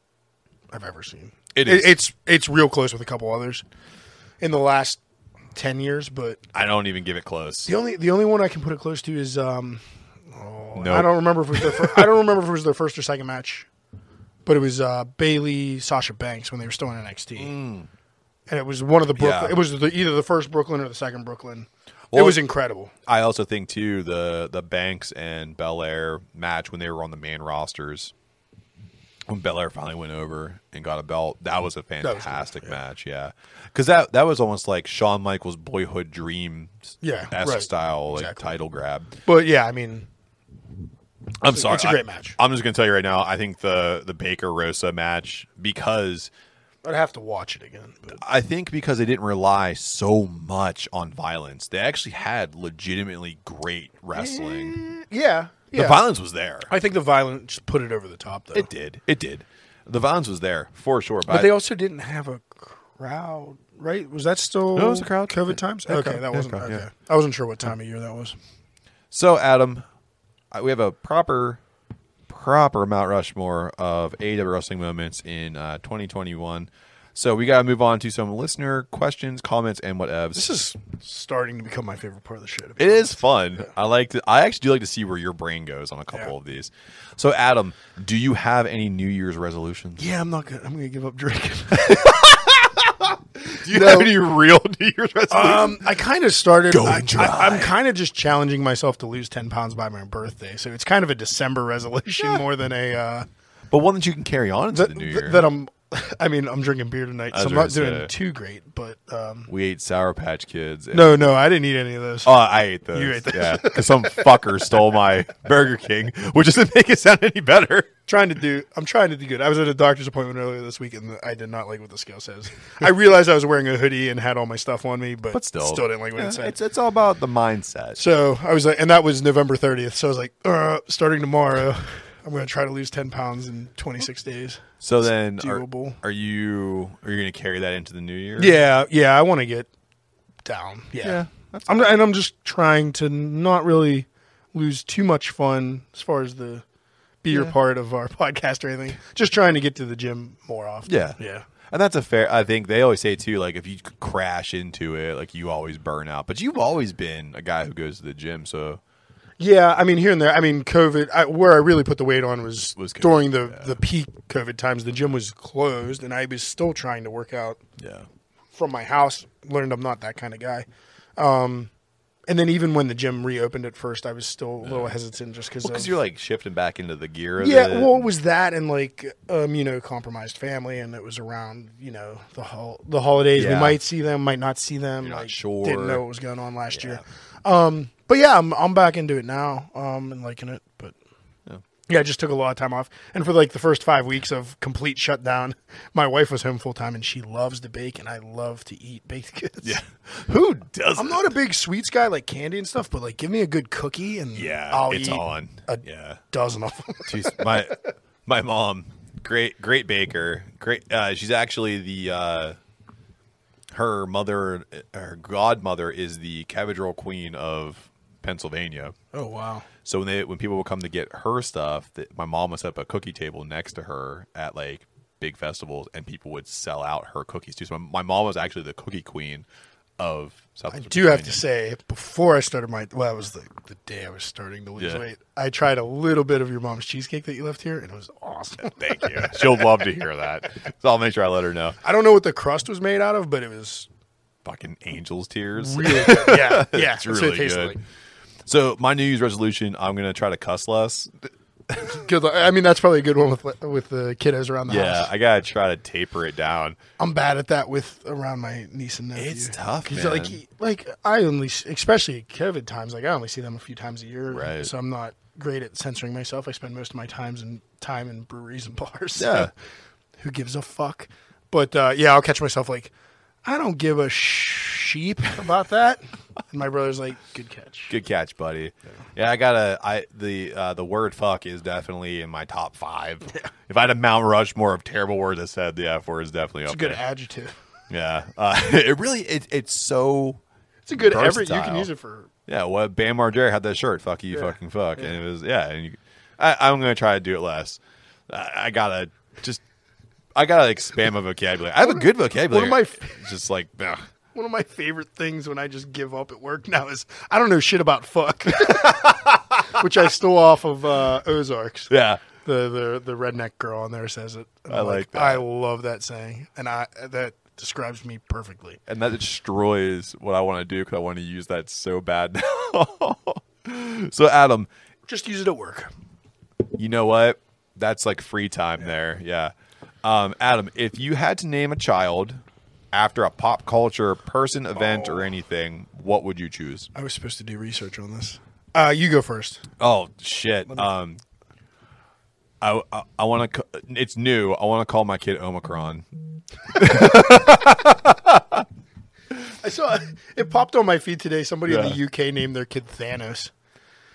[SPEAKER 1] I've ever seen.
[SPEAKER 3] It is.
[SPEAKER 1] it's it's real close with a couple others in the last ten years, but
[SPEAKER 3] I don't even give it close.
[SPEAKER 1] the only the only one I can put it close to is um oh,
[SPEAKER 3] Nope.
[SPEAKER 1] I don't remember if it was their fir- I don't remember if it was their first or second match, but it was uh, Bailey Sasha Banks when they were still in NXT. And it was one of the Brooklyn.
[SPEAKER 3] Mm. Yeah.
[SPEAKER 1] It was the, either the first Brooklyn or the second Brooklyn.
[SPEAKER 3] Well,
[SPEAKER 1] it was incredible.
[SPEAKER 3] I also think too the the Banks and Belair match when they were on the main rosters. when Belair finally went over and got a belt, that was a
[SPEAKER 1] good,
[SPEAKER 3] fantastic match. Yeah, because that that was almost like Shawn Michaels' boyhood dream,
[SPEAKER 1] Yeah,
[SPEAKER 3] esque
[SPEAKER 1] right.
[SPEAKER 3] style like
[SPEAKER 1] Exactly.
[SPEAKER 3] title grab.
[SPEAKER 1] But yeah, I mean,
[SPEAKER 3] I'm
[SPEAKER 1] It's a-
[SPEAKER 3] sorry,
[SPEAKER 1] it's a
[SPEAKER 3] I-
[SPEAKER 1] great match.
[SPEAKER 3] I'm just gonna tell you right now. I think the the Baker Rosa match because
[SPEAKER 1] I'd have to watch it again. but-
[SPEAKER 3] I think because they didn't rely so much on violence, they actually had legitimately great wrestling.
[SPEAKER 1] uh, yeah, Eh, yeah.
[SPEAKER 3] The violence was there.
[SPEAKER 1] I think the violence put it over the top though.
[SPEAKER 3] It did. It did. The violence was there for sure. But,
[SPEAKER 1] But they also didn't have a crowd, right? Was that still
[SPEAKER 3] No, it was a crowd.
[SPEAKER 1] COVID times?
[SPEAKER 3] Yeah,
[SPEAKER 1] okay,
[SPEAKER 3] crowd.
[SPEAKER 1] that
[SPEAKER 3] Yeah,
[SPEAKER 1] wasn't.
[SPEAKER 3] crowd,
[SPEAKER 1] okay.
[SPEAKER 3] yeah.
[SPEAKER 1] I wasn't sure what time of year that was.
[SPEAKER 3] So, Adam, I- we have a proper, proper Mount Rushmore of AW wrestling moments in uh, 2021. So we got to move on to some listener questions, comments, and whatevs.
[SPEAKER 1] This is starting to become my favorite part of the show. to be
[SPEAKER 3] it is fun. I like. To, I actually do like to see where your brain goes on a couple
[SPEAKER 1] Yeah.
[SPEAKER 3] of these. So, Adam, do you have any New Year's resolutions?
[SPEAKER 1] Yeah, I'm not gonna. I'm gonna give up drinking.
[SPEAKER 3] Do you have any real New Year's resolutions?
[SPEAKER 1] um, I kind of started.
[SPEAKER 3] Go
[SPEAKER 1] I,
[SPEAKER 3] dry.
[SPEAKER 1] am kind of just challenging myself to lose ten pounds by my birthday, so it's kind of a December resolution more than a uh,
[SPEAKER 3] but one that you can carry on into
[SPEAKER 1] that,
[SPEAKER 3] the New Year.
[SPEAKER 1] that I'm. I mean, I'm drinking beer tonight, so
[SPEAKER 3] was
[SPEAKER 1] I'm not
[SPEAKER 3] gonna
[SPEAKER 1] doing
[SPEAKER 3] say.
[SPEAKER 1] too great. But um,
[SPEAKER 3] we ate Sour Patch Kids. and-
[SPEAKER 1] no, no, I didn't eat any of those.
[SPEAKER 3] Oh, I ate those.
[SPEAKER 1] You ate those.
[SPEAKER 3] Yeah, because some fucker stole my Burger King, which doesn't make it sound any better.
[SPEAKER 1] trying to do I'm trying to do good. I was at a doctor's appointment earlier this week and I did not like what the scale says. I realized I was wearing a hoodie and had all my stuff on me, but,
[SPEAKER 3] But still,
[SPEAKER 1] still didn't like what
[SPEAKER 3] Yeah,
[SPEAKER 1] it said.
[SPEAKER 3] It's, it's all about the mindset.
[SPEAKER 1] so I was like, and that was November 30th. So I was like, uh, starting tomorrow, I'm going to try to lose 10 pounds in 26 days.
[SPEAKER 3] So then, are,
[SPEAKER 1] doable.
[SPEAKER 3] are you are you going to carry that into the new year?
[SPEAKER 1] Yeah, yeah, I want to get down. Yeah,
[SPEAKER 3] Yeah,
[SPEAKER 1] I'm, and I'm just trying to not really lose too much fun as far as the beer part of our podcast or anything. Just trying to get to the gym more often.
[SPEAKER 3] Yeah.
[SPEAKER 1] yeah.
[SPEAKER 3] And that's a fair. I think they always say too, like if you c- crash into it, like you always burn out. But you've always been a guy who goes to the gym, so
[SPEAKER 1] Yeah, I mean here and there. I mean, COVID. I, where I really put the weight on was,
[SPEAKER 3] Was COVID,
[SPEAKER 1] during the the peak COVID times. The gym was closed, and I was still trying to work out
[SPEAKER 3] yeah,
[SPEAKER 1] from my house. Learned I'm not that kind of guy. Um, and then even when the gym reopened at first, I was still a little hesitant just because.
[SPEAKER 3] because you're like shifting back into the gear. Of
[SPEAKER 1] yeah,
[SPEAKER 3] it.
[SPEAKER 1] well, it was that and like um, you know, compromised family, and it was around you know the hol- the holidays. We
[SPEAKER 3] Yeah.
[SPEAKER 1] might see them, might not see them.
[SPEAKER 3] You're not
[SPEAKER 1] like,
[SPEAKER 3] sure.
[SPEAKER 1] Didn't know what was going on last year. Um,
[SPEAKER 3] Yeah.
[SPEAKER 1] But yeah, I'm I'm back into it now. Um, and liking it, but
[SPEAKER 3] Yeah.
[SPEAKER 1] yeah. I just took a lot of time off, and for like the first five weeks of complete shutdown, my wife was home full time, and she loves to bake, and I love to eat baked goods.
[SPEAKER 3] yeah. Who does?
[SPEAKER 1] I'm not a big sweets guy like candy and stuff, but like give me a good cookie and
[SPEAKER 3] Yeah,
[SPEAKER 1] I'll
[SPEAKER 3] it's
[SPEAKER 1] eat
[SPEAKER 3] on.
[SPEAKER 1] a
[SPEAKER 3] yeah.
[SPEAKER 1] dozen of them.
[SPEAKER 3] She's my my mom, great great baker. Great. Uh, she's actually the uh, her mother, her godmother is the cabbage roll queen of Pennsylvania.
[SPEAKER 1] oh wow,
[SPEAKER 3] So when they when people would come to get her stuff, that my mom would set up a cookie table next to her at like big festivals, and people would sell out her cookies too. So my, my mom was actually the cookie queen of South.
[SPEAKER 1] I do have to say, before I started my well, that was the, the day I was starting to lose
[SPEAKER 3] Yeah.
[SPEAKER 1] weight. I tried a little bit of your mom's cheesecake that you left here, and it was awesome.
[SPEAKER 3] Thank you. She'll love to hear that. So I'll make sure I let her know.
[SPEAKER 1] I don't know what the crust was made out of, but it was
[SPEAKER 3] Fucking angels tears.
[SPEAKER 1] really good. Yeah, yeah,
[SPEAKER 3] It's
[SPEAKER 1] that's what it
[SPEAKER 3] really
[SPEAKER 1] tasted
[SPEAKER 3] good. So my New Year's resolution, I'm gonna try to cuss less.
[SPEAKER 1] like. Good. luck- I mean, that's probably a good one with with the kiddos around the
[SPEAKER 3] Yeah,
[SPEAKER 1] house.
[SPEAKER 3] I gotta try to taper it down.
[SPEAKER 1] I'm bad at that with around my niece and nephew.
[SPEAKER 3] It's tough,
[SPEAKER 1] 'Cause,
[SPEAKER 3] man.
[SPEAKER 1] Like, he- like I only, s- especially COVID times, like I only see them a few times a year,
[SPEAKER 3] Right.
[SPEAKER 1] so I'm not great at censoring myself. I spend most of my times in time in breweries and bars.
[SPEAKER 3] Yeah.
[SPEAKER 1] who gives a fuck? But uh, yeah, I'll catch myself like, I don't give a sheep about that. and my brother's like, good catch.
[SPEAKER 3] Good catch, buddy. Yeah, I gotta. I the uh, the word fuck is definitely in my top five. If I had a Mount Rushmore of terrible words I said, the F word is definitely
[SPEAKER 1] It's
[SPEAKER 3] up
[SPEAKER 1] a good
[SPEAKER 3] there.
[SPEAKER 1] adjective.
[SPEAKER 3] Yeah, uh, it really it, it's so.
[SPEAKER 1] It's a good every. You can
[SPEAKER 3] Versatile.
[SPEAKER 1] use it for
[SPEAKER 3] Yeah, what Bam Margera had that shirt. Fuck you, fucking fuck, and it was yeah. And you, I, I'm gonna try to do it less. I, I gotta just. I gotta expand my vocabulary. I have a good vocabulary.
[SPEAKER 1] my-
[SPEAKER 3] It's just like ugh.
[SPEAKER 1] One of my favorite things when I just give up at work now is I don't know shit about fuck, which I stole off of uh, Ozarks.
[SPEAKER 3] yeah.
[SPEAKER 1] The, the the redneck girl on there says it. And
[SPEAKER 3] I
[SPEAKER 1] I'm
[SPEAKER 3] like that.
[SPEAKER 1] I love that saying, and I that describes me perfectly.
[SPEAKER 3] and that destroys what I want to do because I want to use that so bad now. so Adam,
[SPEAKER 1] Just use it at work.
[SPEAKER 3] you know what? That's like free time there. Yeah. Um, Adam, if you had to name a child after a pop culture person, event, or anything, what would you choose?
[SPEAKER 1] I was supposed to do research on this. Uh, you go first.
[SPEAKER 3] Oh shit. Um, I I, I want to. It's new. I want to call my kid Omicron.
[SPEAKER 1] I saw it popped on my feed today. Somebody in the UK named their kid Thanos.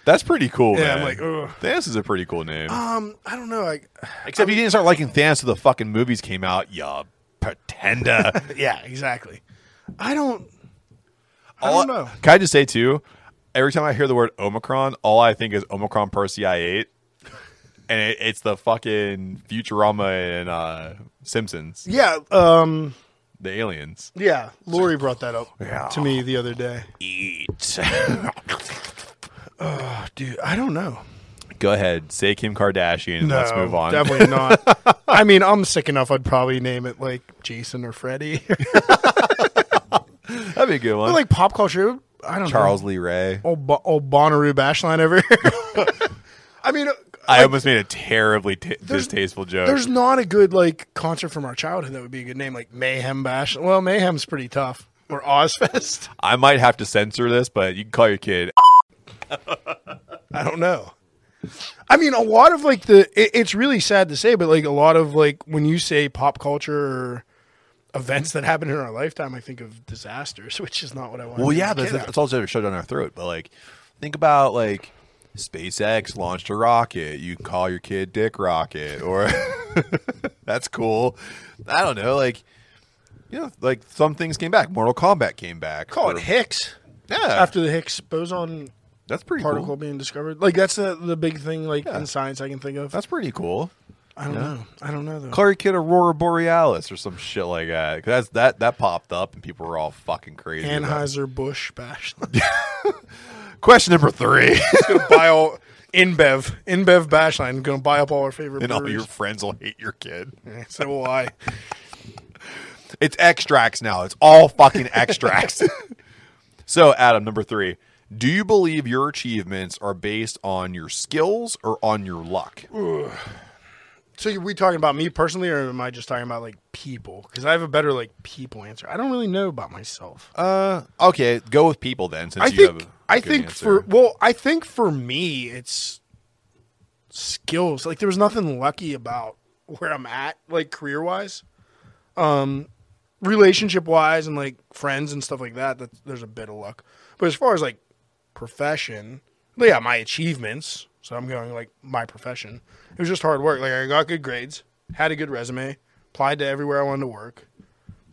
[SPEAKER 3] That's pretty cool.
[SPEAKER 1] Yeah, I'm
[SPEAKER 3] man.
[SPEAKER 1] like, ugh.
[SPEAKER 3] Thanos is a pretty cool name.
[SPEAKER 1] Um, I don't know. I,
[SPEAKER 3] Except you didn't start liking Thanos till the fucking movies came out. Ya pretender.
[SPEAKER 1] yeah, exactly. I don't. I
[SPEAKER 3] All-
[SPEAKER 1] don't know.
[SPEAKER 3] Can I just say too? Every time I hear the word Omicron, all I think is Omicron Percy I eight, and it, it's the fucking Futurama and uh, Simpsons,
[SPEAKER 1] Yeah, um,
[SPEAKER 3] the aliens.
[SPEAKER 1] yeah. Lori brought that up
[SPEAKER 3] Yeah.
[SPEAKER 1] to me the other day.
[SPEAKER 3] Eat. Oh,
[SPEAKER 1] Dude, I don't know.
[SPEAKER 3] Go ahead, say Kim Kardashian. and
[SPEAKER 1] No,
[SPEAKER 3] let's move on.
[SPEAKER 1] Definitely not. I mean, I'm sick enough. I'd probably name it like Jason or Freddy.
[SPEAKER 3] That'd be a good one.
[SPEAKER 1] like pop culture. I don't
[SPEAKER 3] Charles
[SPEAKER 1] know.
[SPEAKER 3] Lee Ray.
[SPEAKER 1] Old, Bo- old Bonnaroo Bashline over here. I mean,
[SPEAKER 3] I almost made a terribly t-
[SPEAKER 1] There's-
[SPEAKER 3] distasteful joke.
[SPEAKER 1] there's not a good like concert from our childhood that would be a good name like Mayhem Bash. Well, Mayhem's pretty tough. Or Ozfest.
[SPEAKER 3] I might have to censor this, but you can call your kid.
[SPEAKER 1] I don't know. I mean, a lot of like the it, it's really sad to say, but like a lot of like when you say pop culture or events that happened in our lifetime, I think of disasters, which is not what I want.
[SPEAKER 3] Well, yeah, that's, that's also shoved down our throat. But like, think about like SpaceX launched a rocket. You call your kid Dick Rocket, or that's cool. I don't know, like. You know, like some things came back. Mortal Kombat came back.
[SPEAKER 1] call
[SPEAKER 3] Or-
[SPEAKER 1] it Higgs
[SPEAKER 3] Yeah,
[SPEAKER 1] Oh, after the Higgs boson
[SPEAKER 3] that's pretty
[SPEAKER 1] particle
[SPEAKER 3] cool.
[SPEAKER 1] being discovered. Like that's the the big thing like
[SPEAKER 3] Yeah.
[SPEAKER 1] in science I can think of.
[SPEAKER 3] That's pretty cool.
[SPEAKER 1] I don't know. I don't know though.
[SPEAKER 3] Call your kid Aurora Borealis or some shit like that. 'Cause That's that that popped up and people were all fucking crazy. about it.
[SPEAKER 1] Anheuser Busch bash.
[SPEAKER 3] Question number three.
[SPEAKER 1] gonna buy all InBev InBev Bashline. Gonna buy up all our favorite.
[SPEAKER 3] and all your
[SPEAKER 1] breweries.
[SPEAKER 3] friends will hate your kid.
[SPEAKER 1] so will I.
[SPEAKER 3] It's extracts now. It's all fucking extracts. so, Adam, number three. Do you believe your achievements are based on your skills or on your luck?
[SPEAKER 1] So are we talking about me personally, or am I just talking about like people? Because I have a better like people answer. I don't really know about myself.
[SPEAKER 3] Uh, okay, go with people then. Since
[SPEAKER 1] I
[SPEAKER 3] you
[SPEAKER 1] think
[SPEAKER 3] have a
[SPEAKER 1] I
[SPEAKER 3] good
[SPEAKER 1] think
[SPEAKER 3] answer.
[SPEAKER 1] for well, I think for me it's skills. Like there was nothing lucky about where I'm at, like career wise, um, relationship wise, and like friends and stuff like that. That there's a bit of luck, but as far as like profession, yeah, my achievements. So I'm going like my profession. It was just hard work. Like I got good grades, had a good resume, applied to everywhere I wanted to work,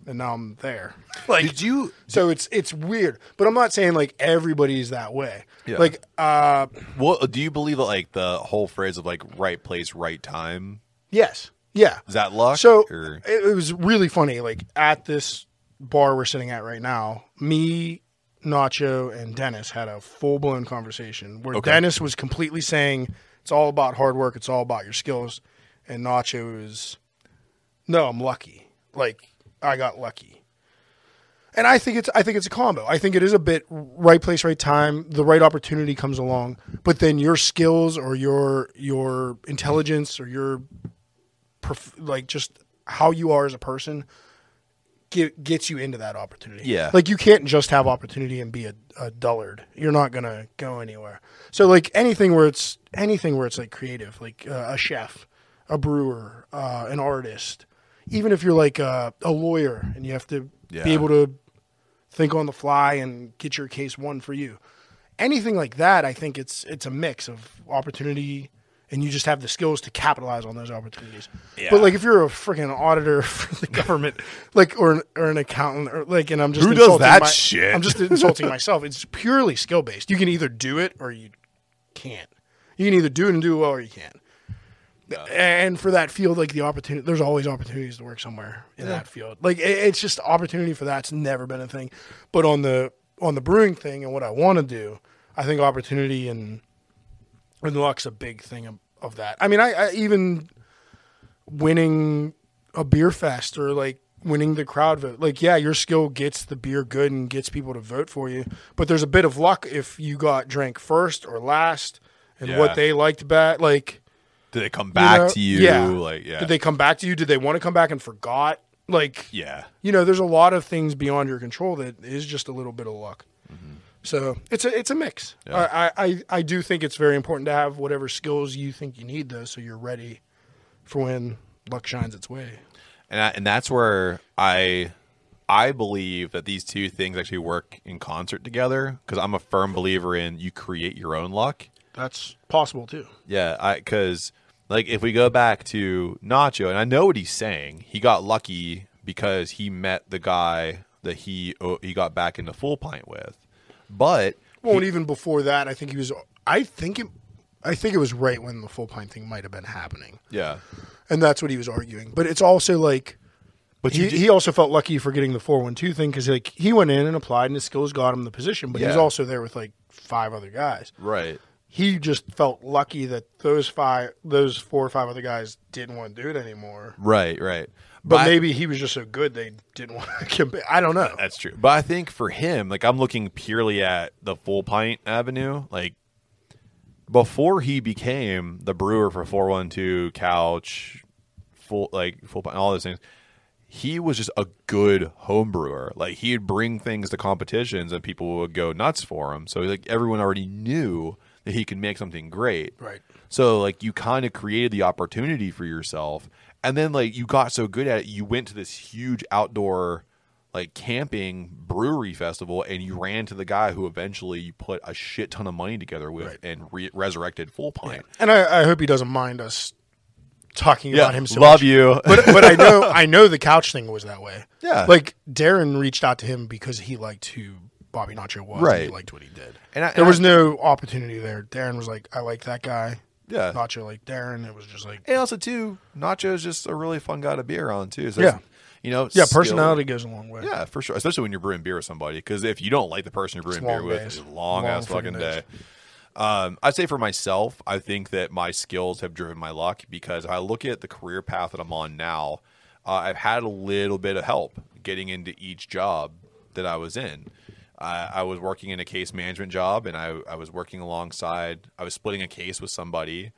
[SPEAKER 1] and now I'm there. Like
[SPEAKER 3] did you
[SPEAKER 1] so it's it's weird, but I'm not saying like everybody's that way.
[SPEAKER 3] Yeah.
[SPEAKER 1] Like uh
[SPEAKER 3] well, do you believe like the whole phrase of like right place, right time?
[SPEAKER 1] yes. Yeah.
[SPEAKER 3] Is that luck?
[SPEAKER 1] So
[SPEAKER 3] or-
[SPEAKER 1] it, it was really funny like at this bar we're sitting at right now, me, Nacho and Dennis had a full-blown conversation where
[SPEAKER 3] Okay.
[SPEAKER 1] Dennis was completely saying it's all about hard work, it's all about your skills and Nacho is no, I'm lucky. Like I got lucky. And I think it's I think it's a combo. I think it is a bit right place, right time. The right opportunity comes along, but then your skills or your your intelligence or your perf- like just how you are as a person get, gets you into that opportunity.
[SPEAKER 3] Yeah.
[SPEAKER 1] like you can't just have opportunity and be a, a dullard. You're not gonna go anywhere. So like anything where it's anything where it's like creative, like uh, a chef, a brewer, uh, an artist. Even if you're like a, a lawyer and you have to
[SPEAKER 3] Yeah.
[SPEAKER 1] be able to think on the fly and get your case won for you. Anything like that, I think it's it's a mix of opportunity and you just have the skills to capitalize on those opportunities.
[SPEAKER 3] Yeah.
[SPEAKER 1] But like if you're a freaking auditor for the government, like or an, or an accountant or like and I'm just
[SPEAKER 3] Who does
[SPEAKER 1] insulting
[SPEAKER 3] that
[SPEAKER 1] my-
[SPEAKER 3] shit?
[SPEAKER 1] I'm just insulting myself. It's purely skill based. You can either do it or you can't. You can either do it and do it well or you can't. And for that field, like the opportunity, there's always opportunities to work somewhere in that field. Like it, it's just opportunity for that's never been a thing. But on the on the brewing thing and what I want to do, I think opportunity and and luck's a big thing of, of that. I mean, I, I even winning a beer fest or like winning the crowd vote. Like, yeah, your skill gets the beer good and gets people to vote for you, but there's a bit of luck if you got drank first or last and
[SPEAKER 3] Yeah.
[SPEAKER 1] what they liked bad. Like,
[SPEAKER 3] Did they come back
[SPEAKER 1] know?
[SPEAKER 3] to you?
[SPEAKER 1] Yeah.
[SPEAKER 3] Like yeah,
[SPEAKER 1] Did they come back to you? Did they want to come back and forgot? Like,
[SPEAKER 3] yeah.
[SPEAKER 1] you know, there's a lot of things beyond your control that is just a little bit of luck.
[SPEAKER 3] Mm-hmm.
[SPEAKER 1] So it's a it's a mix. I, I- I I do think it's very important to have whatever skills you think you need though, so you're ready for when luck shines its way.
[SPEAKER 3] and I, and that's where I I believe that these two things actually work in concert together because I'm a firm believer in you create your own luck.
[SPEAKER 1] That's possible too.
[SPEAKER 3] Yeah, I because like if we go back to Nacho, and I know what he's saying. He got lucky because he met the guy that he oh, he got back into full pint with, but
[SPEAKER 1] Well, and even before that, I think he was. I think it. I think it was right when the full pint thing might have been happening,
[SPEAKER 3] yeah,
[SPEAKER 1] and that's what he was arguing. But it's also like
[SPEAKER 3] but
[SPEAKER 1] he,
[SPEAKER 3] you did-
[SPEAKER 1] he also felt lucky for getting the four one two thing because like he went in and applied and his skills got him the position, but he was
[SPEAKER 3] Yeah.
[SPEAKER 1] also there with like five other guys.
[SPEAKER 3] right.
[SPEAKER 1] He just felt lucky that those five, those four or five other guys didn't want to do it anymore.
[SPEAKER 3] Right, right.
[SPEAKER 1] But
[SPEAKER 3] I-
[SPEAKER 1] maybe he was just so good they didn't want to compete. I don't know.
[SPEAKER 3] That's true. But I think for him, like I'm looking purely at the full pint avenue. Like before he became the brewer for 412 couch, full like full pint, all those things. He was just a good home brewer. Like he'd bring things to competitions and people would go nuts for him. So like everyone already knew that he could make something great.
[SPEAKER 1] Right.
[SPEAKER 3] So like you kind of created the opportunity for yourself, and then like you got so good at it, you went to this huge outdoor like camping brewery festival, and you ran to the guy who eventually you put a shit ton of money together with and re- resurrected Full Pint.
[SPEAKER 1] And I, I hope he doesn't mind us talking about him so
[SPEAKER 3] love
[SPEAKER 1] much.
[SPEAKER 3] you.
[SPEAKER 1] but but I know I know the couch thing was that way.
[SPEAKER 3] Yeah.
[SPEAKER 1] Like Darren reached out to him because he liked who Bobby Nacho was. and
[SPEAKER 3] Right.
[SPEAKER 1] he liked what he did.
[SPEAKER 3] And I-
[SPEAKER 1] there
[SPEAKER 3] and
[SPEAKER 1] was
[SPEAKER 3] I-
[SPEAKER 1] no opportunity there. Darren was like, I like that guy.
[SPEAKER 3] Yeah.
[SPEAKER 1] Nacho like Darren. It was just like
[SPEAKER 3] and also too, Nacho's just a really fun guy to be around too. So
[SPEAKER 1] Yeah.
[SPEAKER 3] it's- you know,
[SPEAKER 1] Yeah,
[SPEAKER 3] skill-
[SPEAKER 1] personality goes a long way.
[SPEAKER 3] Yeah, for sure. Especially when you're brewing beer with somebody, because if you don't like the person you're brewing beer
[SPEAKER 1] long
[SPEAKER 3] with,
[SPEAKER 1] days.
[SPEAKER 3] it's a long,
[SPEAKER 1] Long
[SPEAKER 3] ass fucking
[SPEAKER 1] fucking
[SPEAKER 3] day. Um, I'd say for myself, I think that my skills have driven my luck because if I look at the career path that I'm on now, uh, I've had a little bit of help getting into each job that I was in. I I was working in a case management job, and I, I was working alongside. I was splitting a case with somebody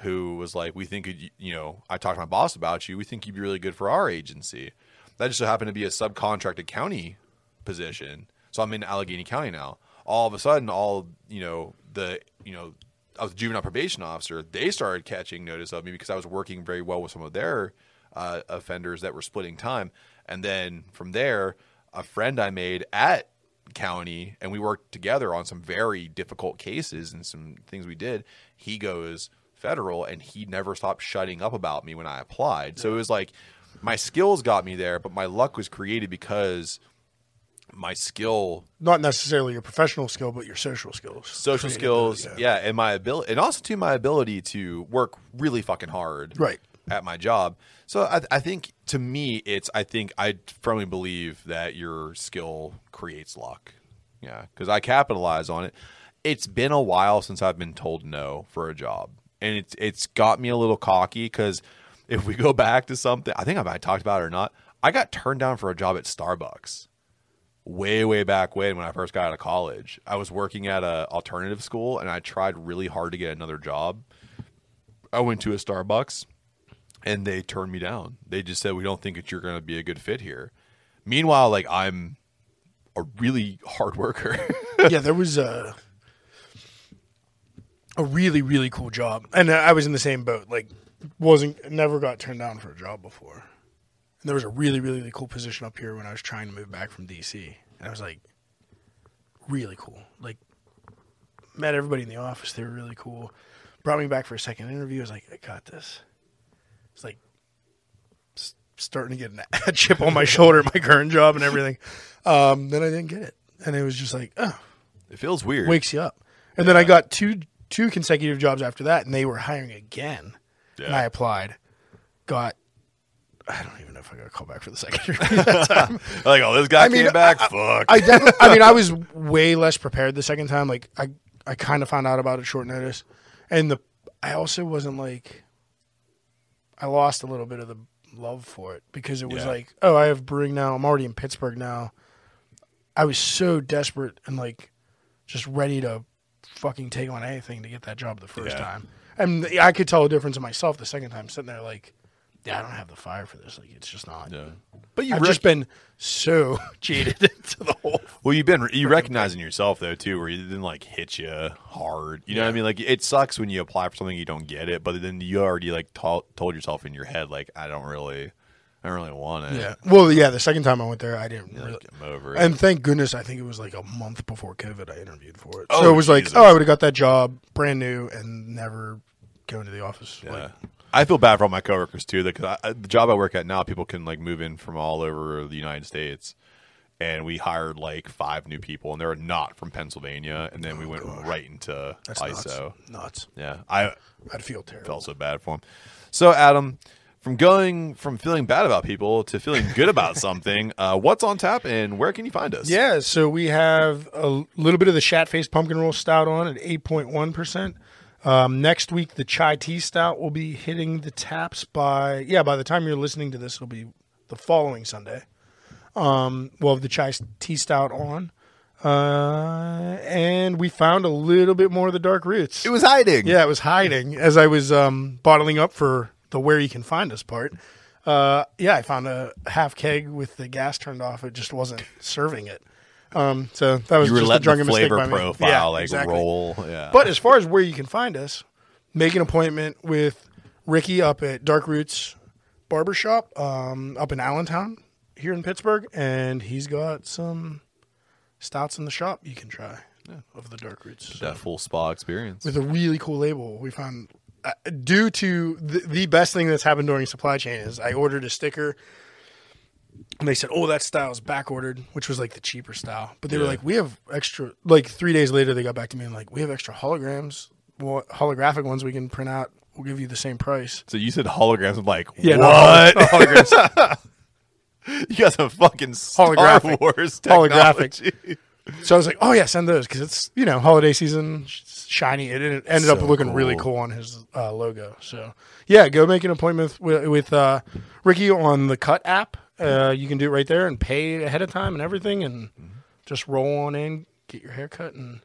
[SPEAKER 3] who was like, "We think you'd- you know." I talked to my boss about you. We think you'd be really good for our agency. That just so happened to be a subcontracted county position, so I'm in Allegheny County now. All of a sudden, all you know, the you know, I was a juvenile probation officer. They started catching notice of me because I was working very well with some of their uh, offenders that were splitting time. And then from there, a friend I made at county and we worked together on some very difficult cases and some things we did he goes federal and he never stopped shutting up about me when i applied so it was like my skills got me there but my luck was created because my skill
[SPEAKER 1] Not necessarily your professional skill, but your social skills.
[SPEAKER 3] social
[SPEAKER 1] Created
[SPEAKER 3] skills
[SPEAKER 1] those,
[SPEAKER 3] yeah. and my ability and also to my ability to work really fucking hard
[SPEAKER 1] Right.
[SPEAKER 3] at my job so I, I think to me it's i think i firmly believe that your skill creates luck yeah because i capitalize on it it's been a while since i've been told no for a job and it's it's got me a little cocky because if we go back to something i think i might have talked about it or not i got turned down for a job at starbucks way way back when when i first got out of college i was working at a alternative school and i tried really hard to get another job i went to a starbucks and they turned me down they just said we don't think that you're going to be a good fit here meanwhile like i'm a really hard worker
[SPEAKER 1] yeah, there was a a really really cool job, and I was in the same boat. Like, wasn't never got turned down for a job before. And there was a really really cool position up here when I was trying to move back from DC, and I was like, really cool. Like, met everybody in the office; they were really cool. Brought me back for a second interview. I was like, I got this. It's like s- starting to get an- a chip on my shoulder at my current job and everything. Um, then I didn't get it, and it was just like, oh,
[SPEAKER 3] it feels weird
[SPEAKER 1] wakes you up. And then I got two two consecutive jobs after that, and they were hiring again. And
[SPEAKER 3] Yeah.
[SPEAKER 1] I applied, got. I don't even know if I got a call back for the second interview. that time.
[SPEAKER 3] like oh this guy
[SPEAKER 1] I mean,
[SPEAKER 3] came back fuck
[SPEAKER 1] I definitely, I mean, I was way less prepared the second time. Like I, I kind of found out about it short notice, and the I also wasn't like. I lost a little bit of the love for it because it was
[SPEAKER 3] Yeah.
[SPEAKER 1] like, oh, I have brewing now. I'm already in Pittsburgh now. I was so desperate and like just ready to fucking take on anything to get that job the first
[SPEAKER 3] Yeah.
[SPEAKER 1] time. and I could tell a difference in myself the second time sitting there like, yeah, I don't have the fire for this. Like it's just not.
[SPEAKER 3] But you
[SPEAKER 1] I've
[SPEAKER 3] rec-
[SPEAKER 1] just been so jaded into the whole.
[SPEAKER 3] well, you've been you recognizing yourself though too, where you didn't like hit you hard. You know what I mean? Like it sucks when you apply for something you don't get it, but then you already like to- told yourself in your head like I don't really, I don't really want it.
[SPEAKER 1] Yeah. Well, yeah. The second time I went there, I didn't really.
[SPEAKER 3] Like, I'm over it.
[SPEAKER 1] And thank goodness, I think it was like a month before COVID, I interviewed for it.
[SPEAKER 3] Oh,
[SPEAKER 1] so it was like,
[SPEAKER 3] Jesus.
[SPEAKER 1] oh, I would have got that job brand new and never going to the office.
[SPEAKER 3] Yeah.
[SPEAKER 1] Like,
[SPEAKER 3] I feel bad for all my coworkers too, because the job I work at now, people can like move in from all over the United States, and we hired like five new people, and they're not from Pennsylvania, and then we went right into
[SPEAKER 1] Oh, that's
[SPEAKER 3] ISO.
[SPEAKER 1] nuts. Nuts.
[SPEAKER 3] Yeah, I
[SPEAKER 1] I'd feel terrible.
[SPEAKER 3] felt so bad for him. So Adam, from going from feeling bad about people to feeling good about something, uh, what's on tap and where can you find us?
[SPEAKER 1] Yeah, so we have a little bit of the Shat Face Pumpkin Roll Stout on at 8.1%. Um, next week, the Chai Tea Stout will be hitting the taps by, yeah, by the time you're listening to this, it'll be the following Sunday. Um, we'll have the Chai Tea Stout on. Uh, and we found a little bit more of the dark roots.
[SPEAKER 4] It was hiding.
[SPEAKER 1] Yeah, it was hiding as I was um, bottling up for the where you can find us part. Uh, yeah, I found a half keg with the gas turned off. It just wasn't serving it. Um, so that was
[SPEAKER 3] you were
[SPEAKER 1] just a
[SPEAKER 3] letting the
[SPEAKER 1] drunken mistake
[SPEAKER 3] flavor
[SPEAKER 1] by me.
[SPEAKER 3] profile
[SPEAKER 1] Yeah,
[SPEAKER 3] like
[SPEAKER 1] exactly.
[SPEAKER 3] roll. Yeah,
[SPEAKER 1] But as far as where you can find us, make an appointment with Ricky up at Dark Roots Barbershop um, up in Allentown here in Pittsburgh, and he's got some stouts in the shop you can try of the Dark Roots
[SPEAKER 3] that full spa experience.
[SPEAKER 1] with a really cool label we found uh, due to the, the best thing that's happened during supply chain is i ordered a sticker and they said oh that style is back ordered which was like the cheaper style but they were
[SPEAKER 3] Yeah.
[SPEAKER 1] like we have extra like three days later they got back to me and like we have extra holograms what holographic ones we can print out we'll give you the same price
[SPEAKER 3] So you said holograms. I'm like,
[SPEAKER 1] Yeah, no,
[SPEAKER 3] what? you guys have fucking Star
[SPEAKER 1] Holographic.
[SPEAKER 3] Wars
[SPEAKER 1] Holographic.
[SPEAKER 3] technology.
[SPEAKER 1] so i was like oh yeah send those because it's you know holiday season sh- shiny it ended ended up
[SPEAKER 3] So
[SPEAKER 1] looking really
[SPEAKER 3] cool.
[SPEAKER 1] cool on his uh, logo so yeah go make an appointment with, with uh, ricky on the cut app uh, you can do it right there and pay ahead of time and everything and
[SPEAKER 3] Mm-hmm.
[SPEAKER 1] just roll on in get your hair cut and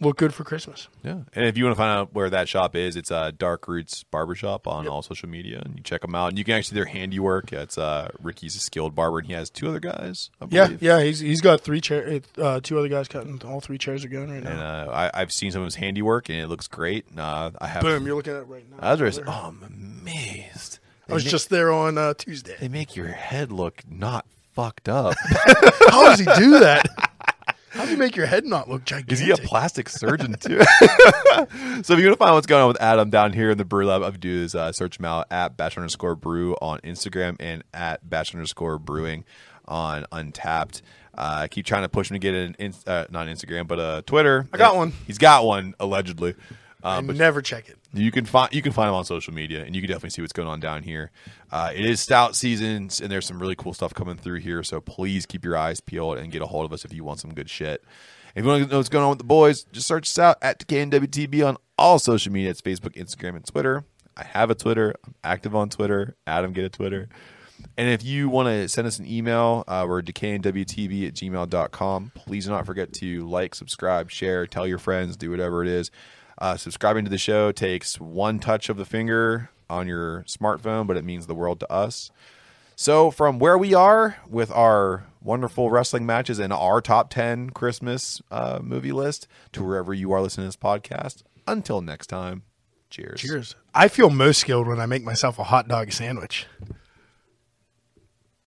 [SPEAKER 1] look good for christmas
[SPEAKER 3] Yeah. And if you want to find out where that shop is, it's uh, Dark Roots Barbershop on all social media, and you check them out. And you can actually see their handiwork. It's uh, Ricky's a skilled barber, and he has two other guys. I
[SPEAKER 1] yeah
[SPEAKER 3] believe.
[SPEAKER 1] yeah he's, he's got three chair uh, two other guys cutting all three chairs are going right
[SPEAKER 3] And
[SPEAKER 1] now
[SPEAKER 3] uh, I, I've seen some of his handiwork, and it looks great. And, uh, I have.
[SPEAKER 1] boom you're looking at it right now
[SPEAKER 3] I was just, oh, I'm amazed.
[SPEAKER 1] I was just there on uh, tuesday
[SPEAKER 3] They make your head look not fucked up.
[SPEAKER 1] how does he do that how do you make your head not look gigantic
[SPEAKER 3] Is he a plastic surgeon too? so if you want to find what's going on with Adam down here in the brew lab, all you do is uh, search him out at batch underscore brew on Instagram and at batch underscore brewing on Untapped. Uh, keep trying to push him to get an in, uh, not Instagram, but uh, Twitter. I
[SPEAKER 1] got one.
[SPEAKER 3] He's got one allegedly.
[SPEAKER 1] I
[SPEAKER 3] Um, but
[SPEAKER 1] never check it
[SPEAKER 3] you can find you can find them on social media, and you can definitely see what's going on down here. Uh, it is stout seasons, and there's some really cool stuff coming through here. So please keep your eyes peeled and get a hold of us if you want some good shit. If you want to know what's going on with the boys, just search us out at KNWTB on all social media. It's Facebook, Instagram, and Twitter. I have a Twitter. I'm active on Twitter. Adam, get a Twitter. And if you want to send us an email, uh, we're decayingwtb at gmail.com. Please do not forget to like, subscribe, share, tell your friends, do whatever it is. Uh, subscribing to the show takes one touch of the finger on your smartphone, but it means the world to us. So, from where we are with our wonderful wrestling matches and our top 10 Christmas uh, movie list to wherever you are listening to this podcast, until next time, cheers.
[SPEAKER 1] Cheers. I feel most skilled when I make myself a hot dog sandwich.